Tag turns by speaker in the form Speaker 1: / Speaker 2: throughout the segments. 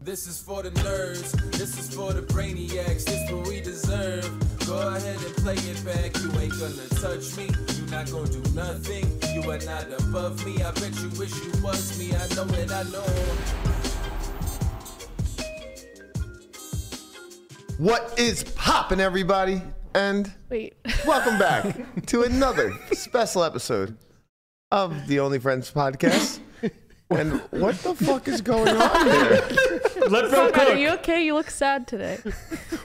Speaker 1: This is for the nerds, this is for the brainiacs, this what we deserve. Go ahead and play it back, you ain't gonna touch me, you not gonna do nothing, you are not above me. I bet you wish you was me, I know it, I know.
Speaker 2: What is poppin', everybody? And
Speaker 3: Wait.
Speaker 2: welcome back to another special episode of the Only Friends podcast. And what the fuck is going on there?
Speaker 4: Let Bro
Speaker 3: Conrad, are
Speaker 4: cook.
Speaker 3: you okay? You look sad today.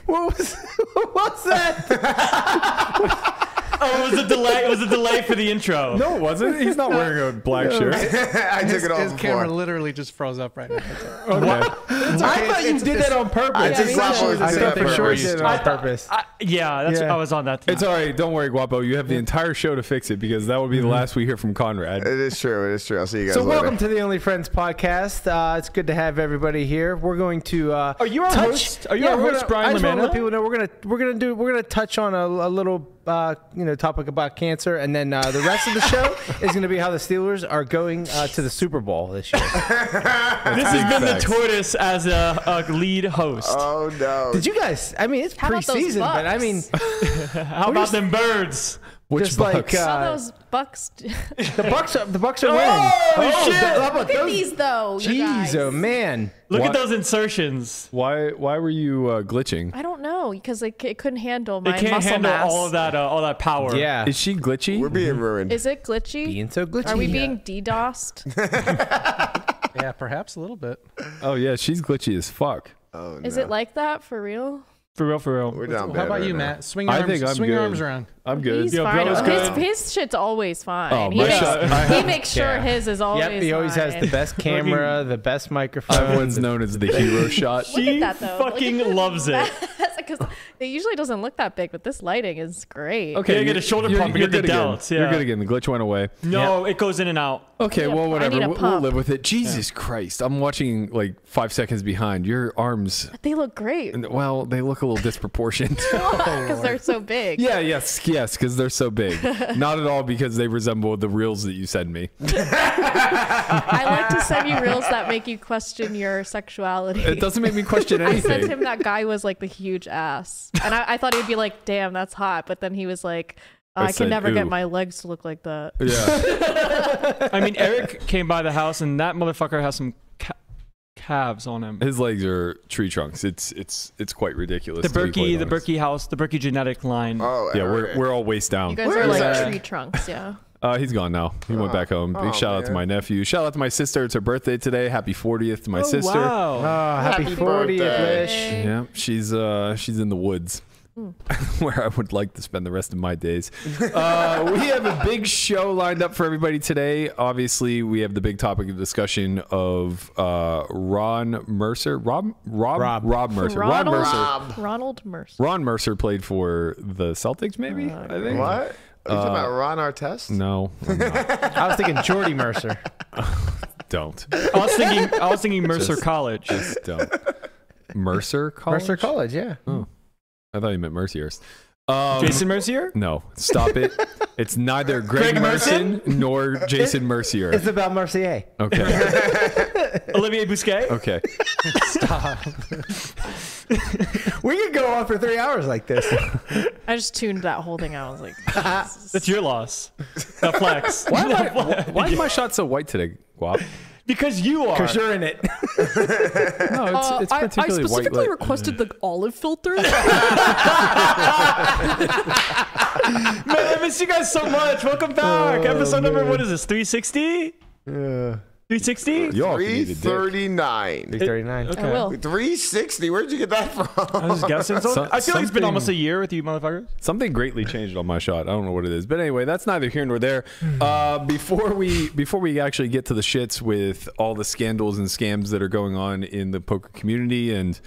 Speaker 2: What was, what was that?
Speaker 4: Oh, it was a delay. It was a delay for the intro.
Speaker 5: No, it wasn't. He's not wearing a black shirt.
Speaker 2: I took it off
Speaker 6: His
Speaker 2: before.
Speaker 6: camera literally just froze up right now. That's all.
Speaker 5: I thought you did that on
Speaker 2: I
Speaker 5: purpose.
Speaker 3: Yeah,
Speaker 2: just
Speaker 3: me
Speaker 2: thought
Speaker 3: too.
Speaker 2: it was
Speaker 5: I
Speaker 2: the
Speaker 5: thought
Speaker 2: same
Speaker 5: for sure
Speaker 2: purpose.
Speaker 5: you did it on purpose.
Speaker 4: I- yeah, that's
Speaker 5: Yeah.
Speaker 4: I was on that.
Speaker 5: It's all right. Don't worry, Guapo. You have the entire show to fix it because that would be the last we hear from Conrad.
Speaker 2: It is true. It is true. I'll see you guys
Speaker 5: So
Speaker 2: later.
Speaker 5: welcome
Speaker 7: Welcome to the Only Friends podcast. Uh, it's good to have everybody here. We're going to. Uh,
Speaker 5: Are you our
Speaker 7: touch-
Speaker 5: host? Are you our
Speaker 7: we're
Speaker 5: host,
Speaker 7: gonna-
Speaker 5: Brian
Speaker 7: I just want
Speaker 5: Lamanna?
Speaker 7: to let people know we're gonna we're gonna do we're gonna touch on a, a little uh, you know topic about cancer, and then uh, the rest of the show is gonna be how the Steelers are going uh, to the Super Bowl this year.
Speaker 4: this has been
Speaker 2: Facts.
Speaker 4: the tortoise as a, a lead host.
Speaker 5: Uh,
Speaker 2: Oh no!
Speaker 7: Did you guys? I mean, it's
Speaker 3: How about those
Speaker 7: preseason, but I mean,
Speaker 4: How about them birds?
Speaker 5: Which
Speaker 7: just like
Speaker 5: Bucks? Oh,
Speaker 3: All
Speaker 7: uh,
Speaker 3: those bucks. Look
Speaker 7: the Bucks are the Bucks are winning.
Speaker 4: shit!
Speaker 7: th- how about
Speaker 3: at
Speaker 7: those-
Speaker 3: these though. you
Speaker 7: Jeez,
Speaker 3: guys.
Speaker 7: oh man!
Speaker 4: Look
Speaker 5: Why-
Speaker 4: at those insertions.
Speaker 5: Why? Why were you uh, glitching?
Speaker 3: I don't know because like it couldn't handle
Speaker 4: They
Speaker 3: my
Speaker 4: can't
Speaker 3: muscle
Speaker 4: handle
Speaker 3: mass.
Speaker 4: all of that. Uh, all that power.
Speaker 7: Yeah,
Speaker 5: Is she glitchy?
Speaker 2: We're being ruined.
Speaker 3: Is it glitchy?
Speaker 7: being so glitchy.
Speaker 3: Are we being DDoSed?
Speaker 6: yeah, perhaps a little bit.
Speaker 5: oh yeah, she's glitchy as fuck.
Speaker 2: oh no!
Speaker 3: Is it like that for real?
Speaker 4: For real, for real.
Speaker 2: We're down
Speaker 6: How about you, Matt? Swing your
Speaker 5: I
Speaker 6: arms,
Speaker 5: think I'm
Speaker 6: swing your
Speaker 5: good.
Speaker 6: arms around.
Speaker 5: I'm good.
Speaker 3: He's
Speaker 4: Yo,
Speaker 3: fine.
Speaker 4: Bro's
Speaker 3: His,
Speaker 4: good.
Speaker 3: his shit's always fine.
Speaker 5: Oh,
Speaker 3: he,
Speaker 5: my
Speaker 3: makes,
Speaker 5: shot-
Speaker 3: he makes sure
Speaker 7: Yeah.
Speaker 3: his is always.
Speaker 7: Yep, he always
Speaker 3: fine.
Speaker 7: has the best camera, the best microphone.
Speaker 5: I'm what's known as the hero shot.
Speaker 3: Look
Speaker 4: She
Speaker 3: at that though.
Speaker 4: fucking loves it.
Speaker 3: Because it usually doesn't look that big, but this lighting is great.
Speaker 4: Yeah, get
Speaker 5: you're-
Speaker 4: a shoulder
Speaker 5: you're-
Speaker 4: pump and
Speaker 5: you're
Speaker 4: get the
Speaker 5: good again.
Speaker 4: delts, yeah.
Speaker 5: You're good again. The glitch went away.
Speaker 4: No, it goes in and out.
Speaker 5: Okay,
Speaker 3: Yeah,
Speaker 5: well,
Speaker 3: I
Speaker 5: whatever.
Speaker 3: need a
Speaker 5: We'll, we'll
Speaker 3: pump.
Speaker 5: live with it. Jesus Christ, I'm watching like five seconds behind. Your arms,
Speaker 3: They look great
Speaker 5: well, they look a little disproportionate.
Speaker 3: because they're so big.
Speaker 5: yeah, yes, yes, because they're so big. Not at all because they resemble the reels that you send me.
Speaker 3: I like to send you reels that make you question your sexuality.
Speaker 5: It doesn't make me question
Speaker 3: I sent him
Speaker 5: anything.
Speaker 3: that guy was like the huge ass, and I, I thought he'd be like, "Damn, that's hot," but then he was like, "Oh, "I, can
Speaker 5: said,
Speaker 3: never get
Speaker 5: "Ooh."
Speaker 3: my legs to look like that."
Speaker 5: yeah,
Speaker 4: I mean, Eric came by the house and that motherfucker has some ca- calves on him.
Speaker 5: his legs are tree trunks. It's it's it's quite ridiculous.
Speaker 4: The
Speaker 5: to be
Speaker 4: Berkey,
Speaker 5: quite
Speaker 4: the
Speaker 5: honest.
Speaker 4: Berkey house, the Berkey genetic line.
Speaker 2: Oh
Speaker 5: Yeah, we're
Speaker 2: okay.
Speaker 5: we're all waist down.
Speaker 3: You guys
Speaker 2: Where
Speaker 3: are
Speaker 2: is
Speaker 3: like
Speaker 2: that?
Speaker 3: tree trunks, yeah.
Speaker 5: Uh, he's gone now. He went back home. Big
Speaker 2: Oh,
Speaker 5: shout out to
Speaker 2: man.
Speaker 5: my nephew. Shout out to my sister. It's her birthday today. Happy 40th to my
Speaker 4: Oh,
Speaker 5: sister.
Speaker 4: wow.
Speaker 7: Oh, happy,
Speaker 2: Happy
Speaker 7: 40th,
Speaker 2: birthday.
Speaker 7: Lish.
Speaker 5: Yeah, she's uh she's in the woods. Where I would like to spend the rest of my days. Uh, we have a big show lined up for everybody today. Obviously, we have the big topic of discussion of uh, Ron Mercer. Rob, Rob,
Speaker 7: Rob.
Speaker 5: Mercer. Ron
Speaker 3: Ronald,
Speaker 5: Mercer.
Speaker 3: Ronald Mercer.
Speaker 5: Ron Mercer played for the Celtics, maybe. I think.
Speaker 2: What? Are you talking about Ron Artest?
Speaker 5: uh, No, um, I'm not.
Speaker 7: I was thinking Jordy Mercer.
Speaker 5: don't.
Speaker 4: I was thinking, I was thinking Mercer College.
Speaker 5: Just don't. Mercer College.
Speaker 7: Mercer College, yeah.
Speaker 5: I thought you meant Mercier's. Um,
Speaker 4: Jason Mercier?
Speaker 5: No, stop it. It's neither Greg,
Speaker 4: Greg Merson?
Speaker 5: Merson nor Jason Mercier.
Speaker 7: Isabel Mercier.
Speaker 5: Okay.
Speaker 4: Olivier Bousquet?
Speaker 5: Okay.
Speaker 7: We could go on for three hours like this.
Speaker 3: I just tuned that whole thing out. I was like,
Speaker 4: That's your loss. The flex.
Speaker 5: Why am, I, why is my shot so white today, Guap?
Speaker 4: Because you are.
Speaker 7: Because you're in it.
Speaker 5: No, it's,
Speaker 3: Uh,
Speaker 5: it's particularly white. lit.
Speaker 3: requested the olive filter.
Speaker 4: Man, I miss you guys so much. Welcome back. Episode number, what is this, 360? 360?
Speaker 5: Y'all can
Speaker 2: Three
Speaker 5: eat a dick.
Speaker 2: thirty-nine.
Speaker 7: Big 39.
Speaker 3: I will.
Speaker 2: Three sixty. Where'd you get that
Speaker 4: I
Speaker 2: from?
Speaker 4: was guessing. So,
Speaker 5: Some-
Speaker 4: I feel like it's been
Speaker 5: something-
Speaker 4: almost a year with you motherfuckers.
Speaker 5: Something greatly changed on my shot. I don't know what it is, but anyway, that's neither here nor there. Uh, before we before we actually get to the shits with all the scandals and scams that are going on in the poker community and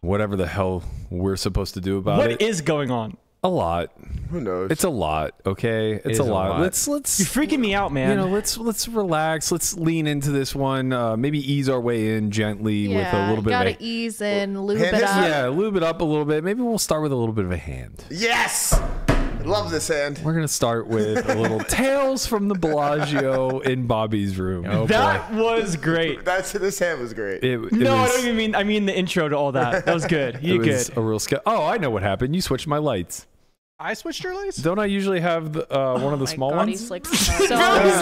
Speaker 5: whatever the hell we're supposed to do about
Speaker 4: What is
Speaker 5: it,
Speaker 4: going on?
Speaker 5: a lot.
Speaker 2: Who knows?
Speaker 5: It's a lot, okay? It's a
Speaker 7: is a
Speaker 5: lot.
Speaker 7: lot.
Speaker 5: Let's let's
Speaker 4: You're freaking me out, man.
Speaker 5: you know let's let's relax let's lean into this one uh, maybe ease our way in gently with a
Speaker 3: Yeah,
Speaker 5: little bit
Speaker 3: gotta
Speaker 5: of a,
Speaker 3: ease in, lube
Speaker 2: Hand
Speaker 3: it
Speaker 2: this-
Speaker 3: up.
Speaker 5: yeah lube it up a little bit maybe we'll start with a little bit of a hand
Speaker 2: yes. Love this hand.
Speaker 5: We're gonna start with a little tales from the Bellagio in Bobby's room. Oh
Speaker 4: that was great.
Speaker 2: That's this hand was great.
Speaker 5: It, it
Speaker 4: no, I
Speaker 5: was,
Speaker 4: don't even mean. I mean the intro to all that. That was good.
Speaker 5: it
Speaker 4: You
Speaker 5: was
Speaker 4: good?
Speaker 5: a real scare. Oh, I know what happened. You switched my lights.
Speaker 6: I switched your lights.
Speaker 5: Don't I usually have the, uh, one of the
Speaker 3: My
Speaker 5: small
Speaker 3: God,
Speaker 5: ones?
Speaker 3: He's like so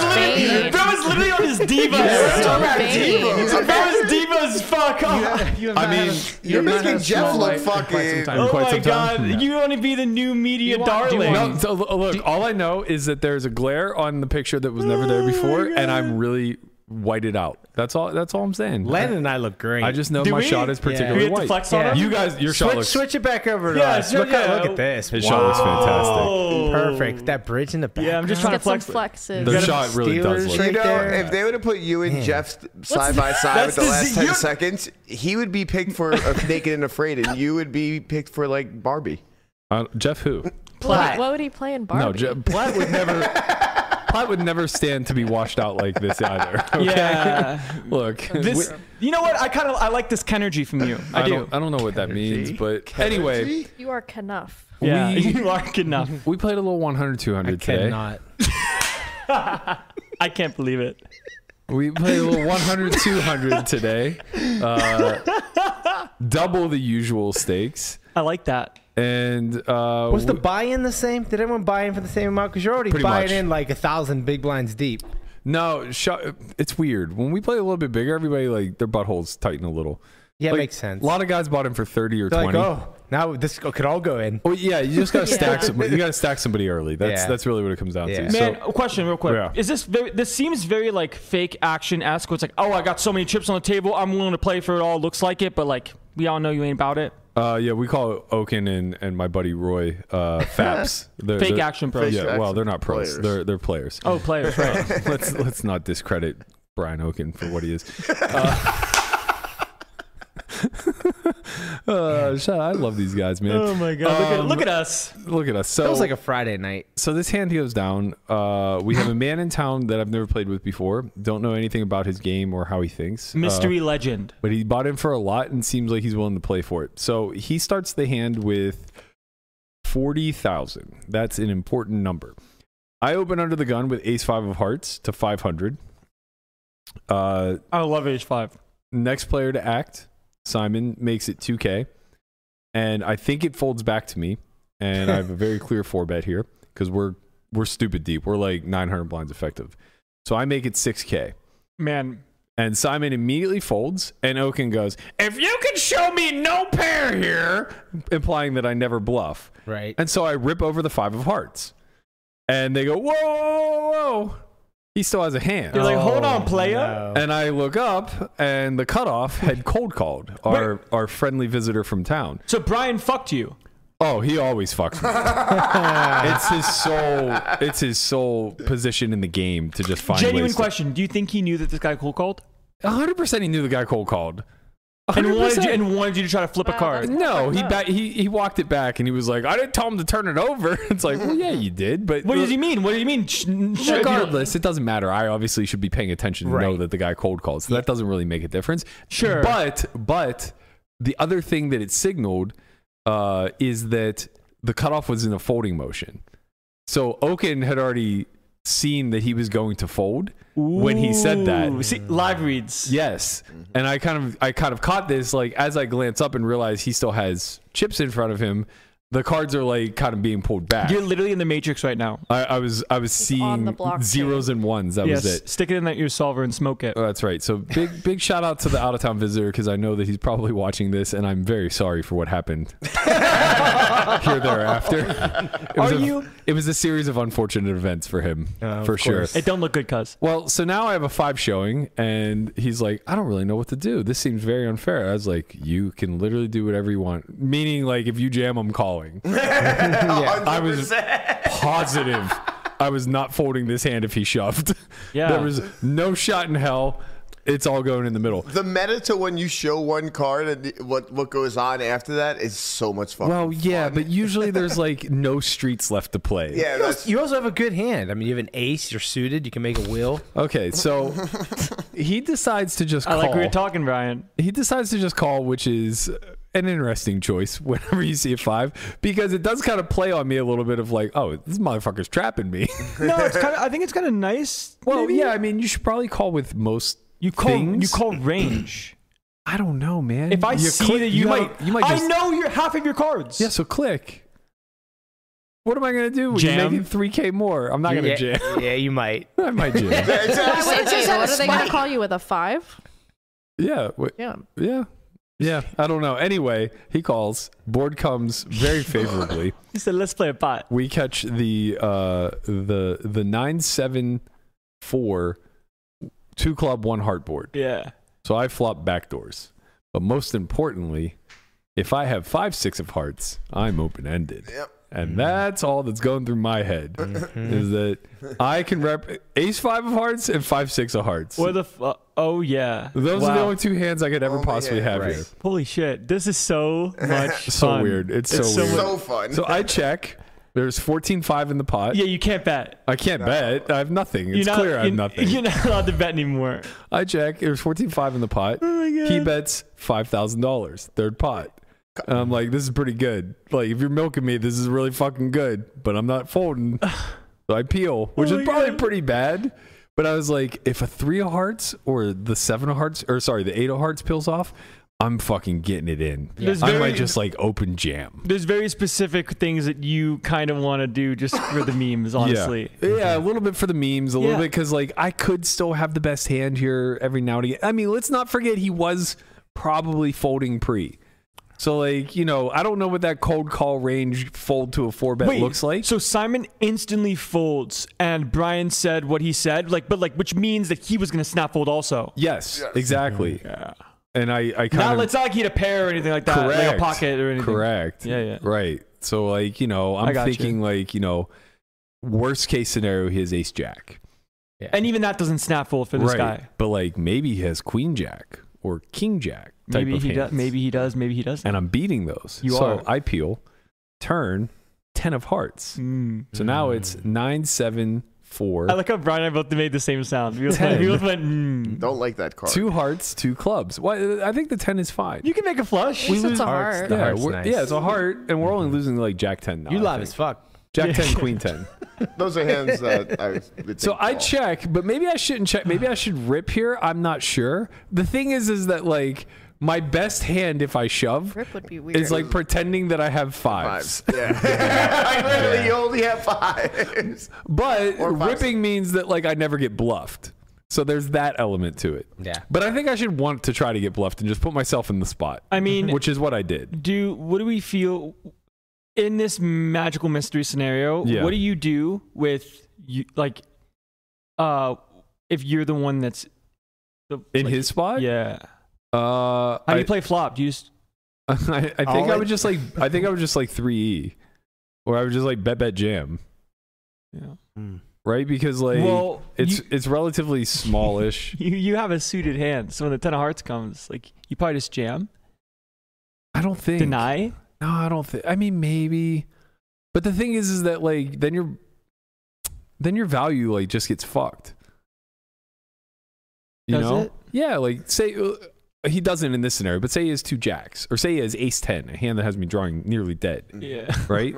Speaker 3: vain.
Speaker 4: Bro was literally on his diva.
Speaker 3: So vain.
Speaker 4: Bro was diva as fuck. Oh,
Speaker 6: You have
Speaker 5: I
Speaker 6: not had
Speaker 5: mean,
Speaker 6: a- you
Speaker 2: You're
Speaker 6: have not had
Speaker 2: making
Speaker 6: a
Speaker 2: Jeff
Speaker 6: small
Speaker 2: look
Speaker 6: light in quite some
Speaker 2: fucking.
Speaker 6: time.
Speaker 5: Oh.
Speaker 4: oh
Speaker 5: quite
Speaker 4: my
Speaker 5: some time.
Speaker 4: god,
Speaker 5: Yeah.
Speaker 4: you want to be the new media
Speaker 6: You want- do you
Speaker 4: darling.
Speaker 5: No, so, look, all I know is that there's a glare on the picture that was never there before, and I'm really whited out. That's all. That's all I'm saying.
Speaker 7: Landon and I look great.
Speaker 5: I just know
Speaker 4: Do
Speaker 5: my
Speaker 4: we-
Speaker 5: shot is
Speaker 4: Yeah.
Speaker 5: particularly
Speaker 4: We have to
Speaker 5: white.
Speaker 4: flex on
Speaker 7: Yeah.
Speaker 4: him?
Speaker 5: You guys, your shot
Speaker 7: switch,
Speaker 5: looks.
Speaker 7: switch it back over to
Speaker 4: Yeah,
Speaker 7: us.
Speaker 4: sure,
Speaker 7: Look, at-
Speaker 4: yeah.
Speaker 7: look at this.
Speaker 5: His shot looks fantastic.
Speaker 4: Oh.
Speaker 7: Perfect. That bridge in the back.
Speaker 4: Yeah, I'm just trying to
Speaker 3: Get some
Speaker 4: flex.
Speaker 3: flexes.
Speaker 5: The
Speaker 7: a
Speaker 5: shot really does
Speaker 7: Steelers
Speaker 5: look.
Speaker 7: right
Speaker 2: you know,
Speaker 7: there.
Speaker 2: if they would have put you and Jeff side by side with
Speaker 4: that's
Speaker 2: the
Speaker 4: the
Speaker 2: last
Speaker 4: Z-
Speaker 2: 10
Speaker 4: you're-
Speaker 2: seconds, he would be picked for uh, Naked and Afraid, and you would be picked for like Barbie.
Speaker 5: Uh, Jeff who?
Speaker 3: What, what would he play in Barbie?
Speaker 5: No, Jeff, Platt would never. Platt would never stand to be washed out like this either. Okay?
Speaker 4: Yeah.
Speaker 5: Look,
Speaker 4: This, you know what? I kind of I like this Kenergy from you. I,
Speaker 5: I,
Speaker 4: do.
Speaker 5: don't, I don't know what that means, but anyway,
Speaker 3: You are Knuff.
Speaker 4: yeah,
Speaker 5: We-
Speaker 4: you are good enough.
Speaker 5: we played a little 100 200
Speaker 7: I
Speaker 5: today.
Speaker 7: cannot.
Speaker 4: I can't believe it.
Speaker 5: We played a little 100 200 today. Uh, double the usual stakes.
Speaker 4: I like that.
Speaker 5: And uh,
Speaker 7: Was the
Speaker 5: we-
Speaker 7: buy-in the same? Did everyone buy in for the same amount? Because you're already
Speaker 5: Pretty
Speaker 7: buying
Speaker 5: much.
Speaker 7: in like a thousand big blinds deep.
Speaker 5: no, sh- it's weird. When we play a little bit bigger, everybody like their buttholes tighten a little.
Speaker 7: Yeah,
Speaker 5: Like,
Speaker 7: makes sense.
Speaker 5: A lot of guys bought him for 30 or
Speaker 7: They're
Speaker 5: 20.
Speaker 7: like, oh, now this could all go in.
Speaker 5: Oh yeah, you just gotta stack
Speaker 3: Yeah.
Speaker 5: somebody. You gotta stack somebody early. That's
Speaker 7: Yeah.
Speaker 5: that's really what it comes down
Speaker 7: Yeah.
Speaker 5: to.
Speaker 4: Man,
Speaker 5: So,
Speaker 4: a question real quick.
Speaker 5: Yeah.
Speaker 4: Is this very, this seems very like fake action esque? It's like, oh, I got so many chips on the table. I'm willing to play for it all. Looks like it, but like we all know you ain't about it.
Speaker 5: uh, yeah, we call Oaken and, and my buddy Roy uh, Faps. They're,
Speaker 4: Fake
Speaker 5: they're-
Speaker 4: action pros.
Speaker 5: Yeah, well, they're not pros.
Speaker 2: Players.
Speaker 5: They're they're players.
Speaker 4: Oh, players, right?
Speaker 5: let's let's not discredit Brian Oaken for what he is. Uh, uh, shut up. I love these guys, man. Oh my
Speaker 4: Yeah, look, at, look at us.
Speaker 5: look at us. So
Speaker 7: That was like a Friday night.
Speaker 5: so this hand goes down. Uh, we have a man in town that I've never played with before. Don't know anything about his game or how he thinks. Uh,
Speaker 4: Mystery legend.
Speaker 5: but he bought in for a lot and seems like he's willing to play for it. So he starts the hand with 40,000. That's an important number. I open under the gun with ace five of hearts to 500. Uh,
Speaker 4: I love H5.
Speaker 5: next player to act, Simon, makes it 2K. And I think it folds back to me. And I have a very clear four bet here because we're, we're stupid deep. We're like 900 blinds effective. So I make it 6K.
Speaker 4: Man,
Speaker 5: And Simon immediately folds, and Oaken goes, If you can show me no pair here, implying that I never bluff.
Speaker 7: Right.
Speaker 5: And so I rip over the five of hearts. And they go, Whoa, whoa, whoa, whoa. He still has a hand.
Speaker 4: You're like, hold on, player.
Speaker 5: And I look up, and the cutoff had cold called our, our friendly visitor from town.
Speaker 4: So Brian fucked you.
Speaker 5: Oh, he always fucks me. it's his sole, it's his sole position in the game to just find
Speaker 4: Genuine
Speaker 5: ways to-
Speaker 4: question. Do you think he knew that this guy cold called?
Speaker 5: 100% he knew the guy cold called.
Speaker 4: And wanted,
Speaker 5: 100%.
Speaker 4: you, and wanted you to try to flip a
Speaker 3: Wow,
Speaker 4: card.
Speaker 5: No, he ba- he he walked it back and he was like, I didn't tell him to turn it over. It's like, well, yeah, you did, but
Speaker 4: What does he mean? What do you mean? Sh- sh-
Speaker 5: Regardless, it doesn't matter. I obviously should be paying attention to know
Speaker 7: Right.
Speaker 5: that the guy cold called, so that doesn't really make a difference.
Speaker 4: Sure.
Speaker 5: but but the other thing that it signaled uh, is that the cutoff was in a folding motion. So Oaken had already seen that he was going to fold when he said that.
Speaker 4: Ooh, see, live reads.
Speaker 5: Yes,
Speaker 4: Mm-hmm.
Speaker 5: and I kind of I kind of caught this like as I glance up and realize he still has chips in front of him. The cards are like kind of being pulled back.
Speaker 4: You're literally in the matrix right now.
Speaker 5: I, I was I was
Speaker 3: on the
Speaker 5: seeing
Speaker 3: blockchain.
Speaker 5: zeros and ones. That
Speaker 4: yes.
Speaker 5: was it.
Speaker 4: Stick it in that your solver and smoke it.
Speaker 5: Oh, that's right. So big big shout out to the out of town visitor because I know that he's probably watching this, and I'm very sorry for what happened here thereafter. It was
Speaker 4: Are
Speaker 5: a-
Speaker 4: you- Uh,
Speaker 5: It was a series of unfortunate events for him,
Speaker 7: of
Speaker 5: for sure.
Speaker 7: course.
Speaker 4: It don't look good, cuz.
Speaker 5: Well, so now I have a five showing, and he's like, I don't really know what to do. This seems very unfair. I was like, you can literally do whatever you want. Meaning, like, if you jam, I'm calling. I was positive I was not folding this hand if he shoved.
Speaker 4: Yeah.
Speaker 5: There was no shot in hell. It's all going in the middle.
Speaker 2: The meta to when you show one card and the- what, what goes on after that is so much fun.
Speaker 5: Well, yeah, but usually there's like no streets left to play.
Speaker 2: yeah, that's,
Speaker 7: You also have a good hand. I mean, you have an ace. You're suited. You can make a wheel.
Speaker 5: Okay, so he decides to just
Speaker 4: I
Speaker 5: call.
Speaker 4: like we were talking, Brian.
Speaker 5: he decides to just call, which is, eh, an interesting choice whenever you see a five because it does kind of play on me a little bit of like, oh, this motherfucker's trapping me.
Speaker 4: No, it's kind of. I think it's kind of nice.
Speaker 5: well,
Speaker 4: maybe?
Speaker 5: yeah, I mean, you should probably call with most.
Speaker 4: You call
Speaker 5: things.
Speaker 4: you call range.
Speaker 5: I don't know, man.
Speaker 4: If I
Speaker 5: You
Speaker 4: see
Speaker 5: click-
Speaker 4: that you,
Speaker 5: gotta-
Speaker 4: might,
Speaker 5: you might. Just,
Speaker 4: I know you're half of your cards.
Speaker 5: Yeah, so click. What am I gonna do? when You
Speaker 4: Jam.
Speaker 5: make it three k more. I'm not gonna
Speaker 7: yeah,
Speaker 5: jam.
Speaker 7: Yeah, you might.
Speaker 5: I might jam.
Speaker 3: Wait, wait, wait, what are they going to call you with a five?
Speaker 5: yeah. wait.
Speaker 3: Yeah.
Speaker 5: Yeah. Yeah, I don't know. Anyway, he calls. Board comes very favorably.
Speaker 4: He said, "Let's play a pot."
Speaker 5: we catch the uh the the nine seven four two club one heart board.
Speaker 4: Yeah.
Speaker 5: So I flop backdoors. But most importantly, if I have five six of hearts, I'm open ended.
Speaker 2: Yep.
Speaker 5: And that's all that's going through my head
Speaker 4: Mm-hmm.
Speaker 5: is that I can rep ace five of hearts and five six of hearts.
Speaker 4: Where the f- uh, oh yeah.
Speaker 5: Those are
Speaker 4: Wow.
Speaker 5: the only two hands I could ever
Speaker 2: Only
Speaker 5: possibly
Speaker 2: hand,
Speaker 5: have
Speaker 2: right.
Speaker 5: here.
Speaker 4: Holy shit! This is so much.
Speaker 5: So
Speaker 4: fun.
Speaker 5: weird. It's so
Speaker 4: so
Speaker 5: weird.
Speaker 4: much-
Speaker 2: so fun.
Speaker 5: So I check. There's 14 5 in the pot.
Speaker 4: yeah, you can't bet.
Speaker 5: I can't bet. I have nothing. It's
Speaker 4: you're not,
Speaker 5: clear I have
Speaker 4: you're-
Speaker 5: nothing.
Speaker 4: You're not allowed to bet anymore.
Speaker 5: I check. There's 14 5 in the
Speaker 4: Oh
Speaker 5: pot. He bets $5,000, third pot. And I'm like, this is pretty good. Like, if you're milking me, this is really fucking good, but I'm not folding. So I peel, which
Speaker 4: Oh
Speaker 5: is
Speaker 4: my
Speaker 5: probably
Speaker 4: God.
Speaker 5: pretty bad. But I was like, if a three of hearts or the seven of hearts, or sorry, the eight of hearts peels off, I'm fucking getting it in.
Speaker 4: There's
Speaker 5: I
Speaker 4: very-
Speaker 5: might just like open jam.
Speaker 4: There's very specific things that you kind of want to do just for the memes, honestly.
Speaker 5: Yeah, Mm-hmm. yeah a little bit for the memes, a little
Speaker 4: Yeah.
Speaker 5: bit because like I could still have the best hand here every now and again. I mean, let's not forget he was probably folding pre. So like you know, I don't know what that cold call range fold to a four bet looks like.
Speaker 4: So Simon instantly folds, and Brian said what he said, like, but like, which means that he was gonna snap fold also.
Speaker 5: yes, exactly. Yeah. And I, I
Speaker 4: Not,
Speaker 5: kind of
Speaker 4: it's not like he had a pair or anything like that, like a
Speaker 5: Correct.
Speaker 4: pocket or anything.
Speaker 5: correct.
Speaker 4: Yeah, yeah.
Speaker 5: Right. So like you know,
Speaker 4: I
Speaker 5: I'm
Speaker 4: gotcha.
Speaker 5: thinking like you know, worst case scenario, he has ace jack.
Speaker 4: And even that doesn't snap fold for this guy.
Speaker 5: But like maybe he has queen jack or king jack. Type
Speaker 4: Maybe
Speaker 5: of
Speaker 4: he does.
Speaker 5: hands.
Speaker 4: Maybe he does. Maybe he does.
Speaker 5: and I'm beating those.
Speaker 4: You
Speaker 5: so
Speaker 4: are.
Speaker 5: I peel, turn, ten of hearts.
Speaker 4: Mm.
Speaker 5: So now it's nine seven four.
Speaker 4: I like how Brian and I both made the same sound. We both went. We both went mm.
Speaker 2: Don't like that card.
Speaker 5: two hearts, two clubs. Why? I think the ten is fine.
Speaker 4: You can make a flush.
Speaker 3: At least it's a heart.
Speaker 7: The
Speaker 5: yeah,
Speaker 7: heart's
Speaker 5: we're-
Speaker 7: nice. Mm-hmm.
Speaker 5: yeah, it's a heart, and we're only losing like Jack ten. Now,
Speaker 7: You
Speaker 5: I
Speaker 7: live
Speaker 5: think.
Speaker 7: as fuck.
Speaker 5: Jack ten, Queen ten.
Speaker 2: Those are hands that I would
Speaker 5: So
Speaker 2: think
Speaker 5: I
Speaker 2: call.
Speaker 5: check, but maybe I shouldn't check. Maybe I should rip here. I'm not sure. The thing is, is that like my best hand if I shove
Speaker 3: Rip would be weird.
Speaker 5: is like pretending that I have
Speaker 2: Fives.
Speaker 5: fives.
Speaker 2: Yeah. I literally only have fives.
Speaker 5: But
Speaker 2: Or five.
Speaker 5: ripping means that like I never get bluffed. So there's that element to it.
Speaker 7: Yeah.
Speaker 5: But I think I should want to try to get bluffed and just put myself in the spot.
Speaker 4: I mean-
Speaker 5: which is what I did.
Speaker 4: do what do we feel in this magical mystery scenario
Speaker 5: Yeah.
Speaker 4: what do you do with you like uh if you're the one that's the,
Speaker 5: In
Speaker 4: like-
Speaker 5: his spot?
Speaker 4: yeah
Speaker 5: Uh
Speaker 4: how do
Speaker 5: I,
Speaker 4: you play flop do you just
Speaker 5: I, I think
Speaker 2: All
Speaker 5: I
Speaker 2: I-
Speaker 5: would just like I think I would just like 3E or I would just like bet bet jam,
Speaker 4: you, know,
Speaker 7: Mm.
Speaker 5: right? Because like
Speaker 4: Well,
Speaker 5: it's
Speaker 4: you-
Speaker 5: it's relatively smallish.
Speaker 4: you you have a suited hand so when the ten of hearts comes like you probably just jam
Speaker 5: I don't think
Speaker 4: deny
Speaker 5: No, I don't think. I mean, maybe. But the thing is, is that like then your then your value like just gets fucked. You
Speaker 4: Does
Speaker 5: know?
Speaker 4: it?
Speaker 5: Yeah, like say uh, he doesn't in this scenario, but say he has two jacks, or say he has ace ten, a hand that has me drawing nearly dead.
Speaker 4: yeah
Speaker 5: Right?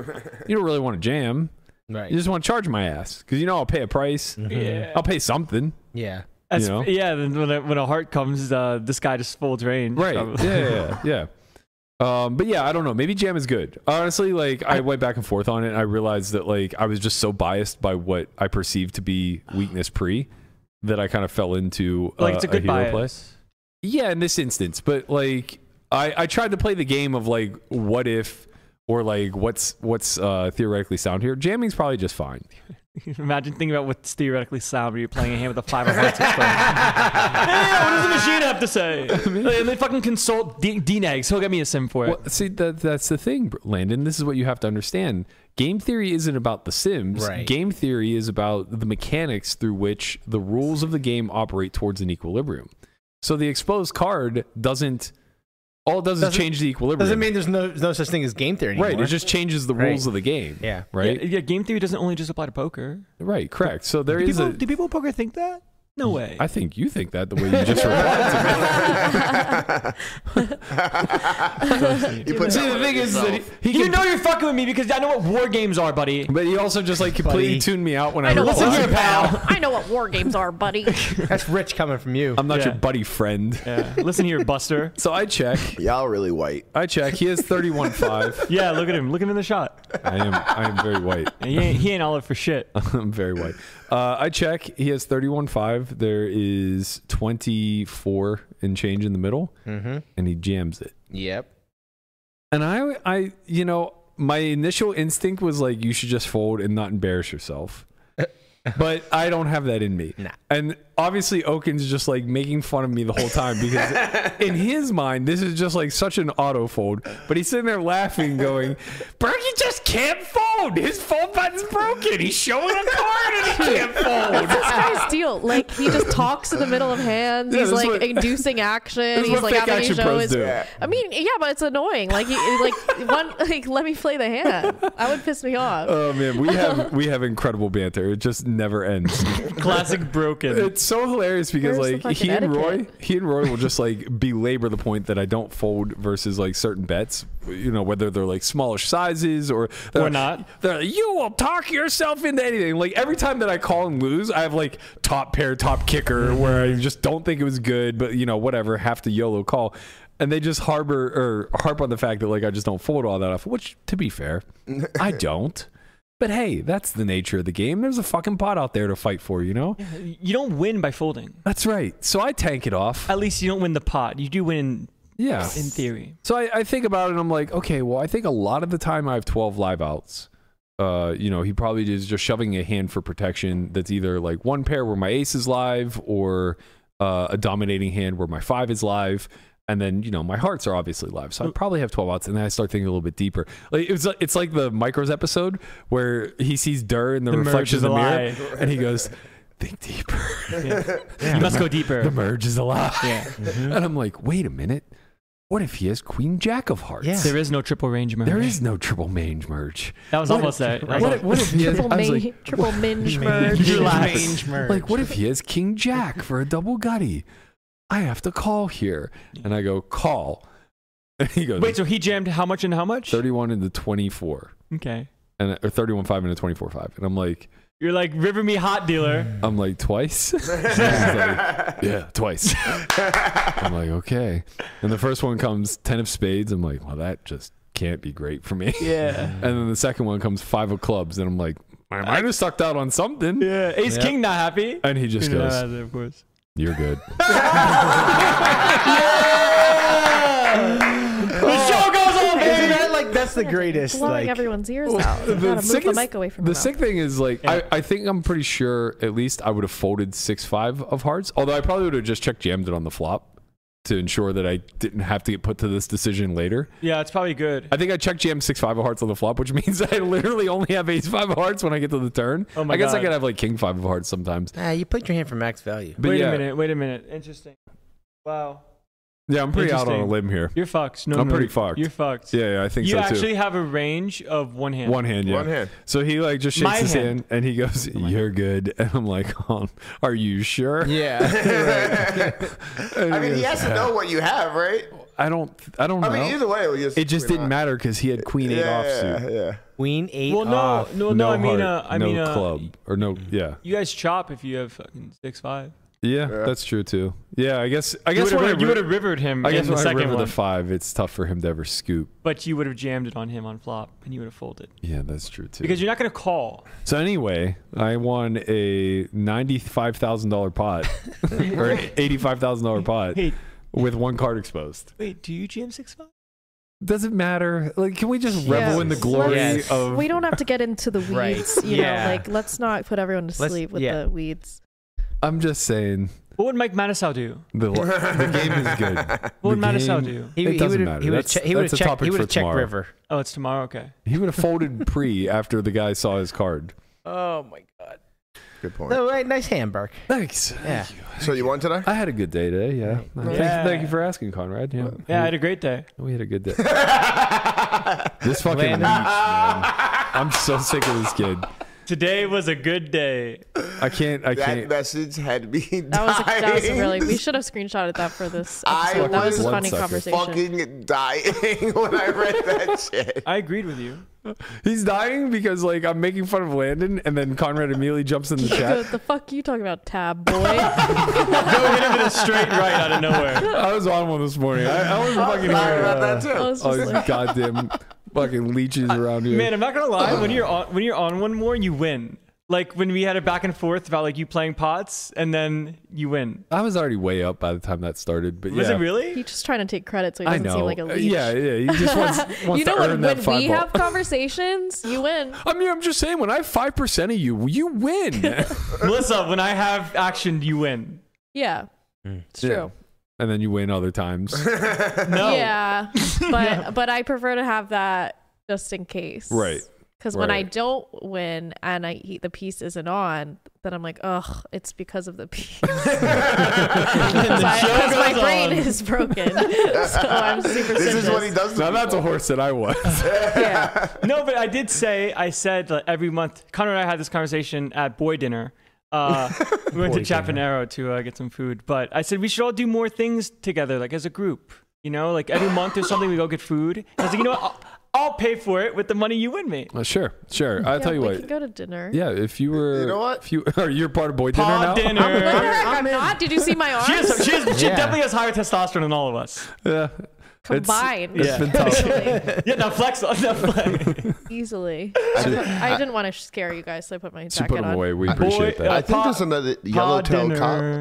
Speaker 5: you don't really want to jam.
Speaker 7: Right.
Speaker 5: You just want to charge my ass because you know I'll pay a price.
Speaker 4: yeah
Speaker 5: I'll pay something.
Speaker 7: Mm-hmm. yeah.
Speaker 4: That's-
Speaker 5: know?
Speaker 4: yeah then when a, when a heart comes uh this guy just folds range
Speaker 5: Right.
Speaker 4: probably.
Speaker 5: Yeah, Uh, yeah, yeah. yeah. Um, but yeah, I don't know. Maybe jam is good. Honestly, like I, went back and forth on it. And I realized that like I was just so biased by what I perceived to be weakness pre that I kind of fell into uh,
Speaker 4: like it's a good
Speaker 5: hero
Speaker 4: bias
Speaker 5: play. Yeah, in this instance, but like I, I tried to play the game of like what if or like what's what's uh, theoretically sound here. Jamming's probably just fine.
Speaker 4: Imagine thinking about what's theoretically sound when you're playing a hand with a five of hearts. exposed. hey, what does the machine have to say? and they fucking consult D- D-Nags. He'll get me a sim for it.
Speaker 5: Well, see that that's the thing, Br- Landon. This is what you have to understand. Game theory isn't about the Sims.
Speaker 7: Right.
Speaker 5: Game theory is about the mechanics through which the rules of the game operate towards an equilibrium. So the exposed card doesn't all it does is
Speaker 7: Doesn't-
Speaker 5: change the equilibrium.
Speaker 7: Doesn't mean there's no no such thing as game theory anymore.
Speaker 5: right. It just changes the
Speaker 7: Right.
Speaker 5: rules of the game.
Speaker 7: Yeah.
Speaker 5: Right.
Speaker 4: Yeah, yeah, game theory doesn't only just apply to poker.
Speaker 5: Right. Correct. So there
Speaker 4: do
Speaker 5: is
Speaker 4: people,
Speaker 5: a
Speaker 4: do people at poker think that? No way.
Speaker 5: I think you think that the way you just replied to me.
Speaker 2: You put
Speaker 5: See,
Speaker 2: that
Speaker 5: the
Speaker 2: one on
Speaker 5: thing is
Speaker 2: yourself.
Speaker 5: that he, he
Speaker 4: you
Speaker 5: can-
Speaker 4: know you're fucking with me because I know what war games are, buddy.
Speaker 5: but he also just like completely tuned me out when I,
Speaker 3: I know what
Speaker 5: replied.
Speaker 4: Listen
Speaker 3: war
Speaker 4: here, pal.
Speaker 3: I know what war games are, buddy.
Speaker 7: That's rich coming from you.
Speaker 5: I'm not
Speaker 4: Yeah.
Speaker 5: your buddy friend.
Speaker 4: Yeah. Listen here, Buster.
Speaker 5: So I check.
Speaker 2: Y'all really white.
Speaker 5: I check. He has 31.5.
Speaker 4: Yeah, look at him. Look at him in the shot.
Speaker 5: I am. I am very white.
Speaker 4: And he ain't, he ain't olive for shit.
Speaker 5: I'm very white. Uh, I check. He has 31.5. There is 24 and change in the middle,
Speaker 7: Mm-hmm.
Speaker 5: and he jams it.
Speaker 7: Yep.
Speaker 5: And I, I, you know, my initial instinct was like, you should just fold and not embarrass yourself. But I don't have that in me.
Speaker 7: Nah.
Speaker 5: And obviously, Oaken's just like making fun of me the whole time because in his mind, this is just like such an auto fold. But he's sitting there laughing, going, Berkey just can't fold. His fold button's broken. He's showing a card and he can't fold.
Speaker 3: this guy's deal. Like he just talks in the middle of hands.
Speaker 5: Yeah,
Speaker 3: he's
Speaker 5: that's
Speaker 3: like
Speaker 5: what-
Speaker 3: inducing action.
Speaker 5: That's
Speaker 3: He's
Speaker 5: what
Speaker 3: like
Speaker 5: fake
Speaker 3: having
Speaker 5: action
Speaker 3: to show
Speaker 5: pros
Speaker 3: his.
Speaker 5: do.
Speaker 3: I mean, yeah, but it's annoying. Like he like one like let me play the hand. That would piss me off.
Speaker 5: Oh man, we have we have incredible banter. It just never ends.
Speaker 4: Classic broken.
Speaker 5: It's so hilarious because
Speaker 3: Where's the
Speaker 5: like he
Speaker 3: fucking
Speaker 5: and Roy,
Speaker 3: etiquette?
Speaker 5: he and Roy will just like belabor the point that I don't fold versus like certain bets, you know, whether they're like smallish sizes or they're-
Speaker 4: Or not.
Speaker 5: They're like, you will talk yourself into anything. Like every time that I call and lose, I have like top pair, top kicker, where I just don't think it was good, but you know, whatever, have to YOLO call. And they just harbor or harp on the fact that like I just don't fold all that off, which to be fair, I don't. But hey, that's the nature of the game. There's a fucking pot out there to fight for, you know?
Speaker 4: You don't win by folding.
Speaker 5: That's right. So I tank it off.
Speaker 4: At least you don't win the pot. You do win
Speaker 5: yeah.
Speaker 4: Uh, in theory.
Speaker 5: So I, I think about it and I'm like, okay, well, I think a lot of the time I have 12 live outs. Uh, you know, he probably is just shoving a hand for protection that's either like one pair where my ace is live or uh, a dominating hand where my five is live. And then, you know, my hearts are obviously live. So I probably have 12 outs. And then I start thinking a little bit deeper. Like it was, it's like the micros episode where he sees Durr in the,
Speaker 4: The merge
Speaker 5: reflection
Speaker 4: is
Speaker 5: of the
Speaker 4: a
Speaker 5: mirror.
Speaker 4: lie.
Speaker 5: And he goes, think deeper.
Speaker 4: You must go
Speaker 5: The
Speaker 4: deeper.
Speaker 5: merge is alive. And I'm like, wait a minute. What if he has Queen Jack of Hearts?
Speaker 4: There is no triple range merge.
Speaker 5: There is no triple mange merge.
Speaker 4: That was
Speaker 5: What-
Speaker 4: almost that.
Speaker 5: What, if- what if he has,
Speaker 3: triple
Speaker 5: I was
Speaker 3: min-
Speaker 5: like,
Speaker 3: triple minge
Speaker 4: Did
Speaker 3: merge.
Speaker 4: you laugh?
Speaker 6: Change merge.
Speaker 5: like, what if he has King Jack for a double gutty? I have to call here. And I go, call. And he goes,
Speaker 4: Wait, so he jammed how much and how much?
Speaker 5: 31 into 24.
Speaker 4: Okay.
Speaker 5: And, or 31 5 into 24 5. And I'm like,
Speaker 4: You're like river me hot dealer.
Speaker 5: I'm like, twice? He's like, yeah, twice. I'm like, okay. And the first one comes 10 of spades. I'm like, well, that just can't be great for me.
Speaker 4: Yeah.
Speaker 5: And then the second one comes five of clubs, and I'm like, I might have sucked out on something.
Speaker 4: Yeah. Ace
Speaker 7: Yeah.
Speaker 4: King not happy.
Speaker 5: And he just
Speaker 4: You know,
Speaker 5: goes,
Speaker 4: of course.
Speaker 5: "You're good." Oh.
Speaker 4: The show goes on,
Speaker 7: Isn't
Speaker 4: baby.
Speaker 7: that like that's the greatest?
Speaker 3: Blowing
Speaker 7: Like,
Speaker 3: everyone's ears out. You
Speaker 5: the
Speaker 3: gotta move the
Speaker 5: sickest-
Speaker 3: mic away from
Speaker 5: the
Speaker 3: your mouth.
Speaker 5: sick thing is like I, I think I'm pretty sure at least I would have folded six five of hearts. Although I probably would have just check jammed it on the flop to ensure that I didn't have to get put to this decision later.
Speaker 4: Yeah, it's probably good.
Speaker 5: I think I check jammed six five of hearts on the flop, which means I literally only have ace five of hearts when I get to the turn.
Speaker 4: Oh my
Speaker 5: I guess I
Speaker 4: God.
Speaker 5: could have like king five of hearts sometimes.
Speaker 7: ah, you played your hand for max value.
Speaker 5: But
Speaker 4: wait
Speaker 5: yeah,
Speaker 4: a minute. Wait a minute. Interesting. Wow.
Speaker 5: yeah, I'm pretty out on a
Speaker 4: Interesting.
Speaker 5: limb here.
Speaker 4: You're fucked. No,
Speaker 5: I'm
Speaker 4: no,
Speaker 5: pretty fucked.
Speaker 4: You're fucked.
Speaker 5: Yeah, yeah I think
Speaker 4: You
Speaker 5: so too.
Speaker 4: actually have a range of one hand.
Speaker 5: One hand, yeah.
Speaker 2: One hand.
Speaker 5: So he like just shakes
Speaker 4: My
Speaker 5: his hand.
Speaker 4: hand. Oh
Speaker 5: and he goes, "You're good." And I'm like, um, "Are you sure?"
Speaker 7: Yeah.
Speaker 5: And
Speaker 2: I
Speaker 5: he
Speaker 2: mean, he
Speaker 5: goes,
Speaker 2: has to know what you have, right?
Speaker 5: I don't. I don't
Speaker 2: I
Speaker 5: know.
Speaker 2: mean, either way, it,
Speaker 5: it just didn't matter because he had queen eight
Speaker 2: Yeah,
Speaker 5: offsuit.
Speaker 2: yeah.
Speaker 7: Queen eight.
Speaker 4: Well, no,
Speaker 7: off.
Speaker 4: no, no. I mean,
Speaker 5: heart,
Speaker 4: uh, I
Speaker 5: Ah, no
Speaker 4: mean, uh,
Speaker 5: club or no. Yeah.
Speaker 4: You guys chop if you have fucking six five.
Speaker 5: yeah,
Speaker 2: Yeah.
Speaker 5: that's true too. Yeah, I guess. I
Speaker 4: You
Speaker 5: guess
Speaker 4: would have
Speaker 5: when I
Speaker 4: ri- you
Speaker 5: ri-
Speaker 4: would have rivered him
Speaker 5: I guess
Speaker 4: in the
Speaker 5: when I
Speaker 4: second
Speaker 5: river
Speaker 4: one,
Speaker 5: the five, it's tough for him to ever scoop.
Speaker 4: but you would have jammed it on him on flop, and you would have folded
Speaker 5: Yeah, that's true too.
Speaker 4: because you're not gonna call.
Speaker 5: so anyway, I won a ninety-five thousand dollar pot or eighty-five thousand dollar pot
Speaker 4: Hey,
Speaker 5: with one card exposed.
Speaker 4: wait, do you jam six five?
Speaker 5: doesn't matter. Like, can we just revel in the
Speaker 3: Yes.
Speaker 5: glory
Speaker 7: Yes.
Speaker 5: of?
Speaker 3: we don't have to get into the
Speaker 7: Right.
Speaker 3: weeds, you
Speaker 7: Yeah.
Speaker 3: know. Like, let's not put everyone to
Speaker 7: Let's-
Speaker 3: sleep with
Speaker 7: yeah.
Speaker 3: the weeds.
Speaker 5: I'm just saying
Speaker 4: What would Mike Manisau do?
Speaker 5: the the game is good.
Speaker 4: What would
Speaker 5: The
Speaker 4: Manisau
Speaker 5: game-
Speaker 4: do?
Speaker 7: He,
Speaker 5: It
Speaker 7: he
Speaker 5: doesn't
Speaker 7: would've-
Speaker 5: matter.
Speaker 7: He would have
Speaker 5: That's-
Speaker 7: checked. He would
Speaker 5: that's a
Speaker 7: have checked.
Speaker 5: topic
Speaker 7: He would
Speaker 5: for
Speaker 7: have checked
Speaker 5: tomorrow.
Speaker 7: river.
Speaker 4: Oh, it's tomorrow. Okay.
Speaker 5: He would have folded pre after the guy saw his card.
Speaker 7: Oh my god.
Speaker 2: Good point.
Speaker 7: No, wait, nice hand, Burke.
Speaker 5: Thanks.
Speaker 7: Yeah.
Speaker 2: So you won today?
Speaker 5: I had a good day today. Yeah. Thank,
Speaker 4: Yeah.
Speaker 5: thank you for asking, Conrad. Yeah.
Speaker 4: Yeah, I had a great day.
Speaker 5: we had a good day. this fucking
Speaker 7: Landon.
Speaker 5: week, man. I'm so sick of this kid.
Speaker 4: Today was a good day.
Speaker 5: I can't. I
Speaker 2: That
Speaker 5: can't.
Speaker 2: message had me dying.
Speaker 3: That was a, that was a really. We should have screenshotted that for this
Speaker 2: I
Speaker 3: episode. That was a
Speaker 5: was
Speaker 3: funny
Speaker 5: bloodsucker.
Speaker 3: conversation.
Speaker 2: fucking dying when I read that shit.
Speaker 4: I agreed with you.
Speaker 5: He's dying because like I'm making fun of Landon, and then Conrad immediately jumps in the
Speaker 3: the,
Speaker 5: chat.
Speaker 3: the fuck you talking about, tab boy?
Speaker 4: Go hit him with a straight right out of nowhere.
Speaker 5: I was on one this morning. I, I was
Speaker 2: I
Speaker 5: fucking
Speaker 2: read that
Speaker 3: I
Speaker 2: too.
Speaker 3: Oh, was
Speaker 5: all
Speaker 3: just
Speaker 5: these
Speaker 3: like,
Speaker 5: goddamn fucking leeches around here.
Speaker 4: Man, I'm not gonna lie. When you're on, when you're on one more, you win. Like when we had a back and forth about like you playing pots, and then you win.
Speaker 5: I was already way up by the time that started. But
Speaker 4: Was
Speaker 5: yeah.
Speaker 4: it really?
Speaker 3: he's just trying to take credit so he
Speaker 5: I
Speaker 3: doesn't
Speaker 5: know.
Speaker 3: seem like a
Speaker 5: Uh,
Speaker 3: leech.
Speaker 5: Yeah, yeah. He just wants, wants
Speaker 3: You know
Speaker 5: to
Speaker 3: what?
Speaker 5: earn
Speaker 3: When
Speaker 5: that
Speaker 3: we
Speaker 5: five ball.
Speaker 3: have conversations, you win.
Speaker 5: I mean, I'm just saying. When I have five percent of you, you win.
Speaker 4: Melissa, when I have action, you win.
Speaker 3: Yeah, it's
Speaker 5: Yeah.
Speaker 3: true.
Speaker 5: and then you win other times.
Speaker 4: No.
Speaker 3: Yeah, but but I prefer to have that just in case.
Speaker 5: Right.
Speaker 3: Because when I
Speaker 5: Right.
Speaker 3: don't win and I he, the piece isn't on, then I'm like, ugh, it's because of the piece. Because
Speaker 4: show
Speaker 3: my
Speaker 4: goes
Speaker 3: brain
Speaker 4: on.
Speaker 3: is broken, so I'm super.
Speaker 2: This is what he does. To
Speaker 5: Now that's a horse that I was.
Speaker 3: Yeah.
Speaker 4: No, but I did say I said that every month. Connor and I had this conversation at boy dinner. Uh, we went to Chapanero to uh, get some food, but I said we should all do more things together, like as a group. You know, like every month there's something we go get food. And I was like, you know what? I'll, I'll pay for it with the money you win me.
Speaker 5: Uh, sure, sure.
Speaker 3: Yeah,
Speaker 5: I'll tell you
Speaker 3: we
Speaker 5: what.
Speaker 3: can go to dinner.
Speaker 5: Yeah, if you were,
Speaker 2: You know what?
Speaker 5: If you are you're part of boy dinner now.
Speaker 4: Pod dinner.
Speaker 3: Look at her,
Speaker 2: I'm
Speaker 3: I'm
Speaker 2: in.
Speaker 3: not. Did you see my arms?
Speaker 4: She, has, she, has, she
Speaker 7: Yeah.
Speaker 4: definitely has higher testosterone than all of us.
Speaker 5: Yeah,
Speaker 3: Combined.
Speaker 5: It's, it's been tough.
Speaker 3: Actually,
Speaker 4: Yeah, now flex. Now flex.
Speaker 3: easily. I, put- I didn't want to scare you guys, so I put my
Speaker 5: So
Speaker 3: jacket
Speaker 5: put them
Speaker 3: on.
Speaker 5: away. We appreciate
Speaker 4: Boy,
Speaker 5: that.
Speaker 2: I think
Speaker 4: Pod-
Speaker 2: there's another yellow tail
Speaker 4: dinner.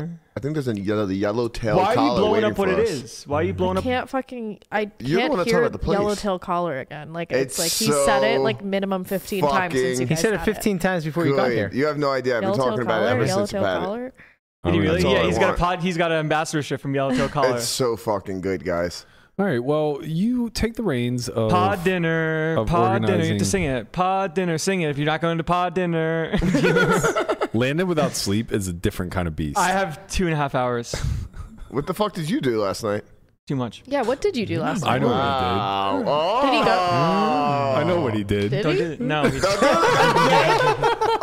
Speaker 2: cop. I think there's a yellow the yellow tail
Speaker 4: Why are you
Speaker 2: collar
Speaker 4: blowing
Speaker 2: waiting
Speaker 4: up what
Speaker 2: for
Speaker 4: it
Speaker 2: us.
Speaker 4: is? Why are you blowing up?
Speaker 3: Can't fucking I can't
Speaker 2: You're the one that told
Speaker 3: hear
Speaker 2: about the police.
Speaker 3: yellowtail collar again. Like
Speaker 2: It's
Speaker 3: it's, like he said it
Speaker 2: so
Speaker 3: like minimum fifteen times since
Speaker 2: fucking-
Speaker 3: you
Speaker 7: He
Speaker 3: guys
Speaker 7: said it
Speaker 3: had
Speaker 7: 15 times before you got here.
Speaker 2: Good. You have no idea. I've been
Speaker 3: Yellowtail
Speaker 2: talking about it
Speaker 3: collar,
Speaker 2: ever since you
Speaker 3: yellowtail
Speaker 2: had it.
Speaker 3: collar.
Speaker 5: Oh,
Speaker 4: Did he
Speaker 5: yeah.
Speaker 4: really?
Speaker 2: all
Speaker 4: Yeah,
Speaker 2: I
Speaker 4: he's got a
Speaker 2: want.
Speaker 4: pod. He's got an ambassadorship from Yellowtail Collar.
Speaker 2: It's so fucking good, guys.
Speaker 5: All right. Well, you take the reins of
Speaker 4: Pod dinner, pod
Speaker 5: of
Speaker 4: dinner. You have
Speaker 5: organizing.
Speaker 4: to sing it. Pod dinner, sing it. If you're not going to pod dinner,
Speaker 5: Landon without sleep is a different kind of beast.
Speaker 4: I have two and a half hours.
Speaker 2: What the fuck did you do last night?
Speaker 4: Too much.
Speaker 3: Yeah, what did you do last
Speaker 5: I
Speaker 3: night?
Speaker 5: know
Speaker 2: Wow. Oh.
Speaker 3: Did he go-
Speaker 5: what he did. I know what he did.
Speaker 3: Did
Speaker 4: Don't
Speaker 3: he?
Speaker 4: do it. No, he,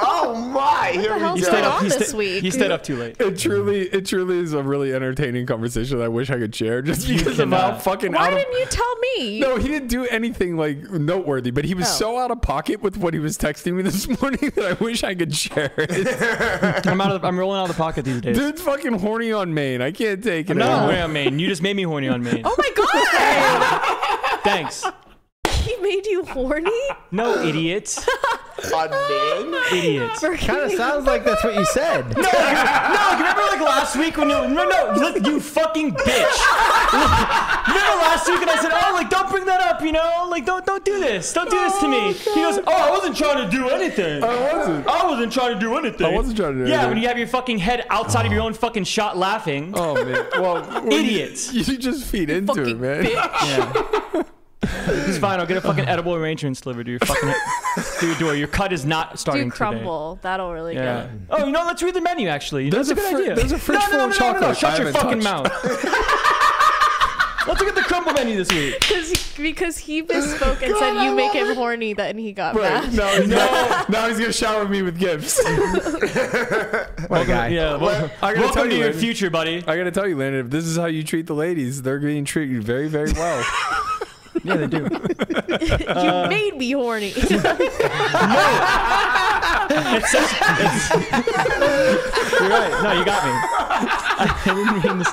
Speaker 2: Oh my! Here
Speaker 3: the hell's
Speaker 2: we
Speaker 4: he
Speaker 2: go.
Speaker 4: stayed
Speaker 3: going
Speaker 4: up. He,
Speaker 3: on this
Speaker 4: sta-
Speaker 3: week?
Speaker 4: he stayed up too late.
Speaker 5: It truly, it truly is a really entertaining conversation. that I wish I could share just
Speaker 4: You
Speaker 5: because of how
Speaker 4: cannot.
Speaker 5: fucking
Speaker 3: Why
Speaker 5: out of.
Speaker 3: didn't you tell me?
Speaker 5: No, he didn't do anything like noteworthy, but he was
Speaker 3: Oh.
Speaker 5: so out of pocket with what he was texting me this morning that I wish I could share it.
Speaker 4: I'm out of. The, I'm rolling out of the pocket these days.
Speaker 5: Dude's fucking horny on Maine. I can't take it.
Speaker 4: I'm not
Speaker 5: anymore.
Speaker 4: horny on Maine. You just made me horny on Maine.
Speaker 3: Oh my god!
Speaker 4: Thanks.
Speaker 3: he made you horny?
Speaker 4: No, idiot.
Speaker 2: On men?
Speaker 4: Idiot.
Speaker 7: Kind of sounds like that's what you said.
Speaker 4: No, like, no, like, remember like last week when you no no look, you fucking bitch. Remember last week and I said, oh like don't bring that up, you know, like don't don't do this, don't do this to me. He goes, oh I wasn't trying to do anything.
Speaker 5: I wasn't.
Speaker 4: I wasn't trying to do anything.
Speaker 5: Oh. I wasn't trying to do
Speaker 4: Yeah,
Speaker 5: anything.
Speaker 4: when you have your fucking head outside of your own fucking shot laughing.
Speaker 5: Oh man. Well, when you-
Speaker 4: Idiots.
Speaker 5: You, just feed into it,
Speaker 3: fucking
Speaker 5: man.
Speaker 4: It's fine. I'll get a
Speaker 5: Oh.
Speaker 4: fucking edible arrangement delivered to your fucking to your door. Your cut is not starting
Speaker 3: Do crumble. Thattle really
Speaker 4: today. Yeah.
Speaker 3: good.
Speaker 4: Oh, you know, let's read the menu. Actually,
Speaker 5: There's
Speaker 4: that's a
Speaker 5: a
Speaker 4: good
Speaker 5: fr-
Speaker 4: idea.
Speaker 5: there's a fridge
Speaker 4: no, no,
Speaker 5: full
Speaker 4: no,
Speaker 5: of
Speaker 4: no, no, no,
Speaker 5: chocolate
Speaker 4: Shut
Speaker 5: I
Speaker 4: your
Speaker 5: haven't
Speaker 4: fucking mouth. let's look at the crumble menu this week.
Speaker 3: Because because he misspoke and said you make him horny, then he got
Speaker 5: Right.
Speaker 3: mad.
Speaker 5: Now, he's Now, now he's gonna shower me with gifts.
Speaker 7: What a guy.
Speaker 4: Yeah, well,
Speaker 5: I gotta tell
Speaker 4: welcome to
Speaker 5: you,
Speaker 4: your
Speaker 5: Landon.
Speaker 4: future, buddy.
Speaker 5: I gotta tell you, Landon, if this is how you treat the ladies, they're being treated very, very well.
Speaker 4: Yeah, they do.
Speaker 3: you made me horny.
Speaker 4: It's such, it's, you're right. No, you got me. I didn't mean this.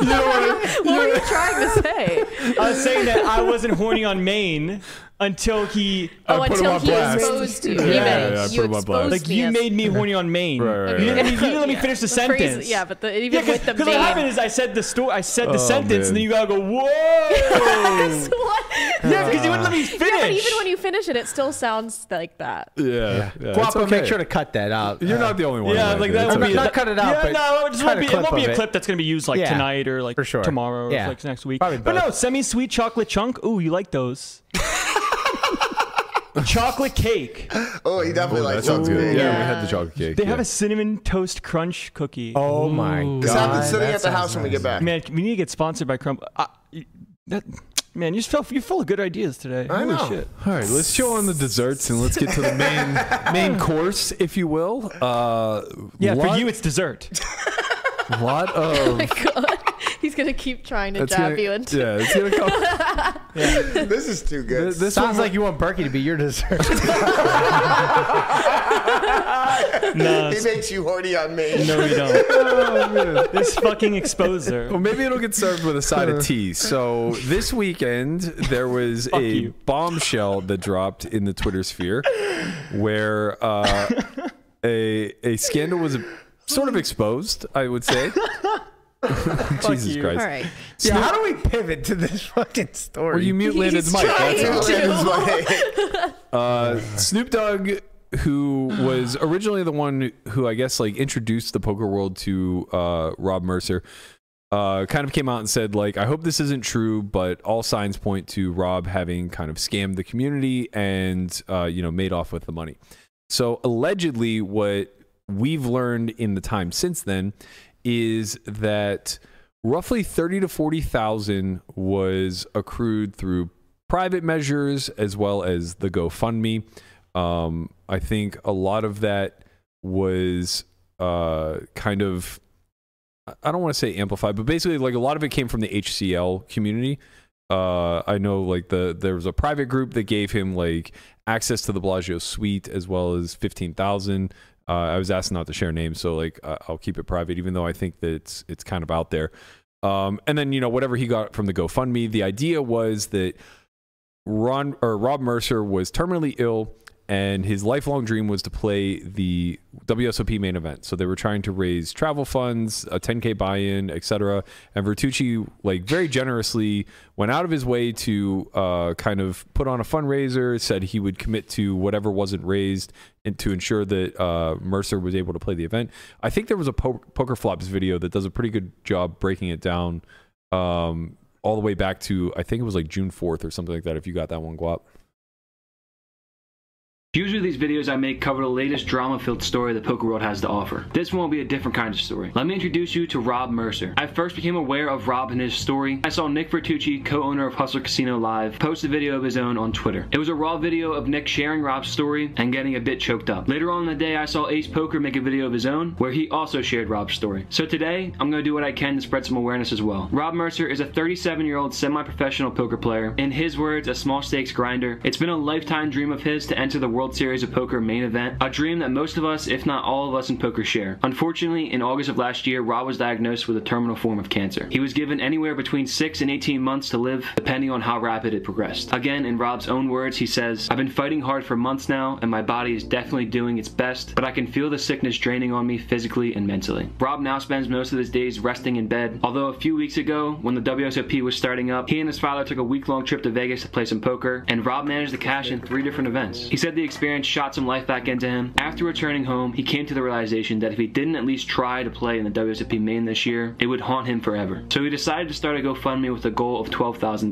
Speaker 5: you know what? I-
Speaker 3: what were you trying to say?
Speaker 4: I was saying that I wasn't horny on Maine until he uh,
Speaker 3: Oh,
Speaker 5: put him
Speaker 3: until
Speaker 5: on
Speaker 3: he
Speaker 5: blast.
Speaker 3: exposed you.
Speaker 5: Yeah,
Speaker 3: he meant,
Speaker 5: yeah, I
Speaker 3: you
Speaker 5: put him on blast.
Speaker 3: exposed
Speaker 4: like
Speaker 3: me
Speaker 4: you
Speaker 3: as-
Speaker 4: made me horny on Maine.
Speaker 5: Right, right,
Speaker 4: You,
Speaker 5: right.
Speaker 4: didn't, you didn't let me
Speaker 3: Yeah.
Speaker 4: finish the
Speaker 3: phrase-
Speaker 4: sentence.
Speaker 3: yeah, but the, even
Speaker 4: Yeah,
Speaker 3: with the
Speaker 4: because
Speaker 3: main.
Speaker 4: what happened is I said the story, I said the
Speaker 5: Oh,
Speaker 4: sentence,
Speaker 5: man.
Speaker 4: and then you gotta go, whoa.
Speaker 3: What?
Speaker 4: yeah, because you wouldn't let me finish.
Speaker 3: yeah, but even when you finish it, it still sounds like that.
Speaker 5: Yeah. yeah. it's
Speaker 7: Guapo,
Speaker 5: okay.
Speaker 7: make sure to cut that out.
Speaker 5: You're
Speaker 7: Uh,
Speaker 5: not the only one.
Speaker 4: Yeah,
Speaker 5: who
Speaker 4: like
Speaker 5: did.
Speaker 4: that
Speaker 5: It's
Speaker 4: would
Speaker 7: okay.
Speaker 4: be
Speaker 7: Not cut it out,
Speaker 4: Yeah,
Speaker 7: but
Speaker 4: no, it just won't
Speaker 7: cut a
Speaker 4: be. It
Speaker 7: clip
Speaker 4: won't be
Speaker 7: of
Speaker 4: a
Speaker 7: it.
Speaker 4: clip that's gonna be used like
Speaker 7: Yeah,
Speaker 4: tonight or like
Speaker 7: for sure.
Speaker 4: tomorrow or
Speaker 7: Yeah.
Speaker 4: like next week.
Speaker 7: Probably
Speaker 4: but no,
Speaker 7: both.
Speaker 4: semi-sweet chocolate chunk. Ooh, you like those? chocolate cake.
Speaker 2: Oh, he definitely
Speaker 5: That
Speaker 2: likes
Speaker 5: sounds good. Yeah,
Speaker 2: Yeah.
Speaker 5: we had the chocolate cake.
Speaker 4: They
Speaker 5: yeah.
Speaker 4: have a cinnamon toast crunch cookie.
Speaker 7: Oh my god.
Speaker 2: This happens sitting
Speaker 7: that
Speaker 2: at the
Speaker 7: sounds
Speaker 2: house when we
Speaker 7: nice.
Speaker 2: get back.
Speaker 4: man, we need to get sponsored by Crumb. I, that, Man, you're full, you're full of good ideas today.
Speaker 2: I
Speaker 4: Holy
Speaker 2: know.
Speaker 4: shit.
Speaker 5: All right, let's show on the desserts and let's get to the main main course, if you will. Uh,
Speaker 4: Yeah, for
Speaker 5: lot-
Speaker 4: you, it's dessert.
Speaker 5: lot of.
Speaker 3: God, he's gonna keep trying to
Speaker 5: it's
Speaker 3: jab
Speaker 5: gonna-
Speaker 3: you into.
Speaker 5: yeah, it's gonna come.
Speaker 2: This is too good.
Speaker 5: This
Speaker 7: Sounds
Speaker 5: one-
Speaker 7: like you want Berkey to be your dessert.
Speaker 4: No,
Speaker 2: He makes you horny on me.
Speaker 4: no, we don't.
Speaker 5: Oh, man.
Speaker 4: This fucking exposer.
Speaker 5: Well, maybe it'll get served with a side of tea. So this weekend there was a
Speaker 4: you.
Speaker 5: bombshell that dropped in the Twitter sphere, where uh, a a scandal was sort of exposed. I would say. Jesus
Speaker 4: you.
Speaker 5: Christ!
Speaker 3: All right.
Speaker 7: yeah, how do we pivot to this fucking story?
Speaker 5: Well, you mute
Speaker 3: He's
Speaker 5: Landon's mic. That's
Speaker 3: trying
Speaker 5: it.
Speaker 3: to.
Speaker 5: Uh, Snoop Dogg, who was originally the one who I guess like introduced the poker world to uh, Rob Mercer, uh, kind of came out and said like, "I hope this isn't true, but all signs point to Rob having kind of scammed the community and uh, you know made off with the money." So allegedly, what we've learned in the time since then is that roughly thirty to forty thousand was accrued through private measures as well as the GoFundMe. Um, I think a lot of that was uh, kind of I- I don't want to say amplified, but basically like a lot of it came from the HCL community. Uh, I know like the there was a private group that gave him like access to the Bellagio suite as well as fifteen thousand. Uh, I was asked not to share names, so like I- I'll keep it private, even though I think that it's it's kind of out there. Um, and then you know whatever he got from the GoFundMe, the idea was that Ron or Rob Mercer was terminally ill, and his lifelong dream was to play the WSOP main event. So they were trying to raise travel funds, a 10k buy-in, etc. And Vertucci, like very generously, went out of his way to uh, kind of put on a fundraiser. Said he would commit to whatever wasn't raised, and to ensure that uh, Mercer was able to play the event. I think there was a po- poker flops video that does a pretty good job breaking it down. Um, all the way back to I think it was like June fourth or something like that. If you got that one, Guap.
Speaker 8: Usually, these videos I make cover the latest drama filled story the poker world has to offer. This one will be a different kind of story. Let me introduce you to Rob Mercer. I first became aware of Rob and his story. I saw Nick Vertucci, co owner of Hustler Casino Live, post a video of his own on Twitter. It was a raw video of Nick sharing Rob's story and getting a bit choked up. Later on in the day, I saw Ace Poker make a video of his own where he also shared Rob's story. So today, I'm going to do what I can to spread some awareness as well. Rob Mercer is a 37 year old semi professional poker player. In his words, a small stakes grinder. It's been a lifetime dream of his to enter the World Series of Poker main event, a dream that most of us, if not all of us in poker, share. Unfortunately, in August of last year, Rob was diagnosed with a terminal form of cancer. He was given anywhere between 6 and 18 months to live, depending on how rapid it progressed. Again, in Rob's own words, he says, I've been fighting hard for months now, and my body is definitely doing its best, but I can feel the sickness draining on me physically and mentally. Rob now spends most of his days resting in bed, although a few weeks ago, when the WSOP was starting up, he and his father took a week long trip to Vegas to play some poker, and Rob managed the cash in three different events. He said the experience shot some life back into him. After returning home, he came to the realization that if he didn't at least try to play in the WSOP main this year, it would haunt him forever. So he decided to start a GoFundMe with a goal of $12,000,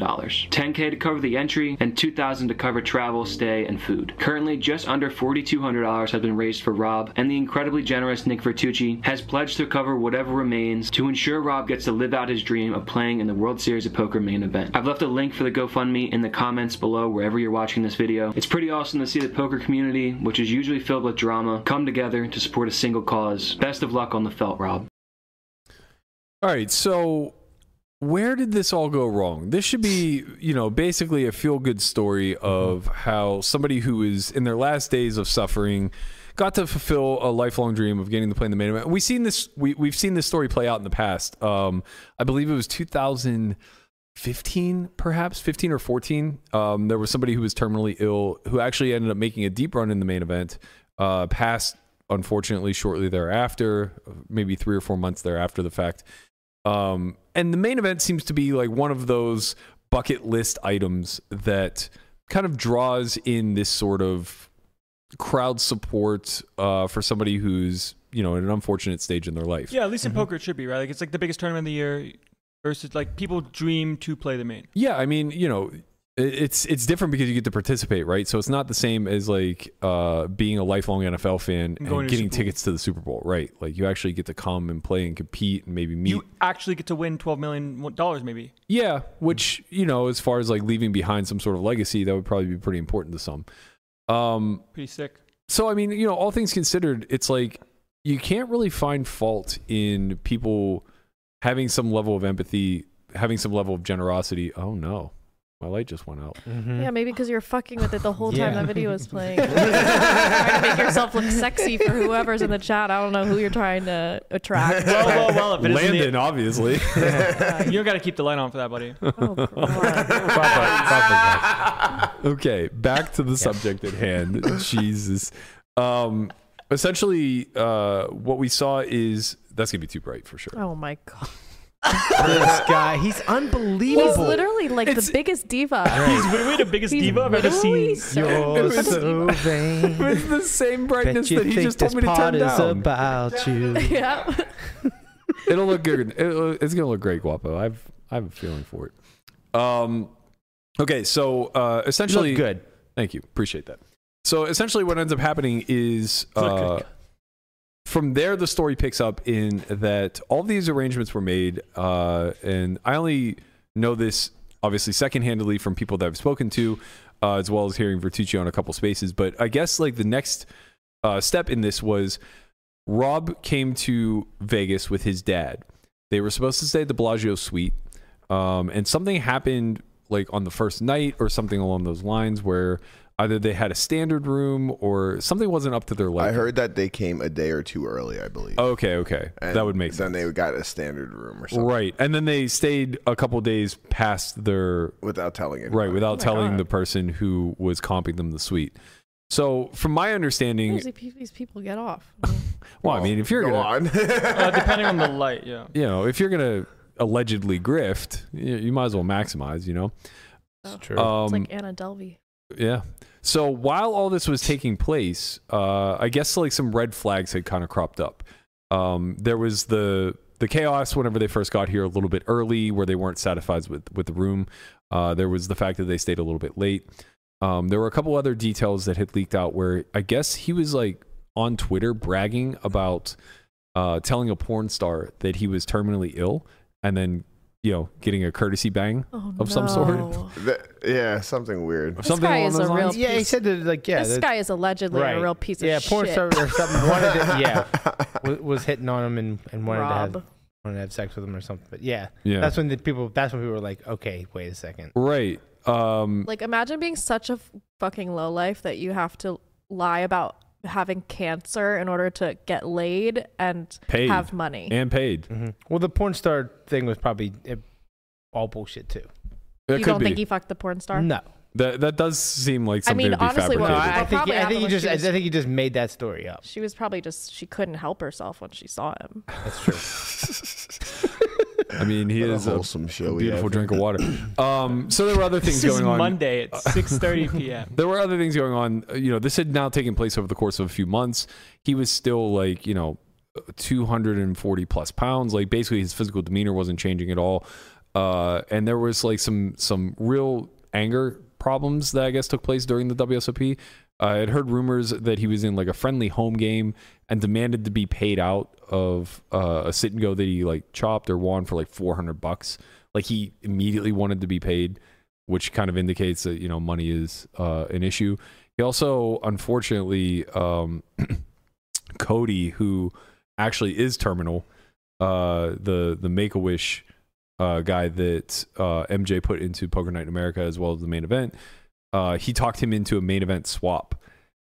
Speaker 8: 10k to cover the entry, and 2000 to cover travel, stay, and food. Currently, just under $4,200 has been raised for Rob, and the incredibly generous Nick Vertucci has pledged to cover whatever remains to ensure Rob gets to live out his dream of playing in the World Series of Poker main event. I've left a link for the GoFundMe in the comments below wherever you're watching this video. It's pretty awesome to see the poker community, which is usually filled with drama, come together to support a single cause. Best of luck on the felt, Rob.
Speaker 5: All right, so where did this all go wrong? This should be, you know, basically a feel good story of how somebody who is in their last days of suffering got to fulfill a lifelong dream of getting to play in the main event. We've seen this we we've seen this story play out in the past. Um I believe it was 2000 15 perhaps 15 or 14 um, there was somebody who was terminally ill who actually ended up making a deep run in the main event uh, passed unfortunately shortly thereafter maybe three or four months thereafter the fact um, and the main event seems to be like one of those bucket list items that kind of draws in this sort of crowd support uh, for somebody who's you know in an unfortunate stage in their life
Speaker 4: Yeah, at least in poker it should be, right? Like it's like the biggest tournament of the year versus like people dream to play the main.
Speaker 5: Yeah, I mean, you know, it- it's it's different because you get to participate, right? So it's not the same as like uh, being a lifelong NFL fan and,
Speaker 4: going to Super
Speaker 5: getting
Speaker 4: Bowl.
Speaker 5: tickets to the Super Bowl, right? Like you actually get to come and play and compete and maybe meet.
Speaker 4: You actually get to win twelve million dollars, maybe.
Speaker 5: yeah, which you know, as far as like leaving behind some sort of legacy, that would probably be pretty important to some. Um,
Speaker 4: Pretty sick.
Speaker 5: so I mean, you know, all things considered, it's like you can't really find fault in people having some level of empathy, having some level of generosity. Oh no, my light just went out.
Speaker 3: Yeah, maybe because you're fucking with it the whole time
Speaker 7: Yeah.
Speaker 3: that video was playing. trying to make yourself look sexy for whoever's in the chat. I don't know who you're trying to attract.
Speaker 5: Oh,
Speaker 4: Well, Oh, well, well. If it isn't
Speaker 5: Landon,
Speaker 4: the-
Speaker 5: obviously.
Speaker 4: you don't got to keep the light on for that, buddy.
Speaker 3: Oh, God.
Speaker 5: okay, back to the subject at hand. Jesus. Um, essentially, uh, what we saw is that's gonna be too bright for sure.
Speaker 3: oh my God.
Speaker 7: this guy, he's unbelievable.
Speaker 3: He's literally like
Speaker 5: It's-
Speaker 3: the biggest diva.
Speaker 4: He's literally the biggest
Speaker 3: He's
Speaker 4: diva I've ever
Speaker 3: literally
Speaker 4: seen.
Speaker 3: so-
Speaker 7: You're
Speaker 5: It was
Speaker 7: so vain.
Speaker 5: It's the same
Speaker 7: Bet
Speaker 5: brightness
Speaker 7: you
Speaker 5: that he
Speaker 7: think
Speaker 5: just told
Speaker 7: this
Speaker 5: me to turn
Speaker 7: pod is
Speaker 5: down.
Speaker 7: about you.
Speaker 3: Yeah.
Speaker 5: It'll look good. It'll, it's gonna look great, Guapo. I've I have a feeling for it. Um, okay, so uh, essentially,
Speaker 7: Look good.
Speaker 5: Thank you, appreciate that. So essentially, what ends up happening is
Speaker 4: Look good.
Speaker 5: uh, from there the story picks up in that all these arrangements were made, uh, and I only know this obviously secondhandly from people that I've spoken to, uh, as well as hearing Vertuccio on a couple spaces. But I guess like the next uh, step in this was Rob came to Vegas with his dad. They were supposed to stay at the Bellagio suite, um, and something happened like on the first night or something along those lines where either they had a standard room or something wasn't up to their level.
Speaker 2: I heard that they came a day or two early, I believe.
Speaker 5: Okay, okay,
Speaker 2: And
Speaker 5: Oh, that would make
Speaker 2: then
Speaker 5: sense.
Speaker 2: they got a standard room or something
Speaker 5: Right, and then they stayed a couple days past their
Speaker 2: without telling anyone.
Speaker 5: right without telling
Speaker 3: God.
Speaker 5: the person who was comping them the suite. So, from my understanding,
Speaker 3: Usually pe- these people get off.
Speaker 5: well, I mean, if you're
Speaker 2: Go on.
Speaker 5: gonna,
Speaker 4: Uh, depending on the light, yeah.
Speaker 5: you know, if you're gonna allegedly grift, you, you might as well maximize. You know,
Speaker 7: True.
Speaker 5: um,
Speaker 3: It's like Anna Delvey.
Speaker 5: Yeah. So while all this was taking place, uh, I guess like some red flags had kind of cropped up. Um, there was the the chaos whenever they first got here a little bit early, where they weren't satisfied with with the room. Uh, there was the fact that they stayed a little bit late. Um, there were a couple other details that had leaked out where I guess he was like on Twitter bragging about uh, telling a porn star that he was terminally ill, and then you know getting a courtesy bang
Speaker 3: Oh,
Speaker 5: of some sort.
Speaker 3: no.
Speaker 2: The- yeah, something weird.
Speaker 3: This guy is a real
Speaker 7: yeah, he
Speaker 3: piece-
Speaker 7: said that like yeah.
Speaker 3: this
Speaker 7: that-
Speaker 3: guy is allegedly
Speaker 7: right.
Speaker 3: a real piece of
Speaker 7: yeah,
Speaker 3: shit.
Speaker 7: porn star or something. Wanted to, yeah, wa- was hitting on him and, and wanted to
Speaker 3: Rob.
Speaker 7: have wanted to have sex with him or something. But yeah,
Speaker 5: Yeah.
Speaker 7: that's when the people. That's when people were like, okay, wait a second.
Speaker 5: Right. Um,
Speaker 3: Like, imagine being such a f- fucking low life that you have to lie about having cancer in order to get laid and
Speaker 5: Paid.
Speaker 3: have money.
Speaker 5: and paid.
Speaker 7: Well, the porn star thing was probably uh, all bullshit too.
Speaker 5: That
Speaker 3: you
Speaker 5: could
Speaker 3: don't
Speaker 5: be.
Speaker 3: think he fucked the porn star?
Speaker 7: No,
Speaker 5: that that does seem like
Speaker 3: I
Speaker 5: something
Speaker 3: mean,
Speaker 5: to be
Speaker 3: honestly, what- I-
Speaker 5: fabricated.
Speaker 7: I
Speaker 3: Well,
Speaker 7: think
Speaker 3: probably
Speaker 7: I think you
Speaker 3: afterwards
Speaker 7: just
Speaker 3: she
Speaker 7: I
Speaker 3: was-
Speaker 7: think you just made that story up.
Speaker 3: She was probably just she couldn't help herself when she saw him.
Speaker 7: That's true.
Speaker 5: I, mean, he
Speaker 2: What a
Speaker 5: is a
Speaker 2: wholesome show. we
Speaker 5: beautiful
Speaker 2: have.
Speaker 5: drink of water. Um, so there were other things
Speaker 4: This is
Speaker 5: going on.
Speaker 4: Monday at 6:30 p.m.
Speaker 5: There were other things going on. Uh, You know, this had now taken place over the course of a few months. He was still like, you know, 240 plus pounds. Like basically, his physical demeanor wasn't changing at all. Uh, and there was like some some real anger problems that I guess took place during the WSOP. I had Uh, heard rumors that he was in like a friendly home game and demanded to be paid out of uh, a sit and go that he like chopped or won for like 400 bucks. Like he immediately wanted to be paid which kind of indicates that you know money is uh, an issue. He also, unfortunately, um, Cody, who actually is terminal, uh, the the Make a Wish uh, guy that uh, MJ put into Poker Night in America as well as the main event, uh, he talked him into a main event swap,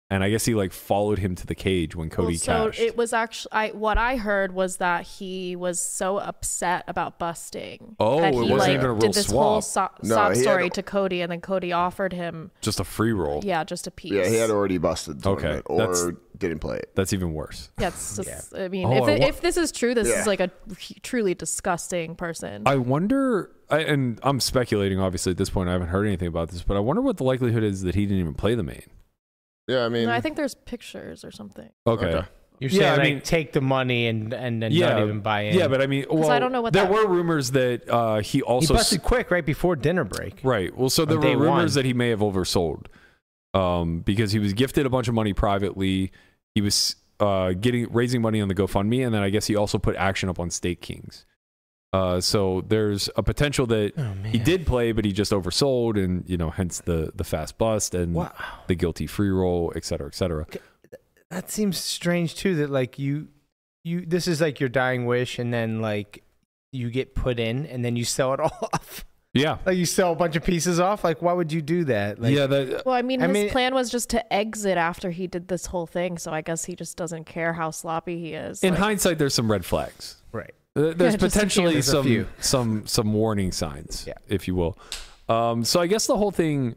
Speaker 5: and I guess he like followed him to the cage when Cody
Speaker 3: Well, so
Speaker 5: cashed.
Speaker 3: it was actually I, what I heard was that he was so upset about busting.
Speaker 5: Oh,
Speaker 3: that
Speaker 5: it
Speaker 3: he,
Speaker 5: wasn't
Speaker 3: like,
Speaker 5: even a real
Speaker 3: did this whole so-
Speaker 2: No,
Speaker 3: sob
Speaker 2: he had-
Speaker 3: story to Cody, and then Cody offered him
Speaker 5: Just a free roll.
Speaker 3: yeah just a piece.
Speaker 2: Yeah, he had already busted the
Speaker 5: Okay,
Speaker 2: tournament
Speaker 5: that's-
Speaker 2: or didn't play it.
Speaker 5: That's even worse.
Speaker 3: Yeah, it's just, I mean,
Speaker 5: Oh,
Speaker 3: if,
Speaker 5: I
Speaker 3: it,
Speaker 5: wa-
Speaker 3: if this is true, this
Speaker 2: Yeah.
Speaker 3: is like a truly disgusting person.
Speaker 5: I wonder, I, and I'm speculating, obviously, at this point. I haven't heard anything about this, but I wonder what the likelihood is that he didn't even play the main.
Speaker 2: Yeah, I mean,
Speaker 3: no, I think there's pictures or something.
Speaker 5: Okay.
Speaker 2: Okay.
Speaker 7: You're
Speaker 5: Yeah,
Speaker 7: saying
Speaker 5: I
Speaker 7: like
Speaker 5: mean-
Speaker 7: take the money and and then
Speaker 5: yeah,
Speaker 7: don't even buy in.
Speaker 5: Yeah, but I mean, well,
Speaker 3: I don't know what
Speaker 5: there
Speaker 3: that-
Speaker 5: were rumors that uh, he
Speaker 7: he
Speaker 5: also s-
Speaker 7: busted quick right before dinner break.
Speaker 5: right. Well, so there were
Speaker 7: day
Speaker 5: rumors
Speaker 7: one.
Speaker 5: that he may have oversold um, because he was gifted a bunch of money privately. He was uh, getting raising money on the GoFundMe, and then I guess he also put action up on State Kings. Uh, so there's a potential that
Speaker 7: Oh man.
Speaker 5: he did play, but he just oversold, and you know, hence the the fast bust and
Speaker 7: Wow.
Speaker 5: the guilty free roll, et cetera, et cetera.
Speaker 7: That seems strange too. That like you, you this is like your dying wish, and then like you get put in, and then you sell it all off.
Speaker 5: Yeah,
Speaker 7: Like you sell a bunch of pieces off. Like why would you do that? Like,
Speaker 5: yeah. That,
Speaker 3: Well, I mean,
Speaker 7: I
Speaker 3: his
Speaker 7: mean-
Speaker 3: plan was just to exit after he did this whole thing, so I guess he just doesn't care how sloppy he is.
Speaker 5: in
Speaker 3: Like,
Speaker 5: hindsight, there's some red flags.
Speaker 7: Right.
Speaker 5: Uh,
Speaker 3: Yeah,
Speaker 5: There's
Speaker 3: just a few.
Speaker 5: potentially
Speaker 7: There's a
Speaker 5: some
Speaker 7: few.
Speaker 5: some some warning signs,
Speaker 7: Yeah.
Speaker 5: if you will. Um, so I guess the whole thing,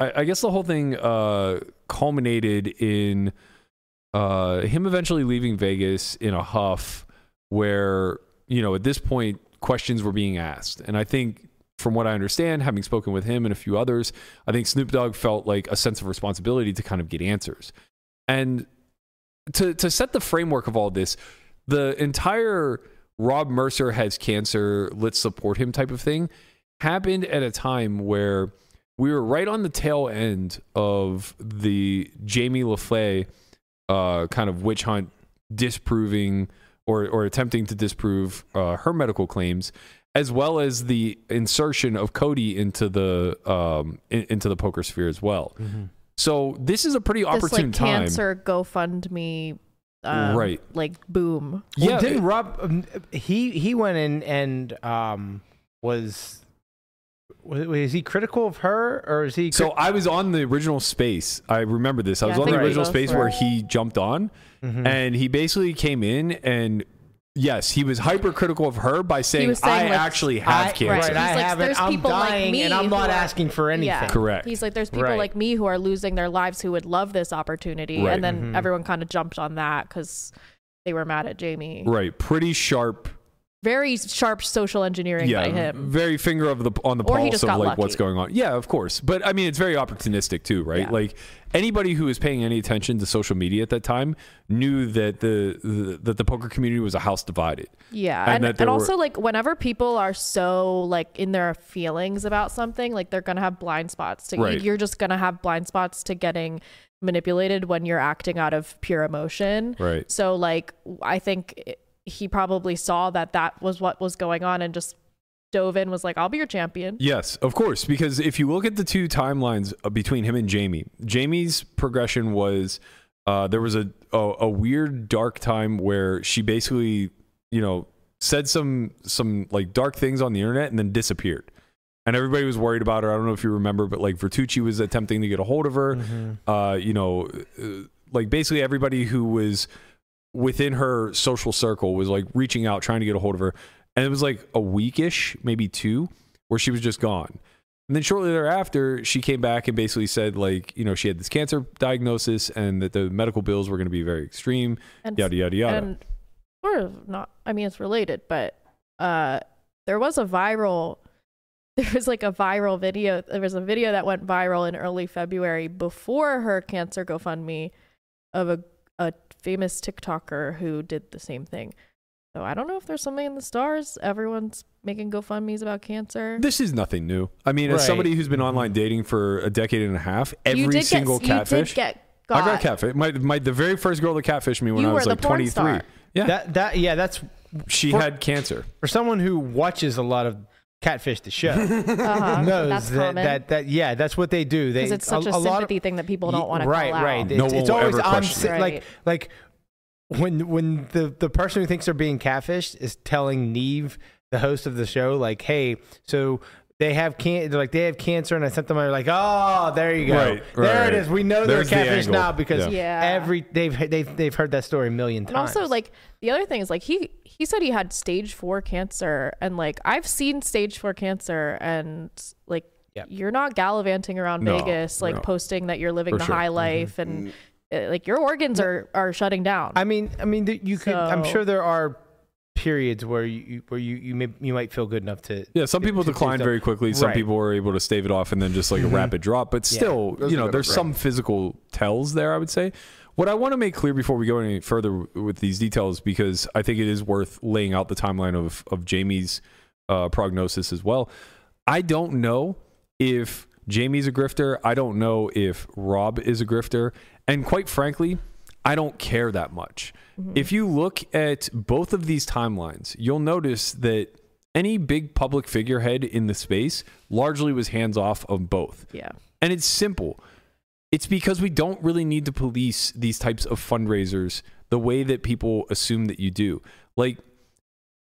Speaker 5: I, I guess the whole thing uh, culminated in uh, him eventually leaving Vegas in a huff, where you know at this point questions were being asked, and I think from what I understand, having spoken with him and a few others, I think Snoop Dogg felt like a sense of responsibility to kind of get answers, and to to set the framework of all this, the entire Rob Mercer has cancer, let's support him type of thing happened at a time where we were right on the tail end of the Jamie LaFleur uh, kind of witch hunt disproving or, or attempting to disprove uh, her medical claims, as well as the insertion of Cody into the um, in- into the poker sphere as well.
Speaker 7: Mm-hmm.
Speaker 5: So this is a pretty
Speaker 3: this
Speaker 5: opportune
Speaker 3: like
Speaker 5: time,
Speaker 3: cancer GoFundMe, um,
Speaker 5: Right.
Speaker 3: Like boom.
Speaker 7: Well,
Speaker 5: Yeah,
Speaker 7: didn't
Speaker 5: it-
Speaker 7: Rob? Um, he he went in and um was. Was, was he critical of her, or is he?
Speaker 5: So I was on the original space. I remember this. I
Speaker 3: Yeah,
Speaker 5: was
Speaker 3: I
Speaker 5: on the
Speaker 3: think we
Speaker 5: original
Speaker 3: both
Speaker 5: space
Speaker 3: were. Hmm.
Speaker 5: where he jumped on,
Speaker 7: mm-hmm.
Speaker 5: and he basically came in and yes, he was hypercritical of her by saying,
Speaker 3: was saying,
Speaker 5: "I
Speaker 3: like,
Speaker 5: actually have
Speaker 7: I-
Speaker 5: cancer."
Speaker 7: Right, I
Speaker 3: He's like,
Speaker 7: haven't.
Speaker 3: "There's
Speaker 7: I'm
Speaker 3: people like
Speaker 7: dying,
Speaker 3: me
Speaker 7: and I'm not
Speaker 3: who are-
Speaker 7: asking for anything.
Speaker 3: Yeah.
Speaker 5: Correct.
Speaker 3: He's like, there's people
Speaker 7: Right.
Speaker 3: like me who are losing their lives who would love this opportunity,
Speaker 5: Right.
Speaker 3: and then
Speaker 7: Mm-hmm.
Speaker 3: everyone kind of jumped on that because they were mad at Jamie.
Speaker 5: Right, pretty sharp.
Speaker 3: Very sharp social engineering by
Speaker 5: Yeah,
Speaker 3: him.
Speaker 5: very finger of the on the
Speaker 3: Or he
Speaker 5: pulse
Speaker 3: just
Speaker 5: of
Speaker 3: got
Speaker 5: like
Speaker 3: lucky.
Speaker 5: what's going on. Yeah, of course. But I mean, it's very opportunistic too, right?
Speaker 3: Yeah.
Speaker 5: Like anybody who was paying any attention to social media at that time knew that the, the that the poker community was a house divided.
Speaker 3: Yeah,
Speaker 5: And
Speaker 3: and
Speaker 5: that
Speaker 3: and,
Speaker 5: there were-
Speaker 3: also like whenever people are so like in their feelings about something, like they're gonna have blind spots. To,
Speaker 5: Right.
Speaker 3: You're just gonna have blind spots to getting manipulated when you're acting out of pure emotion.
Speaker 5: Right.
Speaker 3: So like I think it- he probably saw that that was what was going on and just dove in. Was like, I'll be your champion.
Speaker 5: Yes, of course, because if you look at the two timelines uh, between him and Jamie, Jamie's progression was uh, there was a, a a weird dark time where she basically, you know, said some some like dark things on the internet and then disappeared. And everybody was worried about her. I don't know if you remember, but like Vertucci was attempting to get a hold of her. Uh, you know, uh, like basically everybody who was within her social circle was like reaching out, trying to get a hold of her. And it was like a weekish, maybe two, where she was just gone. And then shortly thereafter, she came back and basically said, like, you know, she had this cancer diagnosis and that the medical bills were going to be very extreme,
Speaker 3: And
Speaker 5: yada, yada, yada.
Speaker 3: And sort of not. I mean, it's related, but uh, there was a viral. There was like a viral video. There was a video that went viral in early February before her cancer GoFundMe of a a famous TikToker who did the same thing. So I don't know if there's something in the stars. Everyone's making GoFundmes about cancer.
Speaker 5: this is nothing new. I mean, as
Speaker 7: Right.
Speaker 5: somebody who's been online dating for a decade and a half,
Speaker 3: you
Speaker 5: every
Speaker 3: did
Speaker 5: single
Speaker 3: get,
Speaker 5: catfish.
Speaker 3: You did get got.
Speaker 5: I got catfish. My, my, the very first girl that catfished me when
Speaker 3: You
Speaker 5: I was
Speaker 3: were the
Speaker 5: like
Speaker 3: porn
Speaker 5: 23.
Speaker 3: star.
Speaker 5: Yeah.
Speaker 7: That that yeah, that's
Speaker 5: she
Speaker 7: For-
Speaker 5: had cancer.
Speaker 7: for someone who watches a lot of catfish the show
Speaker 3: Uh-huh.
Speaker 7: knows
Speaker 3: That's
Speaker 7: that,
Speaker 3: common.
Speaker 7: that that yeah that's what they do they
Speaker 3: 'Cause it's such a,
Speaker 7: lot of-
Speaker 3: sympathy thing that people don't
Speaker 7: Ye-
Speaker 3: want to
Speaker 7: right
Speaker 3: call out.
Speaker 7: right
Speaker 5: No
Speaker 7: it's,
Speaker 5: one
Speaker 7: it's
Speaker 5: will
Speaker 7: always
Speaker 5: ever
Speaker 7: on
Speaker 5: question
Speaker 3: it.
Speaker 7: like like when when the the person who thinks they're being catfished is telling neve the host of the show like hey so they have can they're like they have cancer and I sent them are like oh there you go
Speaker 5: Right,
Speaker 7: there
Speaker 5: right.
Speaker 7: it is we know
Speaker 5: There's the
Speaker 7: they're catfish
Speaker 5: angle.
Speaker 7: now because
Speaker 3: Yeah. Yeah.
Speaker 7: every they've they've they've heard that story a million
Speaker 3: And
Speaker 7: times
Speaker 3: also, like the other thing is, like he he said he had stage four cancer, and like I've seen stage four cancer, and like
Speaker 7: Yep.
Speaker 3: you're not gallivanting around
Speaker 5: No,
Speaker 3: Vegas, like
Speaker 5: no.
Speaker 3: posting that you're living
Speaker 5: For
Speaker 3: the
Speaker 5: sure. Mm-hmm.
Speaker 3: high life, and uh, like your organs are are shutting down.
Speaker 7: I mean, I mean, that you could. I'm
Speaker 3: So-
Speaker 7: sure there are periods where you you- where you you may you might feel good enough to.
Speaker 5: Yeah, some
Speaker 7: to-
Speaker 5: people
Speaker 7: to do
Speaker 5: declined
Speaker 7: stuff.
Speaker 5: very quickly. Some
Speaker 7: Right.
Speaker 5: people were able to stave it off and then just like a rapid drop. But still,
Speaker 2: Those
Speaker 5: you
Speaker 2: are
Speaker 5: know,
Speaker 2: good,
Speaker 5: there's
Speaker 2: right.
Speaker 5: some physical tells there, I would say. What I want to make clear before we go any further with these details, because I think it is worth laying out the timeline of of Jamie's uh, prognosis as well. I don't know if Jamie's a grifter. I don't know if Rob is a grifter, and quite frankly, I don't care that much. If you look at both of these timelines, you'll notice that any big public figurehead in the space largely was hands off of both.
Speaker 3: Yeah.
Speaker 5: And it's simple. It's because we don't really need to police these types of fundraisers the way that people assume that you do. Like,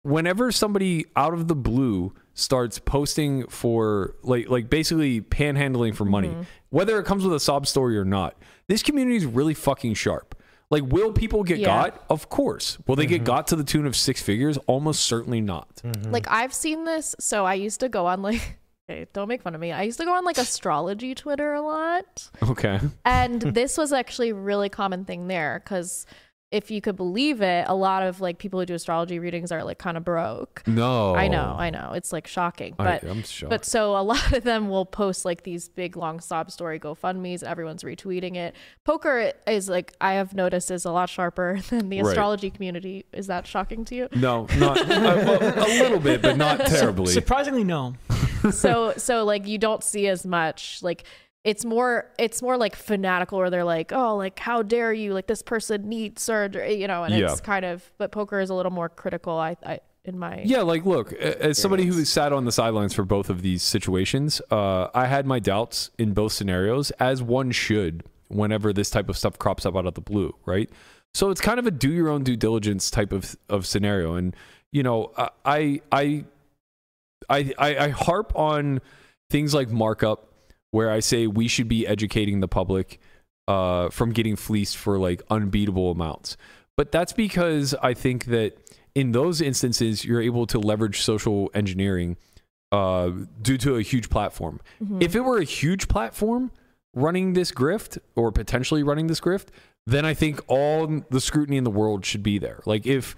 Speaker 5: whenever somebody out of the blue starts posting for like like basically panhandling for money,
Speaker 3: Mm-hmm.
Speaker 5: whether it comes with a sob story or not, this community is really fucking sharp. Like, will people get
Speaker 3: Yeah.
Speaker 5: got? Of course. Will they get got to the tune of six figures? Almost certainly not.
Speaker 3: Like I've seen this, so I used to go on like okay, don't make fun of me. I used to go on like astrology Twitter a lot.
Speaker 5: Okay.
Speaker 3: And this was actually a really common thing there because if you could believe it, a lot of like people who do astrology readings are like kind of broke.
Speaker 5: No.
Speaker 3: I know, I know. It's like shocking.
Speaker 5: Oh. I-
Speaker 3: But
Speaker 5: I'm shocked.
Speaker 3: but so a lot of them will post like these big long sob story GoFundMe's and everyone's retweeting it. Poker is like I have noticed is a lot sharper than the
Speaker 5: Right.
Speaker 3: astrology community. Is that shocking to you?
Speaker 5: No, not uh, well, a little bit, but not terribly.
Speaker 4: Surprisingly, no.
Speaker 3: so so like you don't see as much like it's more it's more like fanatical where they're like oh like how dare you like this person needs surgery you know and
Speaker 5: Yeah.
Speaker 3: it's kind of but poker is a little more critical i i in my
Speaker 5: Yeah, like look, a- as somebody who has sat on the sidelines for both of these situations, uh, I had my doubts in both scenarios, as one should whenever this type of stuff crops up out of the blue, right? So it's kind of a do your own due diligence type of of scenario, and you know, I I I I, I, I harp on things like markup, where I say we should be educating the public uh, from getting fleeced for like unbeatable amounts. But that's because I think that in those instances, you're able to leverage social engineering uh, due to a huge platform.
Speaker 3: Mm-hmm.
Speaker 5: If it were a huge platform running this grift or potentially running this grift, then I think all the scrutiny in the world should be there. Like if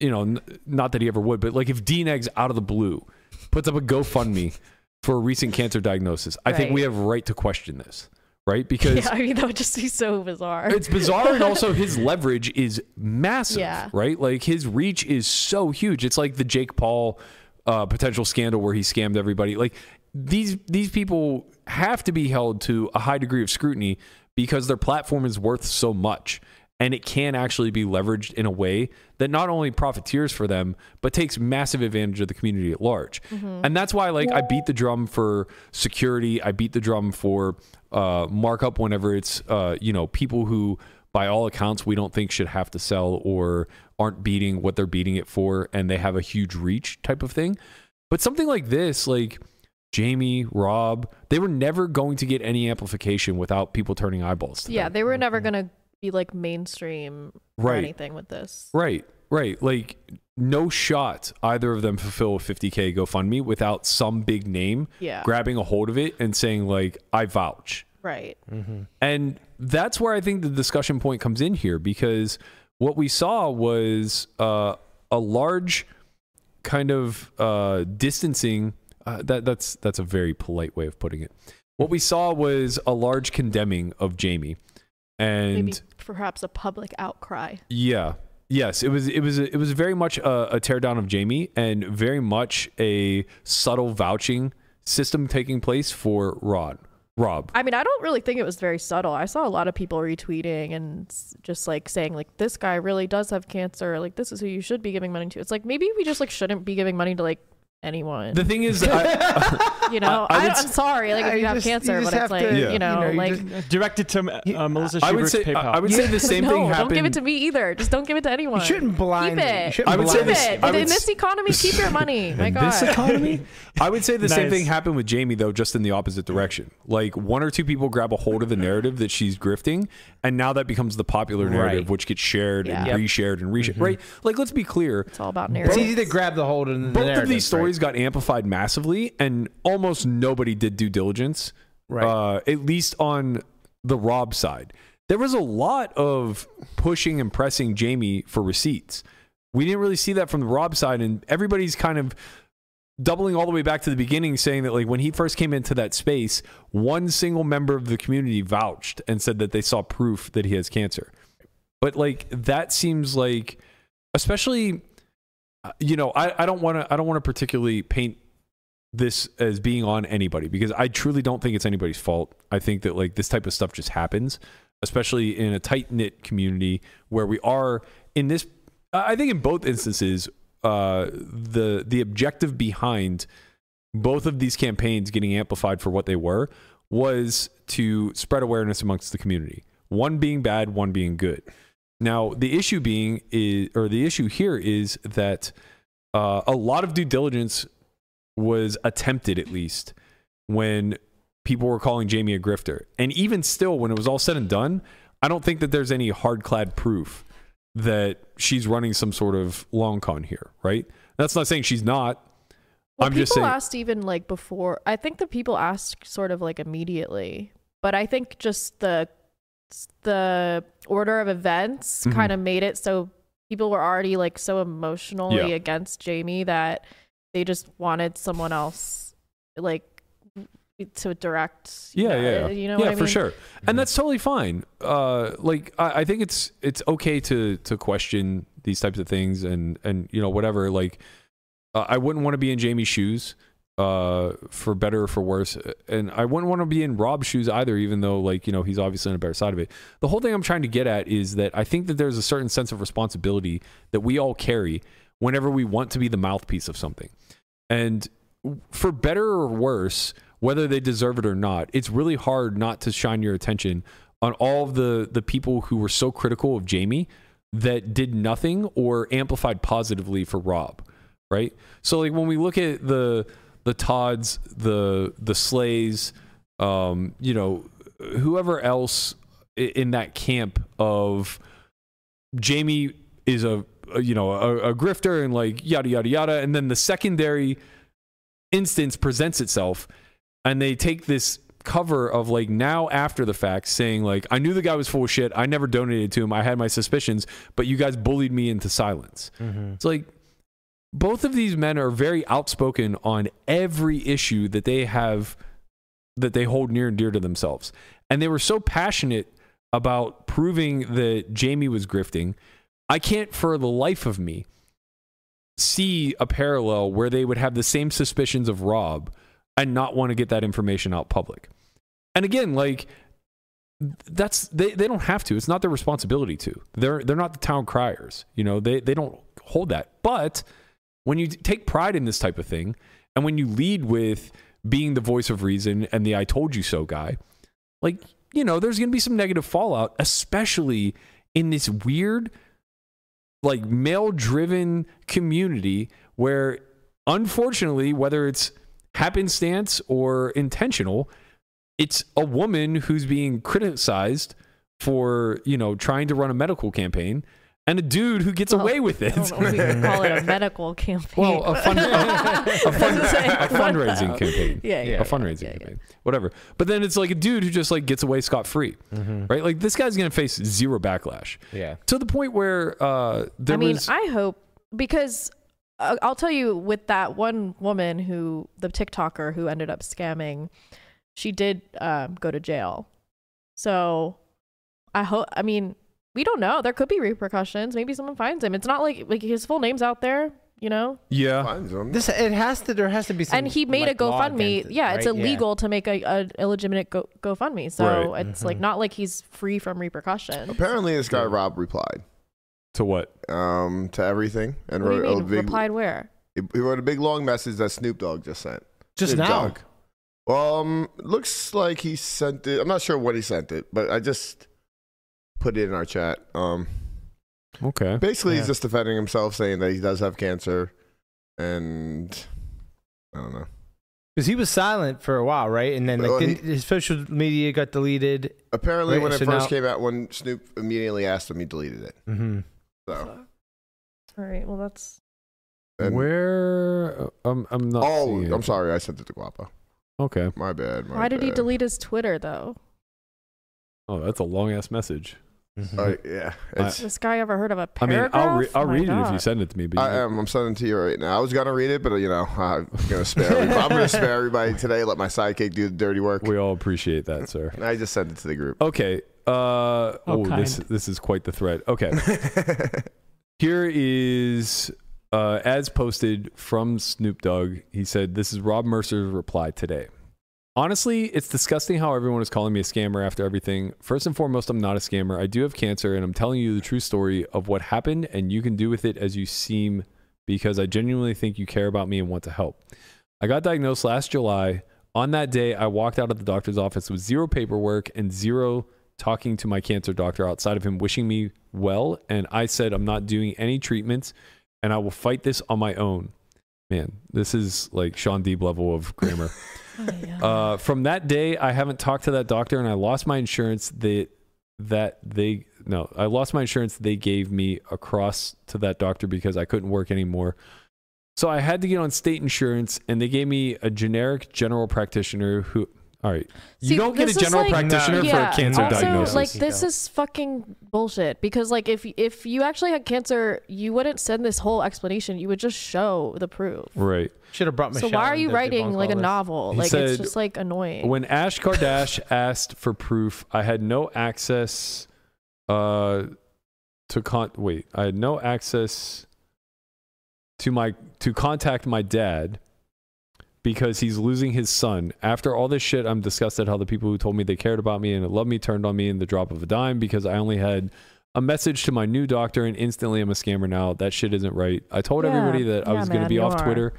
Speaker 5: you know, n- not that he ever would, but like if Dean Eggs out of the blue puts up a GoFundMe for a recent cancer diagnosis, I think
Speaker 3: Right.
Speaker 5: we have a right to question this, right? Because
Speaker 3: yeah i mean that would just be so bizarre
Speaker 5: it's bizarre and also his leverage is massive
Speaker 3: Yeah.
Speaker 5: right like his reach is so huge it's like the jake paul uh, potential scandal where he scammed everybody like these these people have to be held to a high degree of scrutiny because their platform is worth so much and it can actually be leveraged in a way that not only profiteers for them but takes massive advantage of the community at large and that's why like i beat the drum for security i beat the drum for uh, markup whenever it's uh, you know people who by all accounts we don't think should have to sell or aren't beating what they're beating it for and they have a huge reach type of thing but something like this like jamie rob they were never going to get any amplification without people turning eyeballs to
Speaker 3: yeah
Speaker 5: them.
Speaker 3: they were never gonna be like mainstream or
Speaker 5: Right.
Speaker 3: anything with this
Speaker 5: Right, right. Like no shot either of them fulfill a 50k GoFundMe without some big name
Speaker 3: Yeah.
Speaker 5: grabbing a hold of it and saying like I vouch.
Speaker 3: right
Speaker 5: And that's where I think the discussion point comes in here because what we saw was uh, a large kind of uh, distancing. Uh, that that's that's a very polite way of putting it. What we saw was a large condemning of Jamie, and
Speaker 3: maybe perhaps a public outcry
Speaker 5: yeah. Yes, it was. It was. It was very much a, a teardown of Jamie, and very much a subtle vouching system taking place for Rod. Rob.
Speaker 3: I mean, I don't really think it was very subtle. I saw a lot of people retweeting and s- just like saying like this guy really does have cancer. Like this is who you should be giving money to. It's like maybe we just like shouldn't be giving money to like anyone.
Speaker 5: The thing is, I,
Speaker 3: you know,
Speaker 5: I
Speaker 3: I,
Speaker 5: would
Speaker 3: am
Speaker 5: s-
Speaker 3: sorry. Like
Speaker 7: Yeah,
Speaker 3: if you,
Speaker 7: you
Speaker 3: have
Speaker 7: just-
Speaker 3: cancer,
Speaker 7: you
Speaker 3: but
Speaker 7: just
Speaker 3: it's
Speaker 7: have
Speaker 3: like
Speaker 7: to-
Speaker 5: Yeah.
Speaker 3: you know,
Speaker 7: you
Speaker 3: like
Speaker 7: just-
Speaker 4: Directed to uh, Melissa
Speaker 5: I would
Speaker 4: Schubert's
Speaker 5: say.
Speaker 4: PayPal.
Speaker 5: I, I would say the same
Speaker 3: no,
Speaker 5: thing happened.
Speaker 3: don't give it to me either. Just don't give it to anyone.
Speaker 7: You shouldn't blind.
Speaker 3: Keep it.
Speaker 7: You shouldn't
Speaker 5: I would say
Speaker 3: Keep
Speaker 7: blind.
Speaker 5: this-
Speaker 3: it.
Speaker 5: I
Speaker 3: In
Speaker 5: would
Speaker 3: this
Speaker 5: s-
Speaker 3: economy, keep your money. My
Speaker 5: In
Speaker 3: God.
Speaker 5: this economy, I would say the same
Speaker 4: Nice.
Speaker 5: thing happened with Jamie though, just in the opposite direction. Like one or two people grab a hold of the narrative that she's grifting, and now that becomes the popular narrative,
Speaker 7: Right.
Speaker 5: which gets shared and
Speaker 3: Yeah. Yep.
Speaker 5: reshared and
Speaker 4: Mm-hmm.
Speaker 5: reshared. Right? Like, let's be clear.
Speaker 3: it's all about
Speaker 7: It's
Speaker 3: narrative.
Speaker 7: easy to grab the hold and
Speaker 5: both of these stories got amplified massively, and almost nobody did due diligence.
Speaker 7: Right.
Speaker 5: Uh, at least on the Rob side, there was a lot of pushing and pressing Jamie for receipts. We didn't really see that from the Rob side, and everybody's kind of doubling all the way back to the beginning, saying that like when he first came into that space, one single member of the community vouched and said that they saw proof that he has cancer. But like that seems like, especially, uh, you know, I, I don't want to I don't want to particularly paint this as being on anybody because I truly don't think it's anybody's fault. I think that like this type of stuff just happens, especially in a tight knit community where we are in this. I I think in both instances, uh, the the objective behind both of these campaigns getting amplified for what they were was to spread awareness amongst the community. One being bad, one being good. Now the issue being is, or the issue here is that uh, a lot of due diligence was attempted at least when people were calling Jamie a grifter. And even still, when it was all said and done, I don't think that there's any hard-clad proof that she's running some sort of long con here, right? That's not saying she's not.
Speaker 3: Well,
Speaker 5: I'm
Speaker 3: people
Speaker 5: just saying.
Speaker 3: asked even like before. I think the people asked sort of like immediately, but I think just the the order of events
Speaker 5: Mhm.
Speaker 3: kind of made it so people were already like so emotionally
Speaker 5: Yeah.
Speaker 3: against Jamie that they just wanted someone else like to direct. you
Speaker 5: yeah,
Speaker 3: know, uh,
Speaker 5: yeah, yeah.
Speaker 3: You know
Speaker 5: yeah,
Speaker 3: what I mean?
Speaker 5: for sure, and that's totally fine. Uh, like I, I think it's it's okay to to question these types of things and and you know whatever. Like uh, I wouldn't want to be in Jamie's shoes, uh, for better or for worse, uh, and I wouldn't want to be in Rob's shoes either. Even though like you know he's obviously on a better side of it. The whole thing I'm trying to get at is that I think that there's a certain sense of responsibility that we all carry whenever we want to be the mouthpiece of something. And for better or worse, whether they deserve it or not, it's really hard not to shine your attention on all of the the people who were so critical of Jamie that did nothing or amplified positively for Rob, right? So like when we look at the the Tods, the the Slays, um, you know, whoever else i- in that camp of Jamie is a, a you know a, a grifter and like yada yada yada, and then the secondary instance presents itself and they take this cover of like now after the fact saying like I knew the guy was full of shit. I never donated to him. I had my suspicions, but you guys bullied me into silence. It's like both of these men are very outspoken on every issue that they have that they hold near and dear to themselves. And they were so passionate about proving that Jamie was grifting. I can't for the life of me see a parallel where they would have the same suspicions of Rob and not want to get that information out public. And again, like that's they, they don't have to. It's not their responsibility to. They're they're not the town criers. You know, they they don't hold that. But when you take pride in this type of thing and when you lead with being the voice of reason and the I told you so guy, like, you know, there's going to be some negative fallout, especially in this weird like male driven community where unfortunately whether it's happenstance or intentional it's a woman who's being criticized for you know trying to run a medical campaign and a dude who gets
Speaker 3: Well,
Speaker 5: away with
Speaker 3: I don't
Speaker 5: it
Speaker 3: know if we could call it a medical campaign.
Speaker 5: well a, fund, a, a fund- a fundraising campaign
Speaker 3: Yeah, yeah,
Speaker 5: a fundraising
Speaker 3: yeah, yeah.
Speaker 5: campaign whatever but then it's like a dude who just like gets away scot-free right like this guy's gonna face zero backlash
Speaker 7: Mm-hmm. Yeah.
Speaker 5: to the point where uh there
Speaker 3: I mean,
Speaker 5: was
Speaker 3: I hope because uh, I'll tell you with that one woman who the TikToker who ended up scamming, she did um, go to jail. So I hope. I mean, we don't know. There could be repercussions. Maybe someone finds him. It's not like like his full name's out there. You know,
Speaker 5: yeah
Speaker 2: Finds them.
Speaker 7: This it has to there has to be some
Speaker 3: and he made
Speaker 7: like,
Speaker 3: a
Speaker 7: law
Speaker 3: GoFundMe.
Speaker 7: against it,
Speaker 3: Yeah, it's
Speaker 7: right?
Speaker 3: illegal to make a, a illegitimate Go, GoFundMe. So
Speaker 5: Right.
Speaker 3: it's
Speaker 7: Mm-hmm.
Speaker 3: like not like he's free from repercussion.
Speaker 2: Apparently, this guy Rob replied
Speaker 5: to what
Speaker 2: um, to everything and
Speaker 3: What do you
Speaker 2: wrote a
Speaker 3: mean?
Speaker 2: big
Speaker 3: Replied where?
Speaker 2: he wrote a big long message that Snoop Dogg just sent.
Speaker 7: Just
Speaker 2: Snoop
Speaker 7: now.
Speaker 2: Dogg. Um, looks like he sent it. I'm not sure when he sent it, but I just put it in our chat. Um,
Speaker 5: okay
Speaker 2: basically,
Speaker 7: Yeah.
Speaker 2: he's just defending himself, saying that he does have cancer, and I don't know.
Speaker 7: Because he was silent for a while, right? And then like,
Speaker 2: Well, he-
Speaker 7: didn't- his social media got deleted.
Speaker 2: Apparently,
Speaker 7: Wait,
Speaker 2: when it
Speaker 7: so
Speaker 2: first
Speaker 7: now-
Speaker 2: came out, when Snoop immediately asked him, he deleted it.
Speaker 7: Mm-hmm.
Speaker 2: So
Speaker 3: All right. Well, that's
Speaker 2: and-
Speaker 5: Where Uh, I'm, I'm not.
Speaker 2: Oh,
Speaker 5: seeing it.
Speaker 2: I'm sorry, I sent it to Guapo.
Speaker 5: Okay.
Speaker 2: My bad. my
Speaker 3: Why did he
Speaker 2: bad.
Speaker 3: delete his Twitter though?
Speaker 5: Oh, that's a long ass message.
Speaker 7: Mm-hmm.
Speaker 2: Uh, yeah, it's.
Speaker 3: This guy ever heard of a
Speaker 5: I mean,
Speaker 3: paragraph?
Speaker 5: I'll, re- I'll
Speaker 3: My
Speaker 5: read it if you
Speaker 3: God.
Speaker 5: send it to me. But
Speaker 2: I am. I'm sending it to you right now. I was gonna read it, but you know, I'm gonna spare. Everybody. I'm gonna spare everybody today. Let my sidekick do the dirty work.
Speaker 5: we all appreciate that, sir.
Speaker 2: I just sent it to the group.
Speaker 5: Okay. Uh, oh, this
Speaker 4: kind.
Speaker 5: this is quite the thread. Okay. Here is uh, as posted from Snoop Dogg. He said, "This is Rob Mercer's reply today." Honestly, it's disgusting how everyone is calling me a scammer after everything. First and foremost, I'm not a scammer. I do have cancer, and I'm telling you the true story of what happened, and you can do with it as you seem because I genuinely think you care about me and want to help. I got diagnosed last July. On that day, I walked out of the doctor's office with zero paperwork and zero talking to my cancer doctor outside of him wishing me well. And I said, I'm not doing any treatments and I will fight this on my own. Man, this is like Sean Deeb level of grammar.
Speaker 3: Oh, yeah.
Speaker 5: Uh, from that day, I haven't talked to that doctor, and I lost my insurance. That that they no, I lost my insurance. They gave me across to that doctor because I couldn't work anymore. So I had to get on state insurance, and they gave me a generic general practitioner who. All right, you
Speaker 3: See,
Speaker 5: don't get a
Speaker 3: this is
Speaker 5: general
Speaker 3: like-
Speaker 5: practitioner
Speaker 3: yeah,
Speaker 5: for a cancer
Speaker 3: also,
Speaker 5: diagnosis.
Speaker 3: Like
Speaker 6: You
Speaker 3: this
Speaker 6: don't.
Speaker 3: is fucking bullshit because like if if you actually had cancer, you wouldn't send this whole explanation. You would just show the proof.
Speaker 5: right.
Speaker 7: Should have brought Michelle.
Speaker 3: so why are
Speaker 7: in
Speaker 3: you
Speaker 7: to debunk
Speaker 3: writing like
Speaker 7: all
Speaker 3: a
Speaker 7: this.
Speaker 3: novel?
Speaker 5: He
Speaker 3: like
Speaker 5: said-
Speaker 3: it's just like annoying.
Speaker 5: When Ash Kardash asked for proof, I had no access uh to con wait, I had no access to my to contact my dad because he's losing his son. After all this shit, I'm disgusted how the people who told me they cared about me and loved me turned on me in the drop of a dime because I only had a message to my new doctor and instantly I'm a scammer now. That shit isn't right. I told
Speaker 3: Yeah.
Speaker 5: everybody that I
Speaker 3: Yeah,
Speaker 5: was going to
Speaker 3: man,
Speaker 5: be
Speaker 3: you
Speaker 5: off
Speaker 3: are.
Speaker 5: Twitter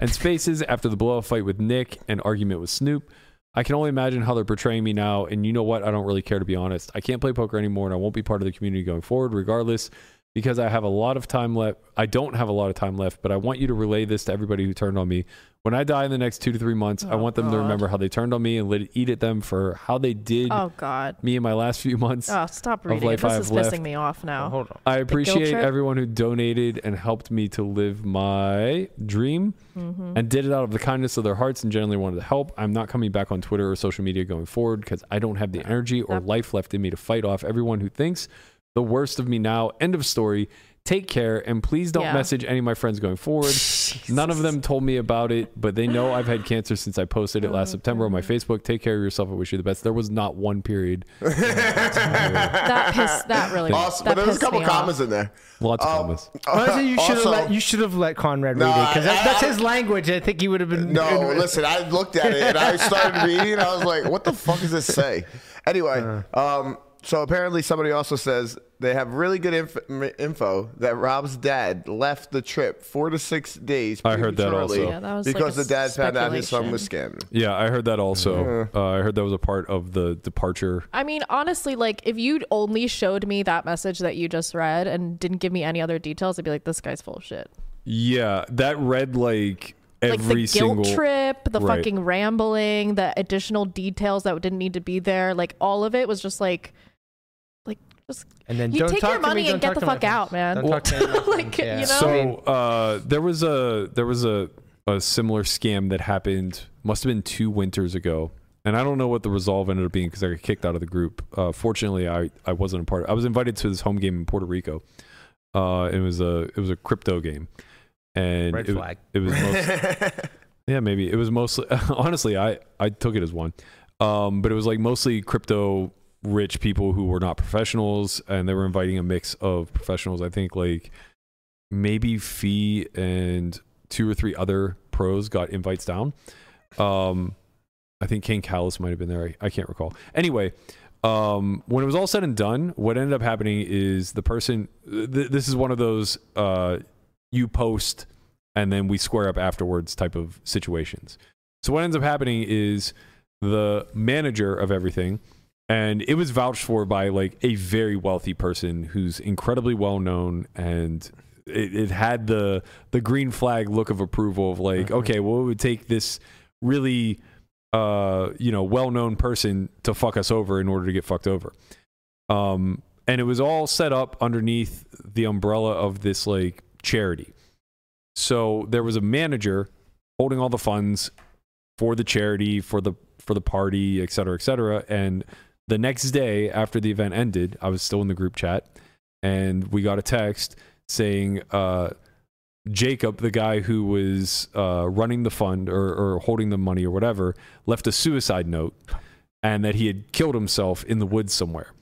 Speaker 5: and Spaces after the blow up fight with Nick and argument with Snoop. I can only imagine how they're portraying me now. And you know what? I don't really care to be honest. I can't play poker anymore and I won't be part of the community going forward, regardless, because I have a lot of time left. I don't have a lot of time left, but I want you to relay this to everybody who turned on me. When I die in the next two to three months, I
Speaker 3: Oh,
Speaker 5: want them to
Speaker 3: God.
Speaker 5: remember how they turned on me and let it eat at them for how they did
Speaker 3: oh god.
Speaker 5: me in my last few months.
Speaker 3: Oh, stop
Speaker 5: Of
Speaker 3: reading. it.
Speaker 5: life I
Speaker 3: This is
Speaker 5: have
Speaker 3: pissing
Speaker 5: left.
Speaker 3: me off
Speaker 7: Oh,
Speaker 3: now.
Speaker 7: hold on.
Speaker 5: I
Speaker 3: guilt
Speaker 5: appreciate
Speaker 3: trip?
Speaker 5: everyone who donated and helped me to live my dream
Speaker 3: Mm-hmm.
Speaker 5: and did it out of the kindness of their hearts and generally wanted to help. I'm not coming back on Twitter or social media going forward because I don't have the energy or
Speaker 3: Yep.
Speaker 5: life left in me to fight off everyone who thinks the worst of me now. End of story. Take care and please don't
Speaker 3: Yeah.
Speaker 5: message any of my friends going forward. None of them told me about it, but they know I've had cancer since I posted it last
Speaker 3: Mm-hmm.
Speaker 5: September on my Facebook. Take care of yourself. I wish you the best. There was not one period.
Speaker 3: That pissed. That really.
Speaker 2: Awesome, but
Speaker 3: That
Speaker 2: there's a
Speaker 3: pissed
Speaker 2: couple
Speaker 3: me
Speaker 2: comments in there.
Speaker 5: Lots of
Speaker 2: Um,
Speaker 5: comments.
Speaker 7: Honestly, you should have
Speaker 2: also-
Speaker 7: let you should have let Conrad
Speaker 2: No,
Speaker 7: read it because
Speaker 2: I-
Speaker 7: that's, that's
Speaker 2: I-
Speaker 7: his language. I think he would have been.
Speaker 2: No, listen, I looked at it and I started reading. I was like, what the fuck does this say? Anyway,
Speaker 5: Uh.
Speaker 2: um, so apparently somebody also says they have really good inf- m- info that Rob's dad left the trip four to six days
Speaker 5: I heard that also.
Speaker 2: prematurely
Speaker 3: Yeah, that was like
Speaker 2: because
Speaker 3: a
Speaker 2: the dad found out his son was scamming.
Speaker 5: Yeah, I heard that also. Uh, I heard that was a part of the departure.
Speaker 3: I mean, honestly, like if you'd only showed me that message that you just read and didn't give me any other details, I'd be like, this guy's full of shit.
Speaker 5: Yeah, that read like every
Speaker 3: Like the guilt
Speaker 5: single
Speaker 3: trip, the
Speaker 5: Right.
Speaker 3: fucking rambling, the additional details that didn't need to be there, like all of it was just like, like just
Speaker 7: And then
Speaker 3: you
Speaker 7: don't
Speaker 3: take
Speaker 7: talk
Speaker 3: your
Speaker 7: to me,
Speaker 3: money
Speaker 7: don't
Speaker 3: and get
Speaker 7: talk
Speaker 3: the
Speaker 7: to my
Speaker 3: fuck out,
Speaker 7: friends.
Speaker 3: man.
Speaker 7: Don't talk to any of my
Speaker 3: Like,
Speaker 7: friends, yeah.
Speaker 3: you know?
Speaker 5: So uh, there was a there was a, a similar scam that happened. Must have been two winters ago, and I don't know what the resolve ended up being because I got kicked out of the group. Uh, fortunately, I, I wasn't a part. Of, I was invited to this home game in Puerto Rico. Uh, it was a it was a crypto game, and
Speaker 7: Red
Speaker 5: it,
Speaker 7: flag.
Speaker 5: it was most, yeah maybe it was mostly honestly I I took it as one, um, but it was like mostly crypto rich people who were not professionals and they were inviting a mix of professionals i think like maybe Fee and two or three other pros got invites down. Um, I think Kane Callis might have been there. I, I can't recall. Anyway, um, when it was all said and done, what ended up happening is the person. Th- this is one of those uh, you post and then we square up afterwards type of situations. So what ends up happening is the manager of everything and it was vouched for by like a very wealthy person who's incredibly well known and it, it had the the green flag look of approval of like okay well it would take this really uh you know well-known person to fuck us over in order to get fucked over um and it was all set up underneath the umbrella of this like charity so there was a manager holding all the funds for the charity for the for the party et cetera et cetera and The next day after the event ended, I was still in the group chat and we got a text saying uh, Jacob, the guy who was uh, running the fund or, or holding the money or whatever, left a suicide note and that he had killed himself in the woods somewhere,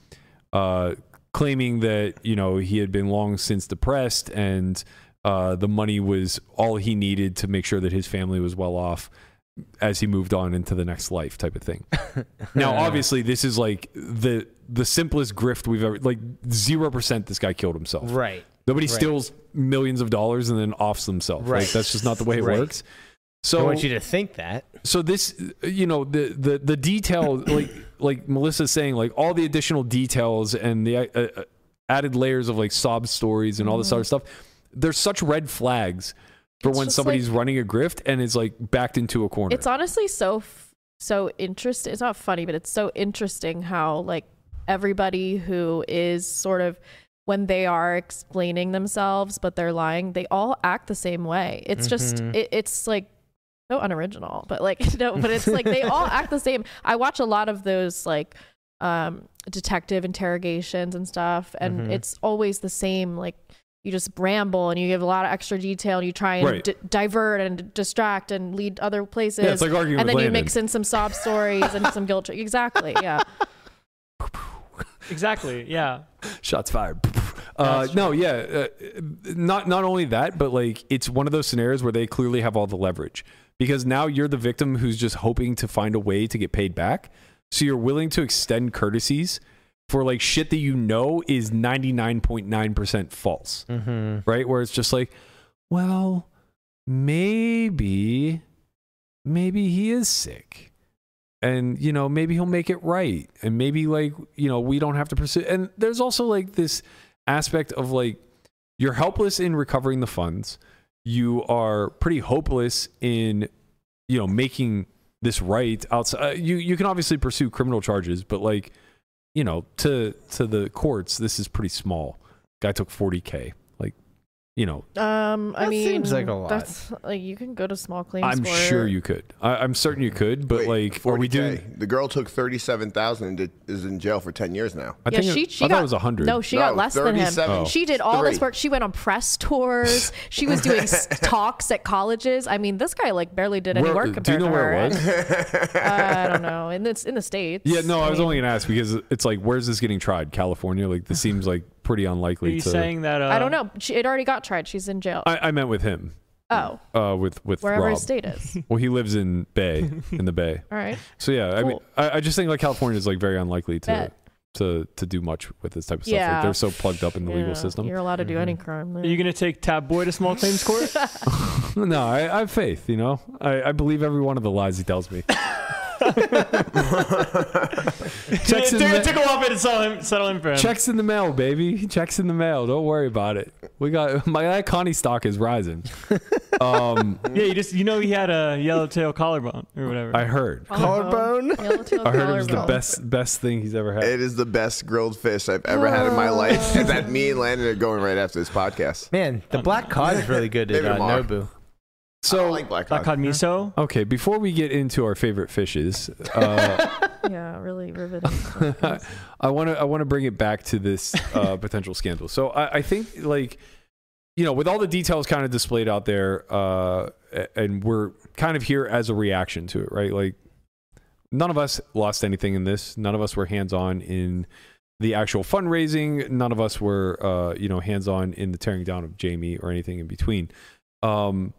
Speaker 5: uh, claiming that you know he had been long since depressed and uh, the money was all he needed to make sure that his family was well off as he moved on into the next life type of thing. now obviously this is like the the simplest grift we've ever like 0% this guy killed himself.
Speaker 7: Right.
Speaker 5: Nobody
Speaker 7: Right.
Speaker 5: steals millions of dollars and then offs themselves. Right.
Speaker 7: Right.
Speaker 5: that's just not the way it
Speaker 7: Right.
Speaker 5: works.
Speaker 7: I
Speaker 5: So
Speaker 7: want you to think that.
Speaker 5: so this you know the the the detail like like melissa's saying like all the additional details and the uh, uh, added layers of like sob stories and all this other stuff there's such red flags for
Speaker 3: It's
Speaker 5: when
Speaker 3: just
Speaker 5: somebody's running a grift and is like backed into a corner
Speaker 3: It's honestly so f- so interesting. It's not funny, but it's so interesting how like everybody who is sort of when they are explaining themselves but they're lying, they all act the same way. It's just
Speaker 5: Mm-hmm.
Speaker 3: it, it's like so unoriginal, but like no, but it's like they all act the same. I watch a lot of those like um detective interrogations and stuff and
Speaker 5: Mm-hmm.
Speaker 7: Mhm.
Speaker 3: it's always the same like you just ramble and you give a lot of extra detail and you try and
Speaker 5: Right.
Speaker 3: di- divert and distract and lead other places
Speaker 5: yeah, it's like arguing
Speaker 3: and
Speaker 5: with
Speaker 3: then you
Speaker 5: Landon.
Speaker 3: mix in some sob stories and some guilt tri- exactly yeah
Speaker 4: Exactly. Yeah.
Speaker 5: shots fired. Uh,
Speaker 4: That's
Speaker 5: no, yeah, uh, not not only that, but like it's one of those scenarios where they clearly have all the leverage because now you're the victim who's just hoping to find a way to get paid back, so you're willing to extend courtesies for like shit that you know is 99.9% false,
Speaker 7: Mm-hmm.
Speaker 5: right? Where it's just like, well, maybe maybe he is sick and you know maybe he'll make it right and maybe like you know we don't have to pursue and there's also like this aspect of like you're helpless in recovering the funds you are pretty hopeless in you know making this right outside uh, you you can obviously pursue criminal charges but like you know to to the courts this is pretty small guy took 40k like you know
Speaker 3: um i
Speaker 7: That
Speaker 3: mean
Speaker 7: seems like a lot.
Speaker 3: that's like you can go to small claims
Speaker 5: i'm
Speaker 3: court.
Speaker 5: sure you could I, i'm certain you could but
Speaker 2: Wait,
Speaker 5: like are we
Speaker 2: 40K.
Speaker 5: doing
Speaker 2: The girl took thirty-seven thousand and did, is in jail for ten years now.
Speaker 5: I
Speaker 3: yeah,
Speaker 5: think
Speaker 3: she,
Speaker 5: it,
Speaker 3: she
Speaker 5: I
Speaker 3: got
Speaker 5: thought it was 100
Speaker 3: No, she got
Speaker 2: No,
Speaker 3: less than him.
Speaker 2: 37.
Speaker 3: She did all this
Speaker 2: Three.
Speaker 3: work. She went on press tours. She was doing s- talks at colleges. I mean, this guy like barely did any
Speaker 5: Where-
Speaker 3: work compared
Speaker 5: do you know
Speaker 3: to
Speaker 5: where
Speaker 3: her.
Speaker 5: it was?
Speaker 3: I don't know. In the, in the states.
Speaker 5: Yeah, no, I was
Speaker 3: mean,
Speaker 5: only gonna ask because it's like, where's this getting tried? California? Like, this seems like pretty
Speaker 4: Are
Speaker 5: unlikely.
Speaker 4: you
Speaker 5: to,
Speaker 4: saying that? Uh,
Speaker 3: I don't know. She, it already got tried. She's in jail.
Speaker 5: I, I meant with him,
Speaker 3: oh,
Speaker 5: uh, with with
Speaker 3: wherever
Speaker 5: Rob.
Speaker 3: his state is.
Speaker 5: Well, he lives in Bay, in the Bay.
Speaker 3: All right.
Speaker 5: So yeah, I mean,
Speaker 3: Cool.
Speaker 5: I, I just think like California is like very unlikely to
Speaker 3: Bet.
Speaker 5: to to do much with this type of stuff.
Speaker 3: Yeah.
Speaker 5: Like, they're so plugged up in the
Speaker 3: Yeah,
Speaker 5: legal system. Mm-hmm.
Speaker 3: You're allowed to do any crime. There.
Speaker 4: Are you gonna take Tab Boy to small claims court?
Speaker 5: No, I, I have faith. You know, I, I believe every one of the lies he tells me. checks,
Speaker 4: it,
Speaker 5: in
Speaker 4: took-
Speaker 5: the,
Speaker 4: it took a while for it to settle in, settle in for him.
Speaker 5: checks in the mail, baby. Checks in the mail. Don't worry about it. We got my that Connie stock is rising. Um,
Speaker 4: Yeah, you just you know he had a yellowtail collarbone or whatever.
Speaker 5: I heard.
Speaker 3: Collarbone.
Speaker 5: I heard it was the best best thing he's ever had.
Speaker 2: It is the best grilled fish I've ever had in my life. And that me and Landon are going right after this podcast.
Speaker 7: Man,
Speaker 5: Um,
Speaker 7: the black cod is really good at
Speaker 2: Maybe
Speaker 7: uh,
Speaker 2: tomorrow.
Speaker 7: Nobu.
Speaker 2: I
Speaker 5: so
Speaker 2: don't like black
Speaker 4: Black
Speaker 2: cod.
Speaker 4: cod miso.
Speaker 5: okay, before we get into our favorite fishes, uh,
Speaker 3: Yeah, really riveting.
Speaker 5: I want to I want to bring it back to this uh, potential scandal. So I, I think like you know with all the details kind of displayed out there, uh, a- and we're kind of here as a reaction to it, right? Like none of us lost anything in this. None of us were hands on in the actual fundraising. None of us were uh, you know hands on in the tearing down of Jamie or anything in between. Um,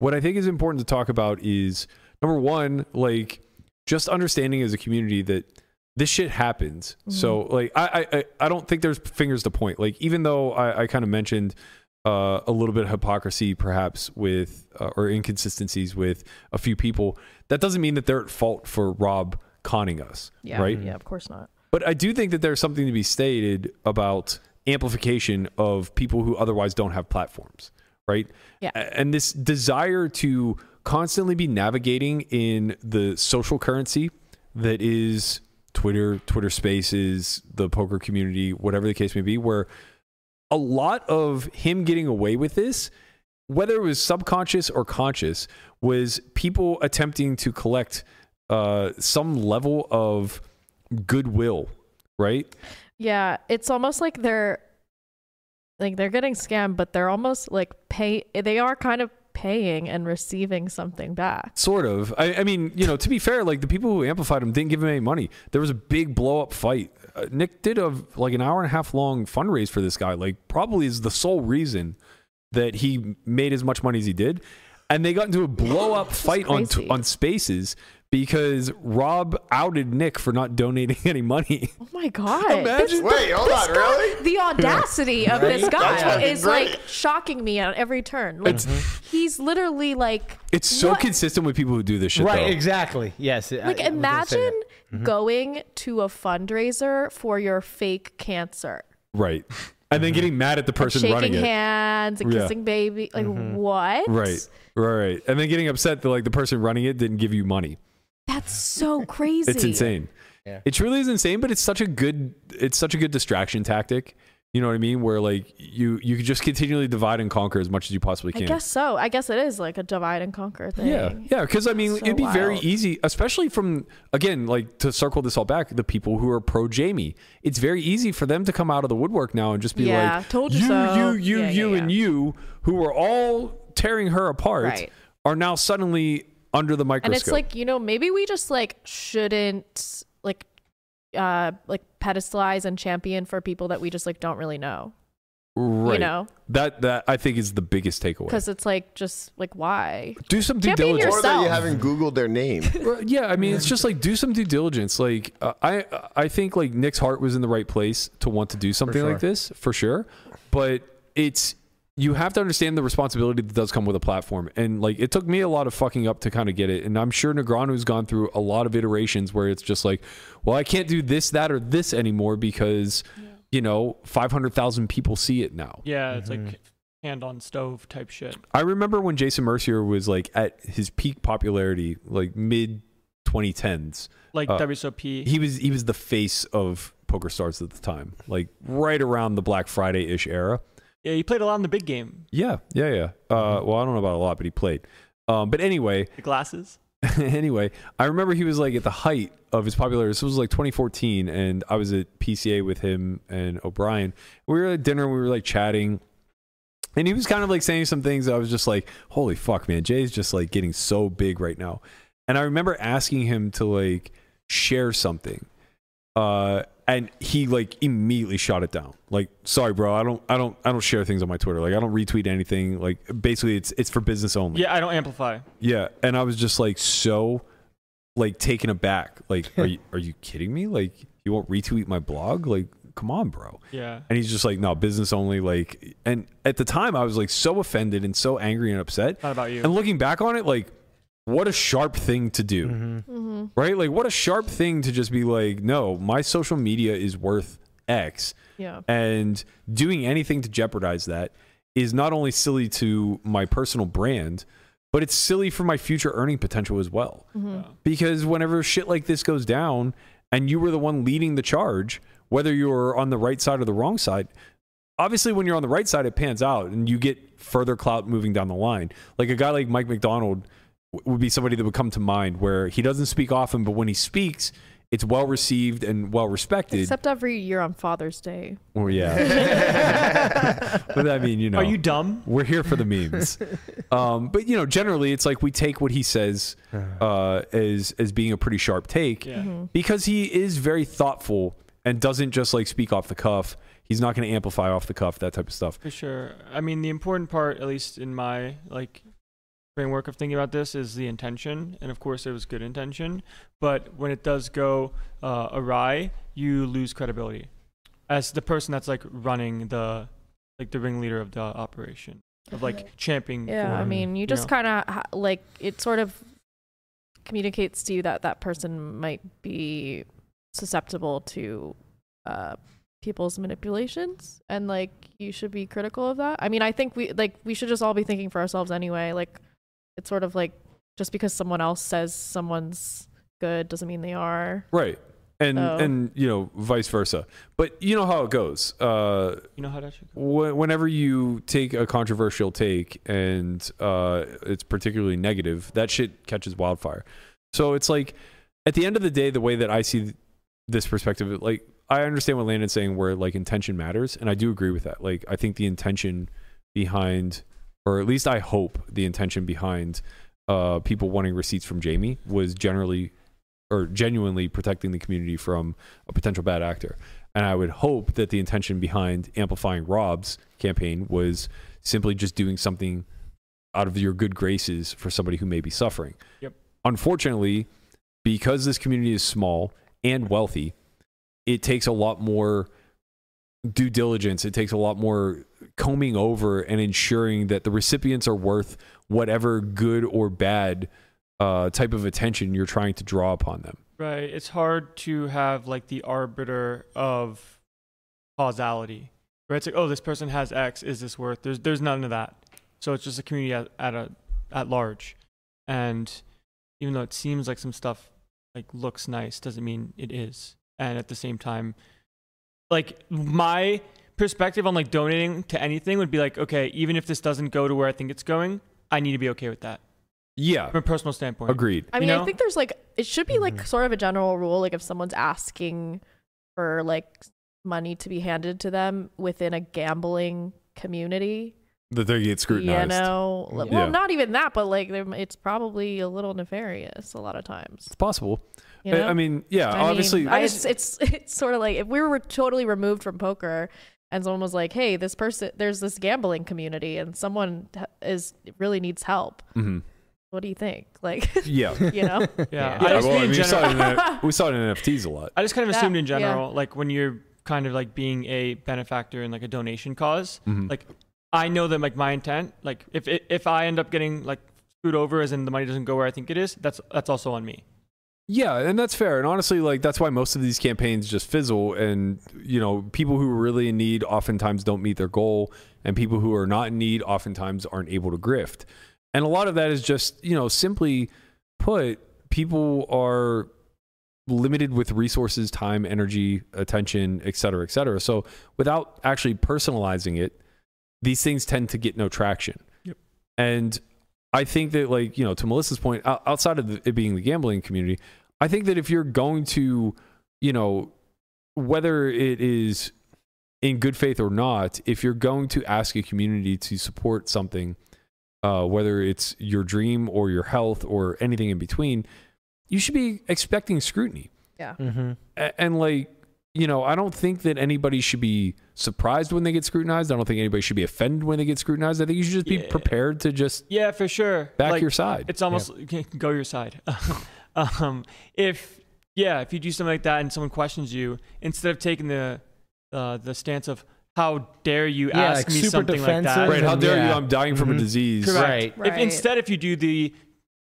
Speaker 5: what I think is important to talk about is number one, like just understanding as a community that this shit happens. So like I, I- I I don't think there's fingers to point. Like even though I, I kind of mentioned uh, a little bit of hypocrisy perhaps with uh, or inconsistencies with a few people, that doesn't mean that they're at fault for Rob conning us,
Speaker 3: yeah,
Speaker 5: right?
Speaker 3: Yeah, of course not.
Speaker 5: But I do think that there's something to be stated about amplification of people who otherwise don't have platforms, right?
Speaker 3: Yeah.
Speaker 5: A- And this desire to constantly be navigating in the social currency that is Twitter, Twitter spaces, the poker community, whatever the case may be, where a lot of him getting away with this, whether it was subconscious or conscious, was people attempting to collect uh, some level of goodwill, right?
Speaker 3: Yeah, it's almost like they're like they're getting scammed, but they're almost like pay they are kind of paying and receiving something back.
Speaker 5: Sort of. I, I mean, you know, to be fair, like the people who amplified him didn't give him any money. There was a big blow up fight. Uh, Nick did a like an hour and a half long fundraise for this guy. Like probably is the sole reason that he made as much money as he did. And they got into a blow up fight on t-
Speaker 3: crazy.
Speaker 5: on Spaces because Rob outed Nick for not donating any money.
Speaker 3: Oh my god.
Speaker 5: Imagine-
Speaker 2: Wait, hold on,
Speaker 3: this guy-
Speaker 2: really?
Speaker 3: The audacity of this
Speaker 2: That's
Speaker 3: guy
Speaker 2: fucking
Speaker 3: is
Speaker 2: great.
Speaker 3: like shocking me at every turn. Like he's literally like
Speaker 5: It's so
Speaker 3: What?
Speaker 5: consistent with people who do this shit.
Speaker 7: Right,
Speaker 5: though.
Speaker 7: exactly. Yes. I- I was
Speaker 3: like
Speaker 7: gonna say
Speaker 3: imagine
Speaker 7: that.
Speaker 5: Mm-hmm.
Speaker 3: going to a fundraiser for your fake cancer.
Speaker 5: Right. And then getting mad at the person running
Speaker 3: Shaking
Speaker 5: it.
Speaker 3: hands and
Speaker 5: Yeah.
Speaker 3: kissing baby. Like what?
Speaker 5: Right. Right. Right. And then getting upset that like the person running it didn't give you money.
Speaker 3: That's so crazy.
Speaker 5: It's insane.
Speaker 7: Yeah.
Speaker 5: It truly is insane, but it's such a good it's such a good distraction tactic. You know what I mean? Where like you you can just continually divide and conquer as much as you possibly
Speaker 3: I
Speaker 5: can.
Speaker 3: guess so. I guess it is like a divide and conquer thing.
Speaker 5: Yeah, yeah, because I mean,
Speaker 3: So
Speaker 5: it'd be very
Speaker 3: wild.
Speaker 5: easy, especially from again, like to circle this all back, the people who are pro Jamie. It's very easy for them to come out of the woodwork now and just be
Speaker 3: Yeah,
Speaker 5: like,
Speaker 3: told you so."
Speaker 5: you, you,
Speaker 3: Yeah, yeah,
Speaker 5: you, and
Speaker 3: yeah.
Speaker 5: you, who were all tearing her apart,
Speaker 3: Right.
Speaker 5: are now suddenly under the microscope.
Speaker 3: And it's like, you know, maybe we just like shouldn't like uh like pedestalize and champion for people that we just like don't really know.
Speaker 5: right.
Speaker 3: You know?
Speaker 5: that that I think is the biggest takeaway.
Speaker 3: Because it's like just like why?
Speaker 5: Do some due
Speaker 3: champion
Speaker 5: diligence.
Speaker 2: Or that you
Speaker 3: Yourself.
Speaker 2: haven't Googled their name.
Speaker 5: Well, yeah, I mean, it's just like do some due diligence. Like uh, I, I think like Nick's heart was in the right place to want to do something like
Speaker 7: sure.
Speaker 5: this for sure, but it's you have to understand the responsibility that does come with a platform. And like it took me a lot of fucking up to kind of get it. And I'm sure Negreanu's gone through a lot of iterations where it's just like, well, I can't do this, that, or this anymore because you know 500,000 people see it now.
Speaker 4: Yeah, it's like
Speaker 5: Mm-hmm.
Speaker 4: hand on stove type shit.
Speaker 5: I remember when Jason Mercier was like at his peak popularity, like mid 2010s.
Speaker 4: Like
Speaker 5: Uh,
Speaker 4: WSOP.
Speaker 5: he was he was the face of poker stars at the time like right around the black friday ish era
Speaker 4: yeah, he played a lot in the big game.
Speaker 5: yeah yeah yeah uh, well i don't know about a lot but he played um, but anyway
Speaker 4: The glasses.
Speaker 5: anyway i remember he was like at the height of his popularity this was like 2014 and i was at pca with him and o'brien we were at dinner we were like chatting and he was kind of like saying some things that i was just like holy fuck man jay's just like getting so big right now and i remember asking him to like share something uh and he like immediately shot it down like sorry bro i don't i don't i don't share things on my twitter like i don't retweet anything like basically it's it's for business only
Speaker 4: Yeah, I don't amplify.
Speaker 5: yeah, and I was just like so like taken aback. Like, are you are you kidding me? Like, you won't retweet my blog? Like, come on, bro.
Speaker 4: Yeah.
Speaker 5: And he's just like, no, business only. Like, and at the time, I was like so offended and so angry and upset.
Speaker 4: Not about you.
Speaker 5: And looking back on it, like, what a sharp thing to do,
Speaker 7: Mm-hmm.
Speaker 3: Mm-hmm.
Speaker 5: right? Like, what a sharp thing to just be like, no, my social media is worth X
Speaker 3: Yeah.
Speaker 5: and doing anything to jeopardize that is not only silly to my personal brand but it's silly for my future earning potential as well because whenever shit like this goes down and you were the one leading the charge whether you're on the right side or the wrong side obviously when you're on the right side it pans out and you get further clout moving down the line like a guy like mike mcdonald w- would be somebody that would come to mind where he doesn't speak often but when he speaks it's well received and well respected
Speaker 3: Except every year on Father's Day.
Speaker 5: well, yeah. but I mean, you know,
Speaker 4: Are you dumb?
Speaker 5: we're here for the memes. um, but you know, generally, it's like we take what he says uh, as as being a pretty sharp take
Speaker 4: Yeah.
Speaker 3: Mm-hmm.
Speaker 5: because he is very thoughtful and doesn't just like speak off the cuff. He's not going to amplify off the cuff that type of stuff.
Speaker 4: For sure. I mean, the important part, at least in my like framework of thinking about this, is the intention. And of course, it was good intention. But when it does go uh, awry, you lose credibility as the person that's like running the like the ringleader of the operation of like championing.
Speaker 3: Yeah, I
Speaker 4: for-
Speaker 3: mean, you just
Speaker 4: know.
Speaker 3: kind of ha- like it sort of communicates to you that that person might be susceptible to uh, people's manipulations, and like you should be critical of that. I mean, I think we like we should just all be thinking for ourselves anyway. Like, it's sort of like just because someone else says someone's good doesn't mean they are.
Speaker 5: Right. And
Speaker 3: So-
Speaker 5: and you know, vice versa. But you know how it goes. Uh,
Speaker 4: you know how that should go.
Speaker 5: Wh- whenever you take a controversial take and uh, it's particularly negative, that shit catches wildfire. So it's like at the end of the day, the way that I see this perspective. Like I understand what Landon's saying, where like intention matters, and I do agree with that. Like I think the intention behind, or at least I hope the intention behind, uh, people wanting receipts from Jamie was generally or genuinely protecting the community from a potential bad actor. And I would hope that the intention behind amplifying Rob's campaign was simply just doing something out of your good graces for somebody who may be suffering.
Speaker 4: Yep.
Speaker 5: Unfortunately, because this community is small and wealthy, it takes a lot more due diligence. It takes a lot more combing over and ensuring that the recipients are worth whatever good or bad uh, type of attention you're trying to draw upon them.
Speaker 4: Right. It's hard to have like the arbiter of causality. Right. It's like, oh, this person has X. Is this worth? There's there's none of that. So it's just a community at, at a at large, and even though it seems like some stuff like looks nice, doesn't mean it is. And at the same time, like my perspective on like donating to anything would be like, okay, even if this doesn't go to where I think it's going, I need to be okay with that
Speaker 5: Yeah,
Speaker 4: from a personal standpoint.
Speaker 5: agreed.
Speaker 3: I
Speaker 4: You
Speaker 3: mean,
Speaker 4: know?
Speaker 3: I think there's like it should be like sort of a general rule, like if someone's asking for like money to be handed to them within a gambling community,
Speaker 5: That they get
Speaker 3: you know, well,
Speaker 5: Yeah.
Speaker 3: not even that, but like there- it's probably a little nefarious a lot of times.
Speaker 5: It's possible.
Speaker 3: You
Speaker 5: I-
Speaker 3: know?
Speaker 5: I mean, yeah,
Speaker 3: I mean,
Speaker 5: obviously.
Speaker 3: I- it's, it's it's sort of like if we were totally removed from poker, and someone was like, "Hey, this person, there's this gambling community, and someone ha- is really needs help.
Speaker 5: Mhm.
Speaker 3: What do you think?" Like,
Speaker 5: Yeah.
Speaker 3: you know,
Speaker 4: Yeah.
Speaker 5: Yeah,
Speaker 4: I just
Speaker 5: well,
Speaker 4: think
Speaker 5: I mean,
Speaker 4: in
Speaker 5: we,
Speaker 4: general,
Speaker 5: saw it in, N- we saw it in NFTs a lot.
Speaker 4: I just kind of
Speaker 3: That-
Speaker 4: assumed in
Speaker 3: yeah.
Speaker 4: general, like when you're kind of like being a benefactor in like a donation cause,
Speaker 7: Mm.
Speaker 5: Mhm.
Speaker 4: like I know that like my intent, like if it, if I end up getting like screwed over as in the money doesn't go where I think it is, that's that's also on me.
Speaker 5: Yeah, and that's fair. And honestly, like that's why most of these campaigns just fizzle. And you know, people who are really in need oftentimes don't meet their goal, and people who are not in need oftentimes aren't able to grift. And a lot of that is just you know, simply put, people are limited with resources, time, energy, attention, et cetera, et cetera. So without actually personalizing it, these things tend to get no traction.
Speaker 4: Yep.
Speaker 5: And I think that, like, you know, to Melissa's point, ou- outside of the, it being the gambling community, I think that if you're going to, you know, whether it is in good faith or not, if you're going to ask a community to support something, uh, whether it's your dream or your health or anything in between, you should be expecting scrutiny.
Speaker 7: Mm-hmm.
Speaker 5: A- and like you know i don't think that anybody should be surprised when they get scrutinized i don't think anybody should be offended when they get scrutinized i think you should just be
Speaker 4: Yeah.
Speaker 5: prepared to just
Speaker 4: Yeah, for sure.
Speaker 5: back
Speaker 4: Like,
Speaker 5: your side
Speaker 4: It's almost go your side. um, if yeah, if you do something like that and someone questions you, instead of taking the uh, the stance of how dare you
Speaker 7: Yeah,
Speaker 4: ask
Speaker 7: like
Speaker 4: me
Speaker 7: super
Speaker 4: something like that,
Speaker 7: defensive
Speaker 5: right how dare you
Speaker 7: Yeah.
Speaker 5: i'm dying from a
Speaker 7: Mhm.
Speaker 5: disease
Speaker 4: Correct.
Speaker 7: Right.
Speaker 4: If instead, if you do the,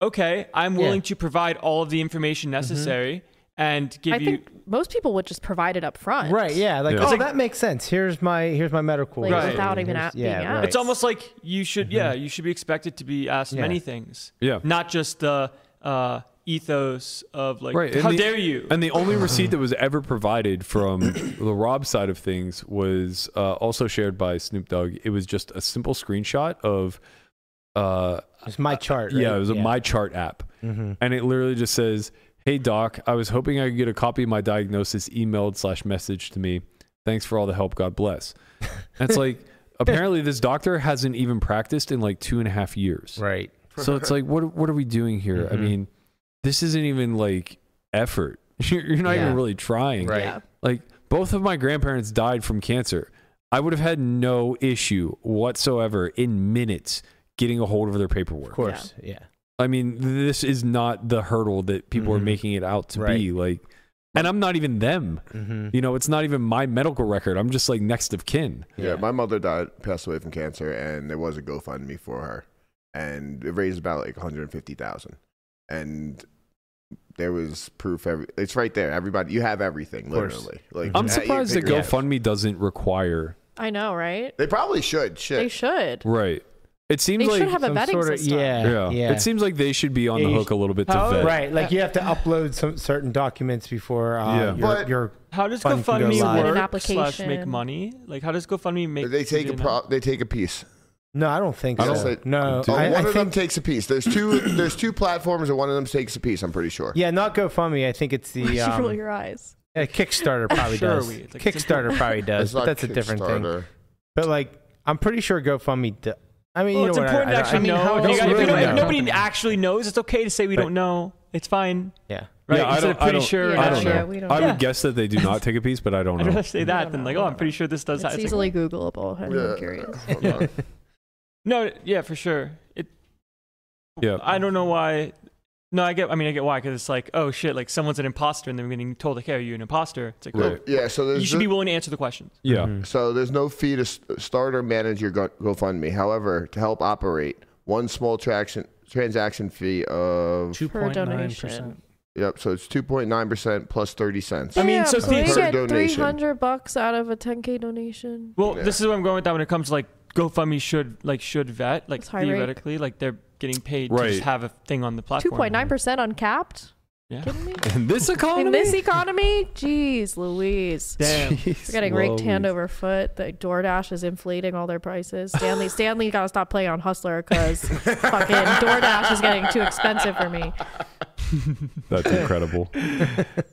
Speaker 4: okay, I'm
Speaker 7: Yeah. Mm-hmm.
Speaker 4: willing to provide all of the information necessary and give
Speaker 3: I
Speaker 4: you.
Speaker 3: think most people would just provide it up front,
Speaker 7: Right. Yeah. Like,
Speaker 5: Yeah.
Speaker 7: oh,
Speaker 5: It's
Speaker 4: like-
Speaker 7: that makes sense. Here's my here's my medical.
Speaker 3: Like,
Speaker 7: record.
Speaker 3: without even
Speaker 7: Here's-
Speaker 3: a- being asked.
Speaker 4: it's almost like you should, yeah, you should be expected to be asked
Speaker 7: Mm-hmm. Yeah.
Speaker 4: many things,
Speaker 5: yeah
Speaker 4: not just the uh, ethos of like,
Speaker 5: Right, and
Speaker 4: how
Speaker 5: the-
Speaker 4: dare you?
Speaker 5: and the
Speaker 7: Uh-huh.
Speaker 5: only receipt that was ever provided from the rob side of things was uh, also shared by snoop dogg it was just a simple screenshot of uh,
Speaker 7: It's my chart. Right?
Speaker 5: yeah it was a my chart app
Speaker 7: Mm-hmm.
Speaker 5: and it literally just says, "Hey doc, I was hoping I could get a copy of my diagnosis emailed slash message to me. Thanks for all the help. God bless." That's like apparently this doctor hasn't even practiced in like two and a half years.
Speaker 7: Right.
Speaker 5: So it's like, what what are we doing here? I
Speaker 7: Mhm.
Speaker 5: mean, this isn't even like effort. You're, you're not
Speaker 7: Yeah.
Speaker 5: even really trying.
Speaker 7: Right.
Speaker 3: Yeah.
Speaker 5: Like both of my grandparents died from cancer. I would have had no issue whatsoever in minutes getting a hold of their paperwork.
Speaker 7: Of course. Yeah.
Speaker 5: I mean, this is not the hurdle that people are
Speaker 7: Mhm.
Speaker 5: making it out to be.
Speaker 7: Right.
Speaker 5: Like, and I'm not even them.
Speaker 7: Mm-hmm. Mm-hmm.
Speaker 5: You know, it's not even my medical record. I'm just like next of kin.
Speaker 2: Yeah, my mother died, passed away from cancer, and there was a GoFundMe for her, and it raised about like one hundred fifty thousand, and there was proof. Every it's right there. Everybody, you have everything
Speaker 7: course.
Speaker 2: literally. Like
Speaker 5: I'm
Speaker 2: at your
Speaker 5: surprised that
Speaker 2: fingertips.
Speaker 5: GoFundMe doesn't require.
Speaker 3: I know, right?
Speaker 2: They probably should. Shit.
Speaker 3: They should.
Speaker 5: Right. It seems
Speaker 3: They
Speaker 5: like
Speaker 3: should have a
Speaker 7: some
Speaker 3: vetting
Speaker 7: sorta-
Speaker 3: system.
Speaker 7: yeah.
Speaker 5: yeah,
Speaker 7: Eh, yeah.
Speaker 5: It seems like they should be on
Speaker 7: Yeah,
Speaker 5: the
Speaker 7: you
Speaker 5: hook a little bit to
Speaker 4: How-
Speaker 5: vet.
Speaker 7: Right, like you have to upload some certain documents before uh, your,
Speaker 5: Yeah.
Speaker 2: But-
Speaker 7: your
Speaker 4: how does
Speaker 7: Fun can go
Speaker 4: GoFundMe
Speaker 7: live.
Speaker 3: An
Speaker 4: work slash make
Speaker 3: application.
Speaker 4: money? Like, how does GoFundMe make?
Speaker 2: They take
Speaker 4: do
Speaker 2: a
Speaker 4: they
Speaker 2: pro-
Speaker 4: not?
Speaker 2: they take a piece.
Speaker 7: no, I don't think
Speaker 5: I
Speaker 7: so.
Speaker 5: don't
Speaker 2: think-
Speaker 7: no,
Speaker 5: Oh,
Speaker 2: Oh,
Speaker 7: I,
Speaker 2: one
Speaker 7: I
Speaker 2: of them
Speaker 7: think
Speaker 2: takes a piece. There's two. there's two platforms, and one of them takes a piece. I'm pretty sure.
Speaker 7: yeah, not GoFundMe. I think it's
Speaker 3: You
Speaker 7: the
Speaker 3: should roll
Speaker 7: um,
Speaker 3: your eyes.
Speaker 7: Yeah, Kickstarter probably
Speaker 4: Sure
Speaker 7: does.
Speaker 4: we- it's like-
Speaker 7: Kickstarter probably does,
Speaker 2: It's
Speaker 7: but
Speaker 2: not
Speaker 7: that's a different thing.
Speaker 2: Kickstarter.
Speaker 7: But like, I'm pretty sure GoFundMe. Do- I mean,
Speaker 4: Well,
Speaker 7: you know
Speaker 4: it's
Speaker 7: what? I-
Speaker 4: important
Speaker 7: I,
Speaker 4: to
Speaker 7: don't-
Speaker 4: actually
Speaker 7: I mean,
Speaker 4: know.
Speaker 7: how
Speaker 4: If you
Speaker 7: else
Speaker 4: guys-
Speaker 7: would
Speaker 4: if you
Speaker 7: we
Speaker 4: don't-
Speaker 7: know?
Speaker 4: if nobody actually knows, it's okay to say we
Speaker 7: But-
Speaker 4: don't know. It's fine,
Speaker 7: Yeah.
Speaker 4: right?
Speaker 5: Yeah, I
Speaker 4: Instead
Speaker 5: don't,
Speaker 4: of
Speaker 5: I
Speaker 4: pretty
Speaker 5: don't,
Speaker 4: sure.
Speaker 5: I
Speaker 4: or
Speaker 5: don't
Speaker 4: sure.
Speaker 3: Yeah,
Speaker 5: know.
Speaker 3: we don't
Speaker 5: I
Speaker 4: know.
Speaker 5: would guess that they do not take a piece, but I don't
Speaker 4: I'd rather
Speaker 5: know.
Speaker 4: say
Speaker 3: I
Speaker 4: that
Speaker 3: don't
Speaker 4: than
Speaker 3: know,
Speaker 4: like,
Speaker 3: I
Speaker 4: oh,
Speaker 3: don't
Speaker 4: I'm pretty sure this does that.
Speaker 3: It's
Speaker 4: It's like,
Speaker 3: easily Googleable. I'm curious.
Speaker 2: Hold on.
Speaker 4: No, yeah, for sure. It.
Speaker 5: Yeah.
Speaker 4: I don't know why. No, I get. I mean, I get why because it's like, oh shit, like someone's an imposter, and they're getting told, like, hey, are you an imposter? It's like,
Speaker 5: Right.
Speaker 4: oh,
Speaker 2: yeah, so
Speaker 4: you
Speaker 2: there's
Speaker 4: should be willing to answer the questions.
Speaker 5: Yeah.
Speaker 7: Mhm.
Speaker 2: So there's no fee to s- start or manage your Go- GoFundMe. However, to help operate, one small traction transaction fee of
Speaker 6: Two point nine
Speaker 3: donation.
Speaker 6: percent.
Speaker 2: yep. So it's two point nine percent plus thirty cents.
Speaker 4: I mean,
Speaker 3: Yeah,
Speaker 4: so
Speaker 3: but
Speaker 4: think-
Speaker 3: we
Speaker 2: Per
Speaker 3: get
Speaker 2: donation.
Speaker 3: 300 bucks out of a 10k donation.
Speaker 4: Well,
Speaker 2: Yeah.
Speaker 4: this is where I'm going with that. When it comes to like GoFundMe, should like should vet like
Speaker 3: It's high rate.
Speaker 4: theoretically, like they're getting paid to
Speaker 5: Right.
Speaker 4: just have a thing on the platform.
Speaker 3: 2.9% uncapped?
Speaker 4: Yeah.
Speaker 3: Kidding me?
Speaker 5: In this
Speaker 3: In
Speaker 5: economy?
Speaker 3: this economy? Jeez Louise.
Speaker 4: Damn.
Speaker 5: Jeez
Speaker 3: We're getting raked hand
Speaker 5: Louise.
Speaker 3: over foot. The DoorDash is inflating all their prices. Stanley, Stanley, gotta stop playing on Hustler because fucking DoorDash is getting too expensive for me.
Speaker 5: That's incredible.
Speaker 4: Oh,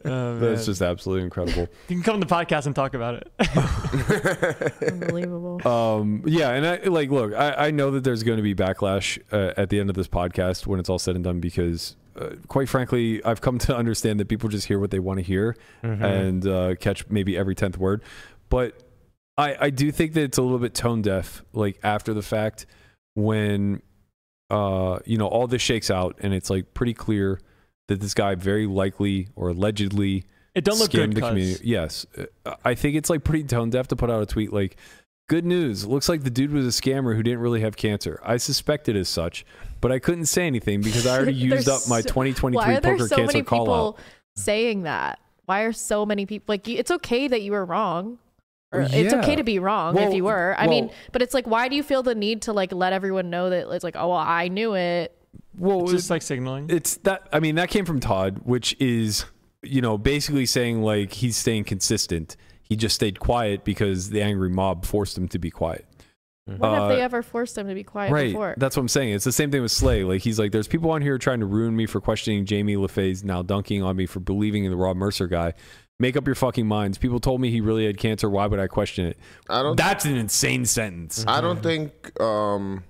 Speaker 4: man.
Speaker 5: That's just absolutely incredible.
Speaker 4: You can come on the podcast and talk about it.
Speaker 3: Unbelievable.
Speaker 5: Um, yeah, and I like look. I, I know that there's going to be backlash uh, at the end of this podcast when it's all said and done because, uh, quite frankly, I've come to understand that people just hear what they want to hear
Speaker 3: Mm-hmm.
Speaker 7: Mm-hmm.
Speaker 5: and uh, catch maybe every tenth word. But I I do think that it's a little bit tone deaf, like after the fact, when uh you know all this shakes out and it's like pretty clear that this guy very likely or allegedly
Speaker 4: It don't look good.
Speaker 5: scammed the
Speaker 4: cuz.
Speaker 5: community. Yes, Uh, I think it's like pretty tone deaf to put out a tweet like, "Good news! Looks like the dude was a scammer who didn't really have cancer. I suspected as such, but I couldn't say anything because I already
Speaker 3: There's
Speaker 5: used up my
Speaker 3: so-
Speaker 5: 2023
Speaker 3: Why are there
Speaker 5: poker
Speaker 3: so
Speaker 5: cancer
Speaker 3: many
Speaker 5: call out."
Speaker 3: people saying that? Why are so many people like? you- It's okay that you were wrong. Or
Speaker 5: Well,
Speaker 3: It's
Speaker 5: yeah.
Speaker 3: okay to be wrong
Speaker 5: Well,
Speaker 3: if you were. I mean,
Speaker 5: well-
Speaker 3: but it's like, why do you feel the need to like let everyone know that it's like, oh, well, I knew it.
Speaker 5: Well,
Speaker 4: It's
Speaker 5: it's,
Speaker 4: just like signaling.
Speaker 5: it's that. I mean, that came from Todd, which is you know basically saying like he's staying consistent. He just stayed quiet because the angry mob forced him to be quiet.
Speaker 4: Mm-hmm.
Speaker 3: What
Speaker 5: Uh,
Speaker 3: have they ever forced them to be quiet
Speaker 5: right.
Speaker 3: before?
Speaker 5: That's what I'm saying. It's the same thing with Slay. Like he's like, there's people on here trying to ruin me for questioning Jamie LaFay's now dunking on me for believing in the Rob Mercer guy. Make up your fucking minds. People told me he really had cancer. Why would I question it?
Speaker 2: I don't.
Speaker 5: That's an insane sentence.
Speaker 2: I don't think. Um,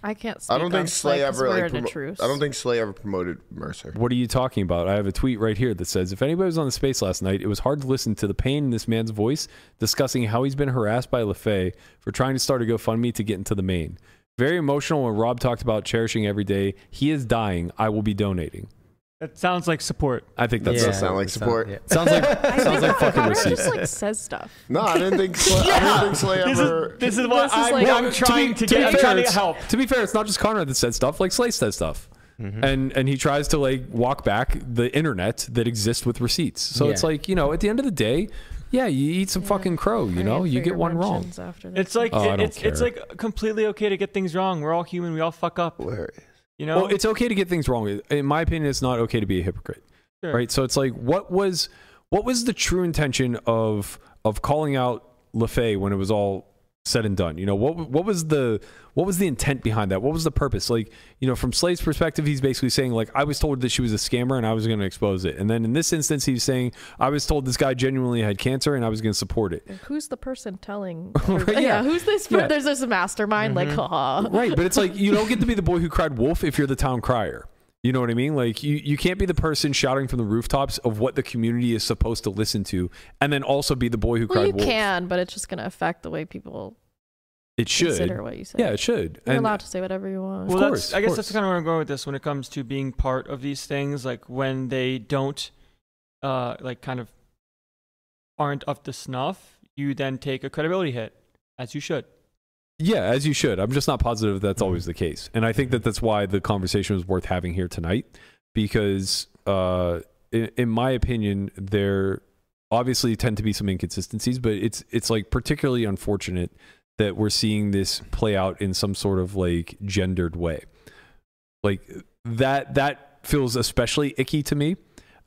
Speaker 3: I can't. Speak
Speaker 2: I don't
Speaker 3: on
Speaker 2: think Slay
Speaker 3: Slack 'cause
Speaker 2: ever
Speaker 3: we're
Speaker 2: like.
Speaker 3: in a
Speaker 2: promo-
Speaker 3: truce.
Speaker 2: I don't think Slay ever promoted Mercer.
Speaker 5: What are you talking about? I have a tweet right here that says If anybody was on the space last night, it was hard to listen to the pain in this man's voice discussing how he's been harassed by LeFay for trying to start a GoFundMe to get into the main. Very emotional when Rob talked about cherishing every day. He is dying. I will be donating.
Speaker 4: That sounds like support.
Speaker 5: I think that's
Speaker 2: does sound like support.
Speaker 7: yeah.
Speaker 5: Sounds like
Speaker 3: I
Speaker 5: sounds like
Speaker 3: think
Speaker 5: fucking
Speaker 3: Connor
Speaker 5: receipts.
Speaker 3: just like says stuff.
Speaker 2: No, I didn't think. Slay, I don't think Slay
Speaker 4: This
Speaker 2: ever.
Speaker 4: is, this is what
Speaker 3: This is
Speaker 4: I'm,
Speaker 3: like-
Speaker 4: I'm
Speaker 5: Well,
Speaker 4: trying to,
Speaker 5: be- be
Speaker 4: get. I'm
Speaker 5: fair,
Speaker 4: trying to
Speaker 5: it's-
Speaker 4: help. Mm-hmm.
Speaker 5: To be fair, it's not just Connor that said stuff. Like Slay said stuff, and and he tries to like walk back the internet that exists with receipts. So it's
Speaker 7: Yeah.
Speaker 5: like you know, at the end of the day, yeah, you eat some fucking crow. You
Speaker 3: I
Speaker 5: know,
Speaker 3: had
Speaker 5: you
Speaker 3: bigger
Speaker 5: get one wrong.
Speaker 3: mentions After this.
Speaker 4: It's like
Speaker 5: Oh, I
Speaker 4: it-
Speaker 5: don't
Speaker 4: it's it's
Speaker 5: care.
Speaker 4: like completely okay to get things wrong. We're all human. We all fuck up.
Speaker 2: Where-
Speaker 4: You know.
Speaker 5: Well, it's okay to get things wrong. In my opinion, it's not okay to be a hypocrite.
Speaker 4: Sure.
Speaker 5: Right. So it's like, what was what was the true intention of of calling out LeFay when it was all said and done? You know, what what was the what was the intent behind that? What was the purpose? Like, you know, from Slade's perspective, he's basically saying like, I was told that she was a scammer and I was going to expose it. And then in this instance, he's saying, I was told this guy genuinely had cancer and I was going to support it.
Speaker 3: who's the person telling?
Speaker 5: Right,
Speaker 3: yeah.
Speaker 5: yeah.
Speaker 3: who's this? per-
Speaker 5: Yeah. Mm-hmm.
Speaker 3: There's this mastermind. Like, haha.
Speaker 5: Right, but it's like you don't get to be the boy who cried wolf if you're the town crier. You know what I mean? Like you, you can't be the person shouting from the rooftops of what the community is supposed to listen to, and then also be the boy who
Speaker 3: Well,
Speaker 5: cried
Speaker 3: you
Speaker 5: wolf.
Speaker 3: can, but it's just going to affect the way people
Speaker 5: It
Speaker 3: consider
Speaker 5: should.
Speaker 3: what you say.
Speaker 5: Yeah, it should.
Speaker 3: You're
Speaker 5: And-
Speaker 3: allowed to say whatever you want.
Speaker 5: Of
Speaker 4: well,
Speaker 5: course,
Speaker 4: that's, I
Speaker 5: of
Speaker 4: guess that's
Speaker 5: course.
Speaker 4: kind of where I'm going with this when it comes to being part of these things. Like when they don't, uh, like kind of aren't up to snuff, you then take a credibility hit, as you should.
Speaker 5: Yeah, as you should. I'm just not positive that's always the case. And I think that that's why the conversation was worth having here tonight because uh in, in my opinion there obviously tend to be some inconsistencies, but it's it's like particularly unfortunate that we're seeing this play out in some sort of like gendered way. Like that that feels especially icky to me,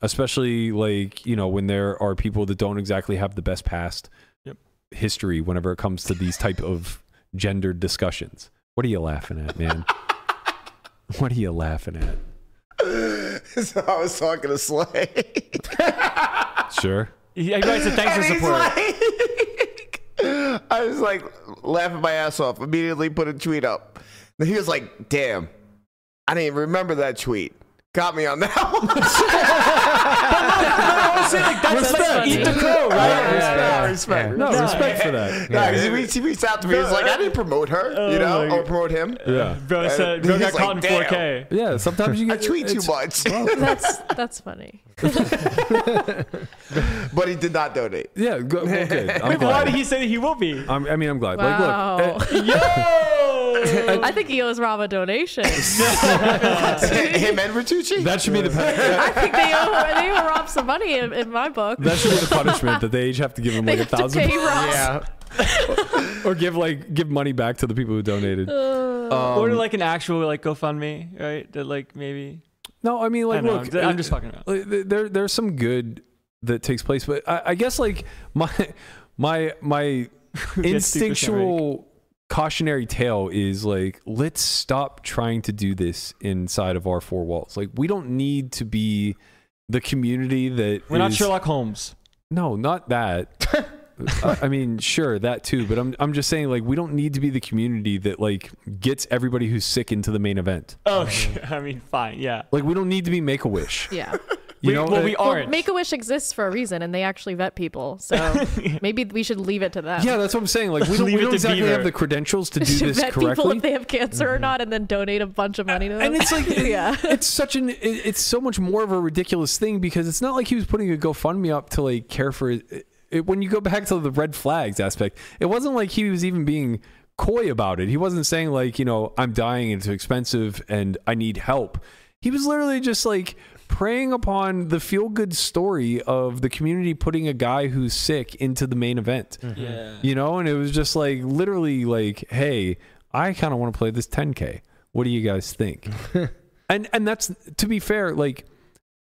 Speaker 5: especially like, you know, when there are people that don't exactly have the best past
Speaker 4: Yep.
Speaker 5: history whenever it comes to these type of gendered discussions. What are you laughing at, man? what are you laughing at?
Speaker 2: so I was talking to Slay.
Speaker 5: Sure.
Speaker 4: He, he writes a thanks for
Speaker 2: And he's
Speaker 4: support.
Speaker 2: like- I was like laughing my ass off. Immediately put a tweet up. And he was like, "Damn, I didn't even remember that tweet. Got me on that one."
Speaker 4: I was saying, "Oh, like, that's like
Speaker 5: Respect.
Speaker 4: eat the crow, right?
Speaker 5: Yeah,
Speaker 2: respect,
Speaker 5: yeah.
Speaker 2: respect.
Speaker 5: No, respect for that.
Speaker 2: Nah, 'cause he, reached, he reached out to me. He's like, "I didn't promote her,
Speaker 5: Oh
Speaker 2: you know, or promote him."
Speaker 5: Yeah.
Speaker 4: Bro
Speaker 2: Uh,
Speaker 4: said, bro got
Speaker 2: he's
Speaker 4: caught
Speaker 2: like,
Speaker 4: in 4K.
Speaker 5: Yeah, sometimes you
Speaker 2: I
Speaker 5: get
Speaker 2: tweet too much,
Speaker 5: it's-
Speaker 3: That's that's funny.
Speaker 2: but he did not donate.
Speaker 5: Yeah, go, well, good. I'm
Speaker 4: Wait, but why
Speaker 5: glad.
Speaker 4: did he say that he will be?
Speaker 5: I'm, I mean, I'm glad.
Speaker 3: Wow.
Speaker 5: Like, look, eh,
Speaker 4: Yo!
Speaker 3: I think he owes Rob a donation.
Speaker 2: him and Bertucci.
Speaker 5: that should be the pen-
Speaker 3: I think they owe they owe Rob some money in, in my book.
Speaker 5: that should be the punishment that they each have to give him
Speaker 3: they
Speaker 5: like a
Speaker 3: have to
Speaker 5: thousand
Speaker 3: pay Rob.
Speaker 7: Yeah.
Speaker 5: or give like give money back to the people who donated.
Speaker 3: Uh.
Speaker 4: or
Speaker 5: Um,
Speaker 4: to like an actual like GoFundMe, right? That like maybe.
Speaker 5: No, I mean like
Speaker 4: I don't know.
Speaker 5: look,
Speaker 4: I'm- I'm
Speaker 5: it-
Speaker 4: just fucking around.
Speaker 5: like, th- there there's some good that takes place, but I, I guess like my my my
Speaker 4: gets 2%
Speaker 5: instinctual cautionary tale is like let's stop trying to do this inside of our four walls. Like we don't need to be the community that
Speaker 4: We're not
Speaker 5: is-
Speaker 4: Sherlock Holmes.
Speaker 5: No, not that. I, I mean, sure, that too, but I'm I'm just saying like we don't need to be the community that like gets everybody who's sick into the main event.
Speaker 4: Oh, I mean, fine, yeah.
Speaker 5: Like we don't need to be make a wish.
Speaker 3: Yeah.
Speaker 5: You
Speaker 4: We-
Speaker 5: know,
Speaker 4: well, we
Speaker 5: Uh,
Speaker 4: aren't.
Speaker 3: Make a Wish exists for a reason, and they actually vet people. So maybe we should leave it to them.
Speaker 5: Yeah, that's what I'm saying. Like we don't,
Speaker 4: Leave
Speaker 5: we
Speaker 4: it
Speaker 5: don't
Speaker 4: to
Speaker 5: exactly
Speaker 4: Beaver.
Speaker 5: have the credentials to do
Speaker 3: should
Speaker 5: this
Speaker 3: vet people
Speaker 5: correctly. Mm-hmm.
Speaker 3: if they have cancer or not, and then donate a bunch of money to them.
Speaker 5: and it's like it-
Speaker 3: yeah.
Speaker 5: it's such an it- it's so much more of a ridiculous thing because it's not like he was putting a GoFundMe up to like care for it, it, when you go back to the red flags aspect. It wasn't like he was even being coy about it. He wasn't saying like, you know, I'm dying it's expensive and I need help. He was literally just like preying upon the feel good story of the community putting a guy who's sick into the main event
Speaker 4: Yeah.
Speaker 5: you know and it was just like literally like hey i kind of want to play this 10k what do you guys think and and that's to be fair like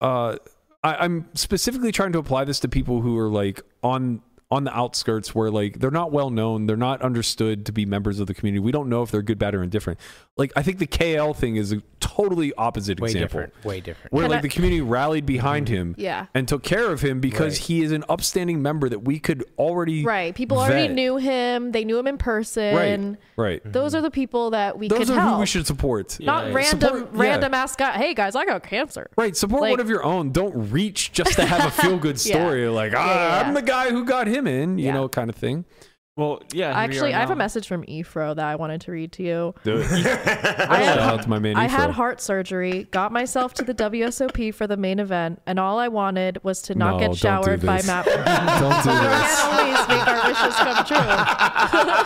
Speaker 5: uh I, i'm specifically trying to apply this to people who are like on on the outskirts where like they're not well known they're not understood to be members of the community we don't know if they're good bad or indifferent like i think the kl thing is a totally opposite
Speaker 7: Way
Speaker 5: example
Speaker 7: different. Way different.
Speaker 5: where
Speaker 3: Can
Speaker 5: like
Speaker 3: I-
Speaker 5: the community rallied behind him
Speaker 3: Yeah.
Speaker 5: and took care of him because
Speaker 7: Right.
Speaker 5: he is an upstanding member that we could already
Speaker 3: Right. People already
Speaker 5: vet.
Speaker 3: knew him. They knew him in person.
Speaker 5: right right
Speaker 3: Those are the people that we
Speaker 5: those
Speaker 3: can
Speaker 5: are
Speaker 3: help.
Speaker 5: who we should support
Speaker 3: Not random,
Speaker 5: Support- yeah.
Speaker 3: random ass guy. Hey guys, I got cancer.
Speaker 5: right support
Speaker 3: like-
Speaker 5: one of your own don't reach just to have a feel-good
Speaker 3: Yeah.
Speaker 5: story like ah,
Speaker 3: yeah, yeah.
Speaker 5: i'm the guy who got him in you
Speaker 3: Yeah.
Speaker 5: know kind of thing
Speaker 4: Well, yeah. here we
Speaker 3: Actually,
Speaker 4: are
Speaker 3: I have a
Speaker 4: now.
Speaker 3: message from Ephro that I wanted to read to you. I
Speaker 5: shout
Speaker 3: had,
Speaker 5: out to my man
Speaker 3: I
Speaker 5: Ifro.
Speaker 3: had heart surgery, got myself to the WSOP for the main event, and all I wanted was to not
Speaker 5: No, don't
Speaker 3: get
Speaker 5: do
Speaker 3: showered by
Speaker 5: this.
Speaker 3: map.
Speaker 5: don't do this
Speaker 3: Can't always make our wishes come true.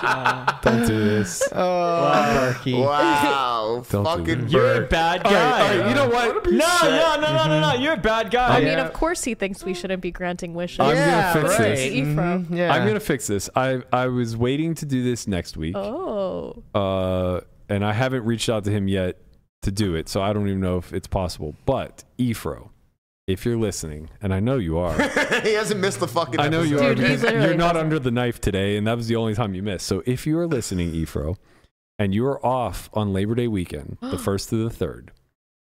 Speaker 5: don't do this
Speaker 2: Uh, Wow,
Speaker 5: do
Speaker 2: fucking
Speaker 5: that.
Speaker 4: You're a
Speaker 2: bird.
Speaker 4: bad guy.
Speaker 5: you know what
Speaker 4: No, no, no, no, no, no. You're a bad guy.
Speaker 3: I mean, of course he thinks we shouldn't be granting wishes.
Speaker 5: I'm gonna fix
Speaker 3: Listen to
Speaker 5: this.
Speaker 3: Ephro.
Speaker 7: Mhm, Yeah.
Speaker 5: I'm gonna fix this. I I was waiting to do this next week,
Speaker 3: Oh,
Speaker 5: uh, and I haven't reached out to him yet to do it, so I don't even know if it's possible. But Ephro, if you're listening, and I know you are,
Speaker 2: he hasn't missed the fucking.
Speaker 5: I know you
Speaker 3: Dude, he
Speaker 5: are. because
Speaker 3: literally
Speaker 5: You're not
Speaker 3: doesn't.
Speaker 5: under the knife today, and that was the only time you missed. So if you are listening, Ephro, and you are off on Labor Day weekend, the first to the third,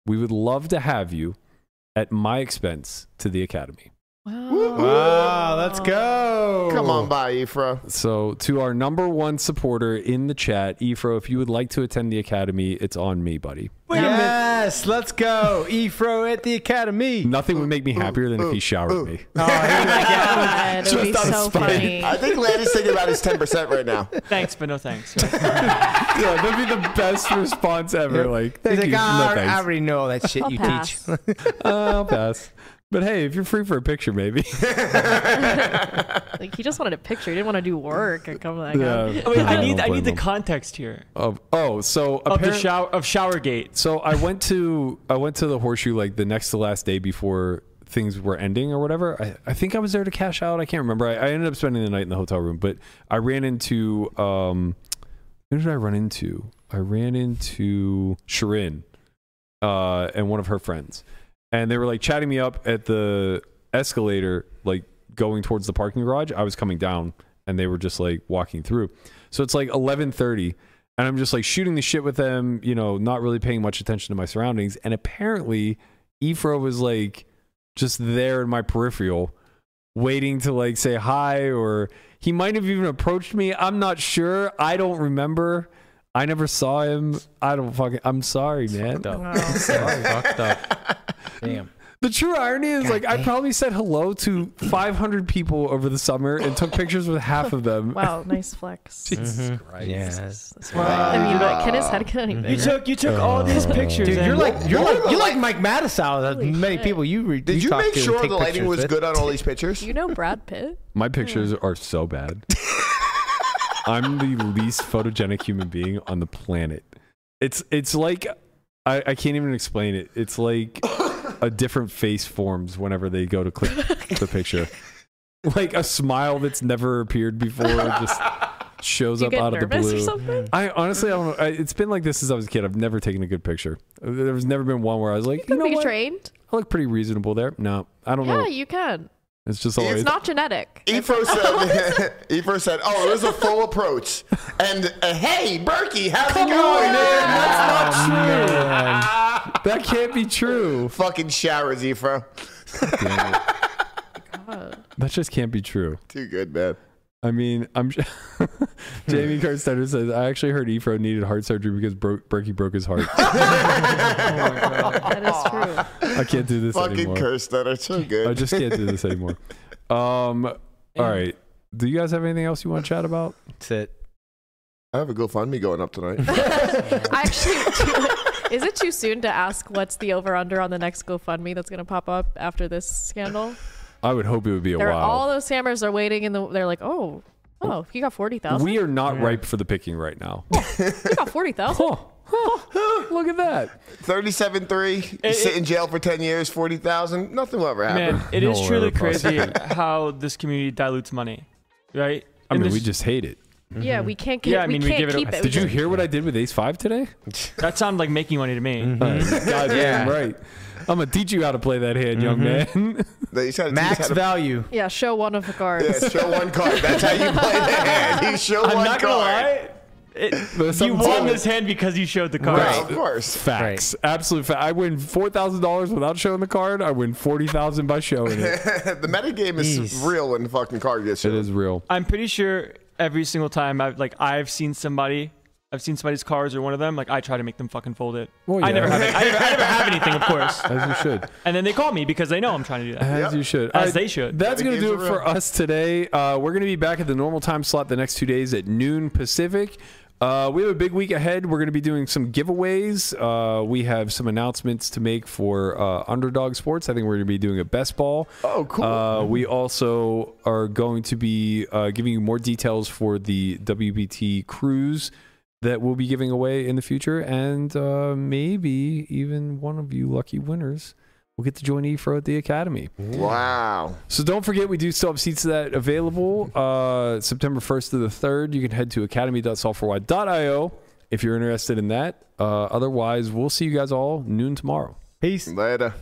Speaker 5: we would love to have you at my expense to the academy.
Speaker 3: wow.
Speaker 7: Wow, let's go.
Speaker 2: Come on by, Ephra.
Speaker 5: So to our number one supporter in the chat, Ephro, if you would like to attend the academy, it's on me, buddy.
Speaker 7: Yes, let's go. Efro at the Academy.
Speaker 5: Nothing would make me happier than if he showered me.
Speaker 3: God, it would be
Speaker 5: Just out of
Speaker 3: so
Speaker 5: spite.
Speaker 3: funny.
Speaker 2: I think Landon's thinking about his ten percent right now.
Speaker 4: Thanks, but no thanks.
Speaker 5: yeah, that'd be the best response ever. Like,
Speaker 7: He's
Speaker 5: thank
Speaker 7: like,
Speaker 5: you.
Speaker 7: "Ah,
Speaker 5: no
Speaker 7: I
Speaker 5: thanks.
Speaker 7: already know all that shit
Speaker 3: I'll
Speaker 7: you
Speaker 3: pass.
Speaker 7: teach.
Speaker 5: Uh, I'll pass. But hey, if you're free for a picture, maybe.
Speaker 3: Like he just wanted a picture. He didn't want to do work and come like.
Speaker 5: Yeah.
Speaker 3: Yeah.
Speaker 4: Wait, I
Speaker 5: don't
Speaker 4: need, I
Speaker 5: blame
Speaker 4: need the
Speaker 5: them.
Speaker 4: context here
Speaker 5: Of, oh, so
Speaker 4: of the
Speaker 5: apparent-
Speaker 4: shower of Showergate.
Speaker 5: so I went to I went to the horseshoe like the next to last day before things were ending or whatever. I, I think I was there to cash out. I can't remember. I, I ended up spending the night in the hotel room, but I ran into um who did I run into? I ran into Sharin uh and one of her friends. And they were like chatting me up at the escalator, like going towards the parking garage. I was coming down and they were just like walking through. So it's like eleven thirty and I'm just like shooting the shit with them, you know, not really paying much attention to my surroundings. And apparently, Ephro was like just there in my peripheral, waiting to like say hi or he might have even approached me. I'm not sure. I don't remember. I never saw him. I don't fucking. I'm sorry, man.
Speaker 3: oh, Wow.
Speaker 6: fucked up. Damn.
Speaker 5: The true irony is like I probably said hello to 500 people over the summer and took pictures with half of them.
Speaker 3: wow, nice flex.
Speaker 5: Mm-hmm.
Speaker 7: Yeah.
Speaker 3: I mean, like, can his head get any
Speaker 4: You
Speaker 3: bigger?
Speaker 4: took you took all these pictures.
Speaker 7: Dude, you're
Speaker 4: and-
Speaker 7: like you're
Speaker 2: What
Speaker 7: like
Speaker 2: were the
Speaker 7: you're like
Speaker 2: light-
Speaker 7: Mike Mattisau. that
Speaker 3: Holy
Speaker 7: Many
Speaker 3: shit.
Speaker 7: people you re-
Speaker 2: Did you
Speaker 7: talk
Speaker 2: make
Speaker 7: to and
Speaker 2: sure
Speaker 7: take
Speaker 2: the lighting
Speaker 7: pictures
Speaker 2: was
Speaker 7: with.
Speaker 2: good on all these pictures?
Speaker 3: You know Brad Pitt?
Speaker 5: My pictures are so bad. I'm the least photogenic human being on the planet. It's it's like I, I can't even explain it. It's like a different face forms whenever they go to click the picture. Like a smile that's never appeared before just shows
Speaker 3: You
Speaker 5: up
Speaker 3: get
Speaker 5: out of the
Speaker 3: nervous or
Speaker 5: blue.
Speaker 3: something?
Speaker 5: I honestly, I don't know. I, it's been like this since I was a kid. I've never taken a good picture. There's never been one where I was like,
Speaker 3: You
Speaker 5: you, know
Speaker 3: can be
Speaker 5: what?
Speaker 3: trained.
Speaker 5: I look pretty reasonable there. No, I don't
Speaker 3: Yeah,
Speaker 5: know.
Speaker 3: you can.
Speaker 5: It's just always.
Speaker 3: It's not genetic.
Speaker 2: Ephro said, Ephro said, oh, it was a full approach. And uh, hey, Berkey, how's it going?
Speaker 5: on,
Speaker 2: man? Ah."
Speaker 5: That's not true. That can't be true.
Speaker 2: Fucking showers, Ephro.
Speaker 3: God.
Speaker 5: That just can't be true.
Speaker 2: Too good, man.
Speaker 5: I mean, I'm. Jamie Carstetter says I actually heard Ephro needed heart surgery because bro- Berkey broke his
Speaker 2: Oh
Speaker 5: heart.
Speaker 3: That is true.
Speaker 5: I can't do this
Speaker 2: Fucking
Speaker 5: anymore.
Speaker 2: curse that are so good.
Speaker 5: I just can't do this anymore. Um. All right. Do you guys have anything else you want to chat about?
Speaker 7: That's it.
Speaker 2: I have a GoFundMe going up tonight.
Speaker 3: I actually, is it too soon to ask what's the over under on the next GoFundMe that's going to pop up after this scandal?
Speaker 5: I would hope it would be a
Speaker 3: They're,
Speaker 5: while.
Speaker 3: all those scammers are waiting, and the, they're like, oh, oh, he got 40,000?
Speaker 5: we are not ripe for the picking right now.
Speaker 3: He got 40,000?
Speaker 5: Huh. Huh. Look at that.
Speaker 2: 37.3, you sit in jail for 10 years, 40,000. Nothing will ever happen.
Speaker 4: Man, it is
Speaker 5: No,
Speaker 4: truly
Speaker 5: we're
Speaker 4: crazy how this community dilutes money, right?
Speaker 5: I
Speaker 4: And
Speaker 5: mean,
Speaker 4: this-
Speaker 5: we just hate it.
Speaker 3: Yeah, we can't get
Speaker 4: Yeah, I
Speaker 3: we
Speaker 4: mean, we
Speaker 3: can't
Speaker 4: give it a-
Speaker 3: keep it.
Speaker 5: Did you hear what I did with Ace Five today?
Speaker 4: that sounds like making money to me.
Speaker 5: Goddamn right. I'm gonna teach you how to play that hand, young man.
Speaker 2: They just had to teach us
Speaker 7: Max
Speaker 2: how to-
Speaker 7: value.
Speaker 3: Yeah, show one of the guards.
Speaker 2: Yeah, show one card. That's how you play the hand. You show
Speaker 4: I'm
Speaker 2: one
Speaker 4: not gonna
Speaker 2: card.
Speaker 4: lie. It,
Speaker 5: There's
Speaker 4: you
Speaker 5: something
Speaker 4: won
Speaker 5: to it.
Speaker 4: this hand because you showed the
Speaker 2: Right,
Speaker 4: cards.
Speaker 2: of course.
Speaker 5: Facts, absolute fact. I win four thousand dollars without showing the card. I win forty thousand by showing it.
Speaker 2: The metagame is
Speaker 7: Jeez.
Speaker 2: real when the fucking card gets
Speaker 5: it
Speaker 2: shown.
Speaker 5: is real.
Speaker 4: I'm pretty sure every single time I've like I've seen somebody, I've seen somebody's cards or one of them. Like I try to make them fucking fold it.
Speaker 5: Well,
Speaker 4: I
Speaker 5: yeah.
Speaker 4: never have. It. I, never, I never have anything, of course.
Speaker 5: As you should.
Speaker 4: And then they call me because they know I'm trying to do that.
Speaker 5: As you should.
Speaker 4: As they should.
Speaker 5: That's going to
Speaker 2: games
Speaker 5: do
Speaker 2: are
Speaker 5: it for
Speaker 2: real.
Speaker 5: us today. Uh, we're going to be back at the normal time slot the next two days at noon Pacific. Uh, we have a big week ahead. We're going to be doing some giveaways. Uh, we have some announcements to make for uh, Underdog Sports. I think we're going to be doing a best ball.
Speaker 2: Oh, cool.
Speaker 5: Uh, we also are going to be uh, giving you more details for the WBT cruise that we'll be giving away in the future, and uh, maybe even one of you lucky winners will get to join E EFRO at the academy.
Speaker 2: Wow.
Speaker 5: So don't forget, we do still have seats that available. Uh, September 1st to the 3rd, you can head to academy.solforwide.io if you're interested in that. Uh, otherwise, we'll see you guys all noon tomorrow.
Speaker 7: Peace.
Speaker 2: Later.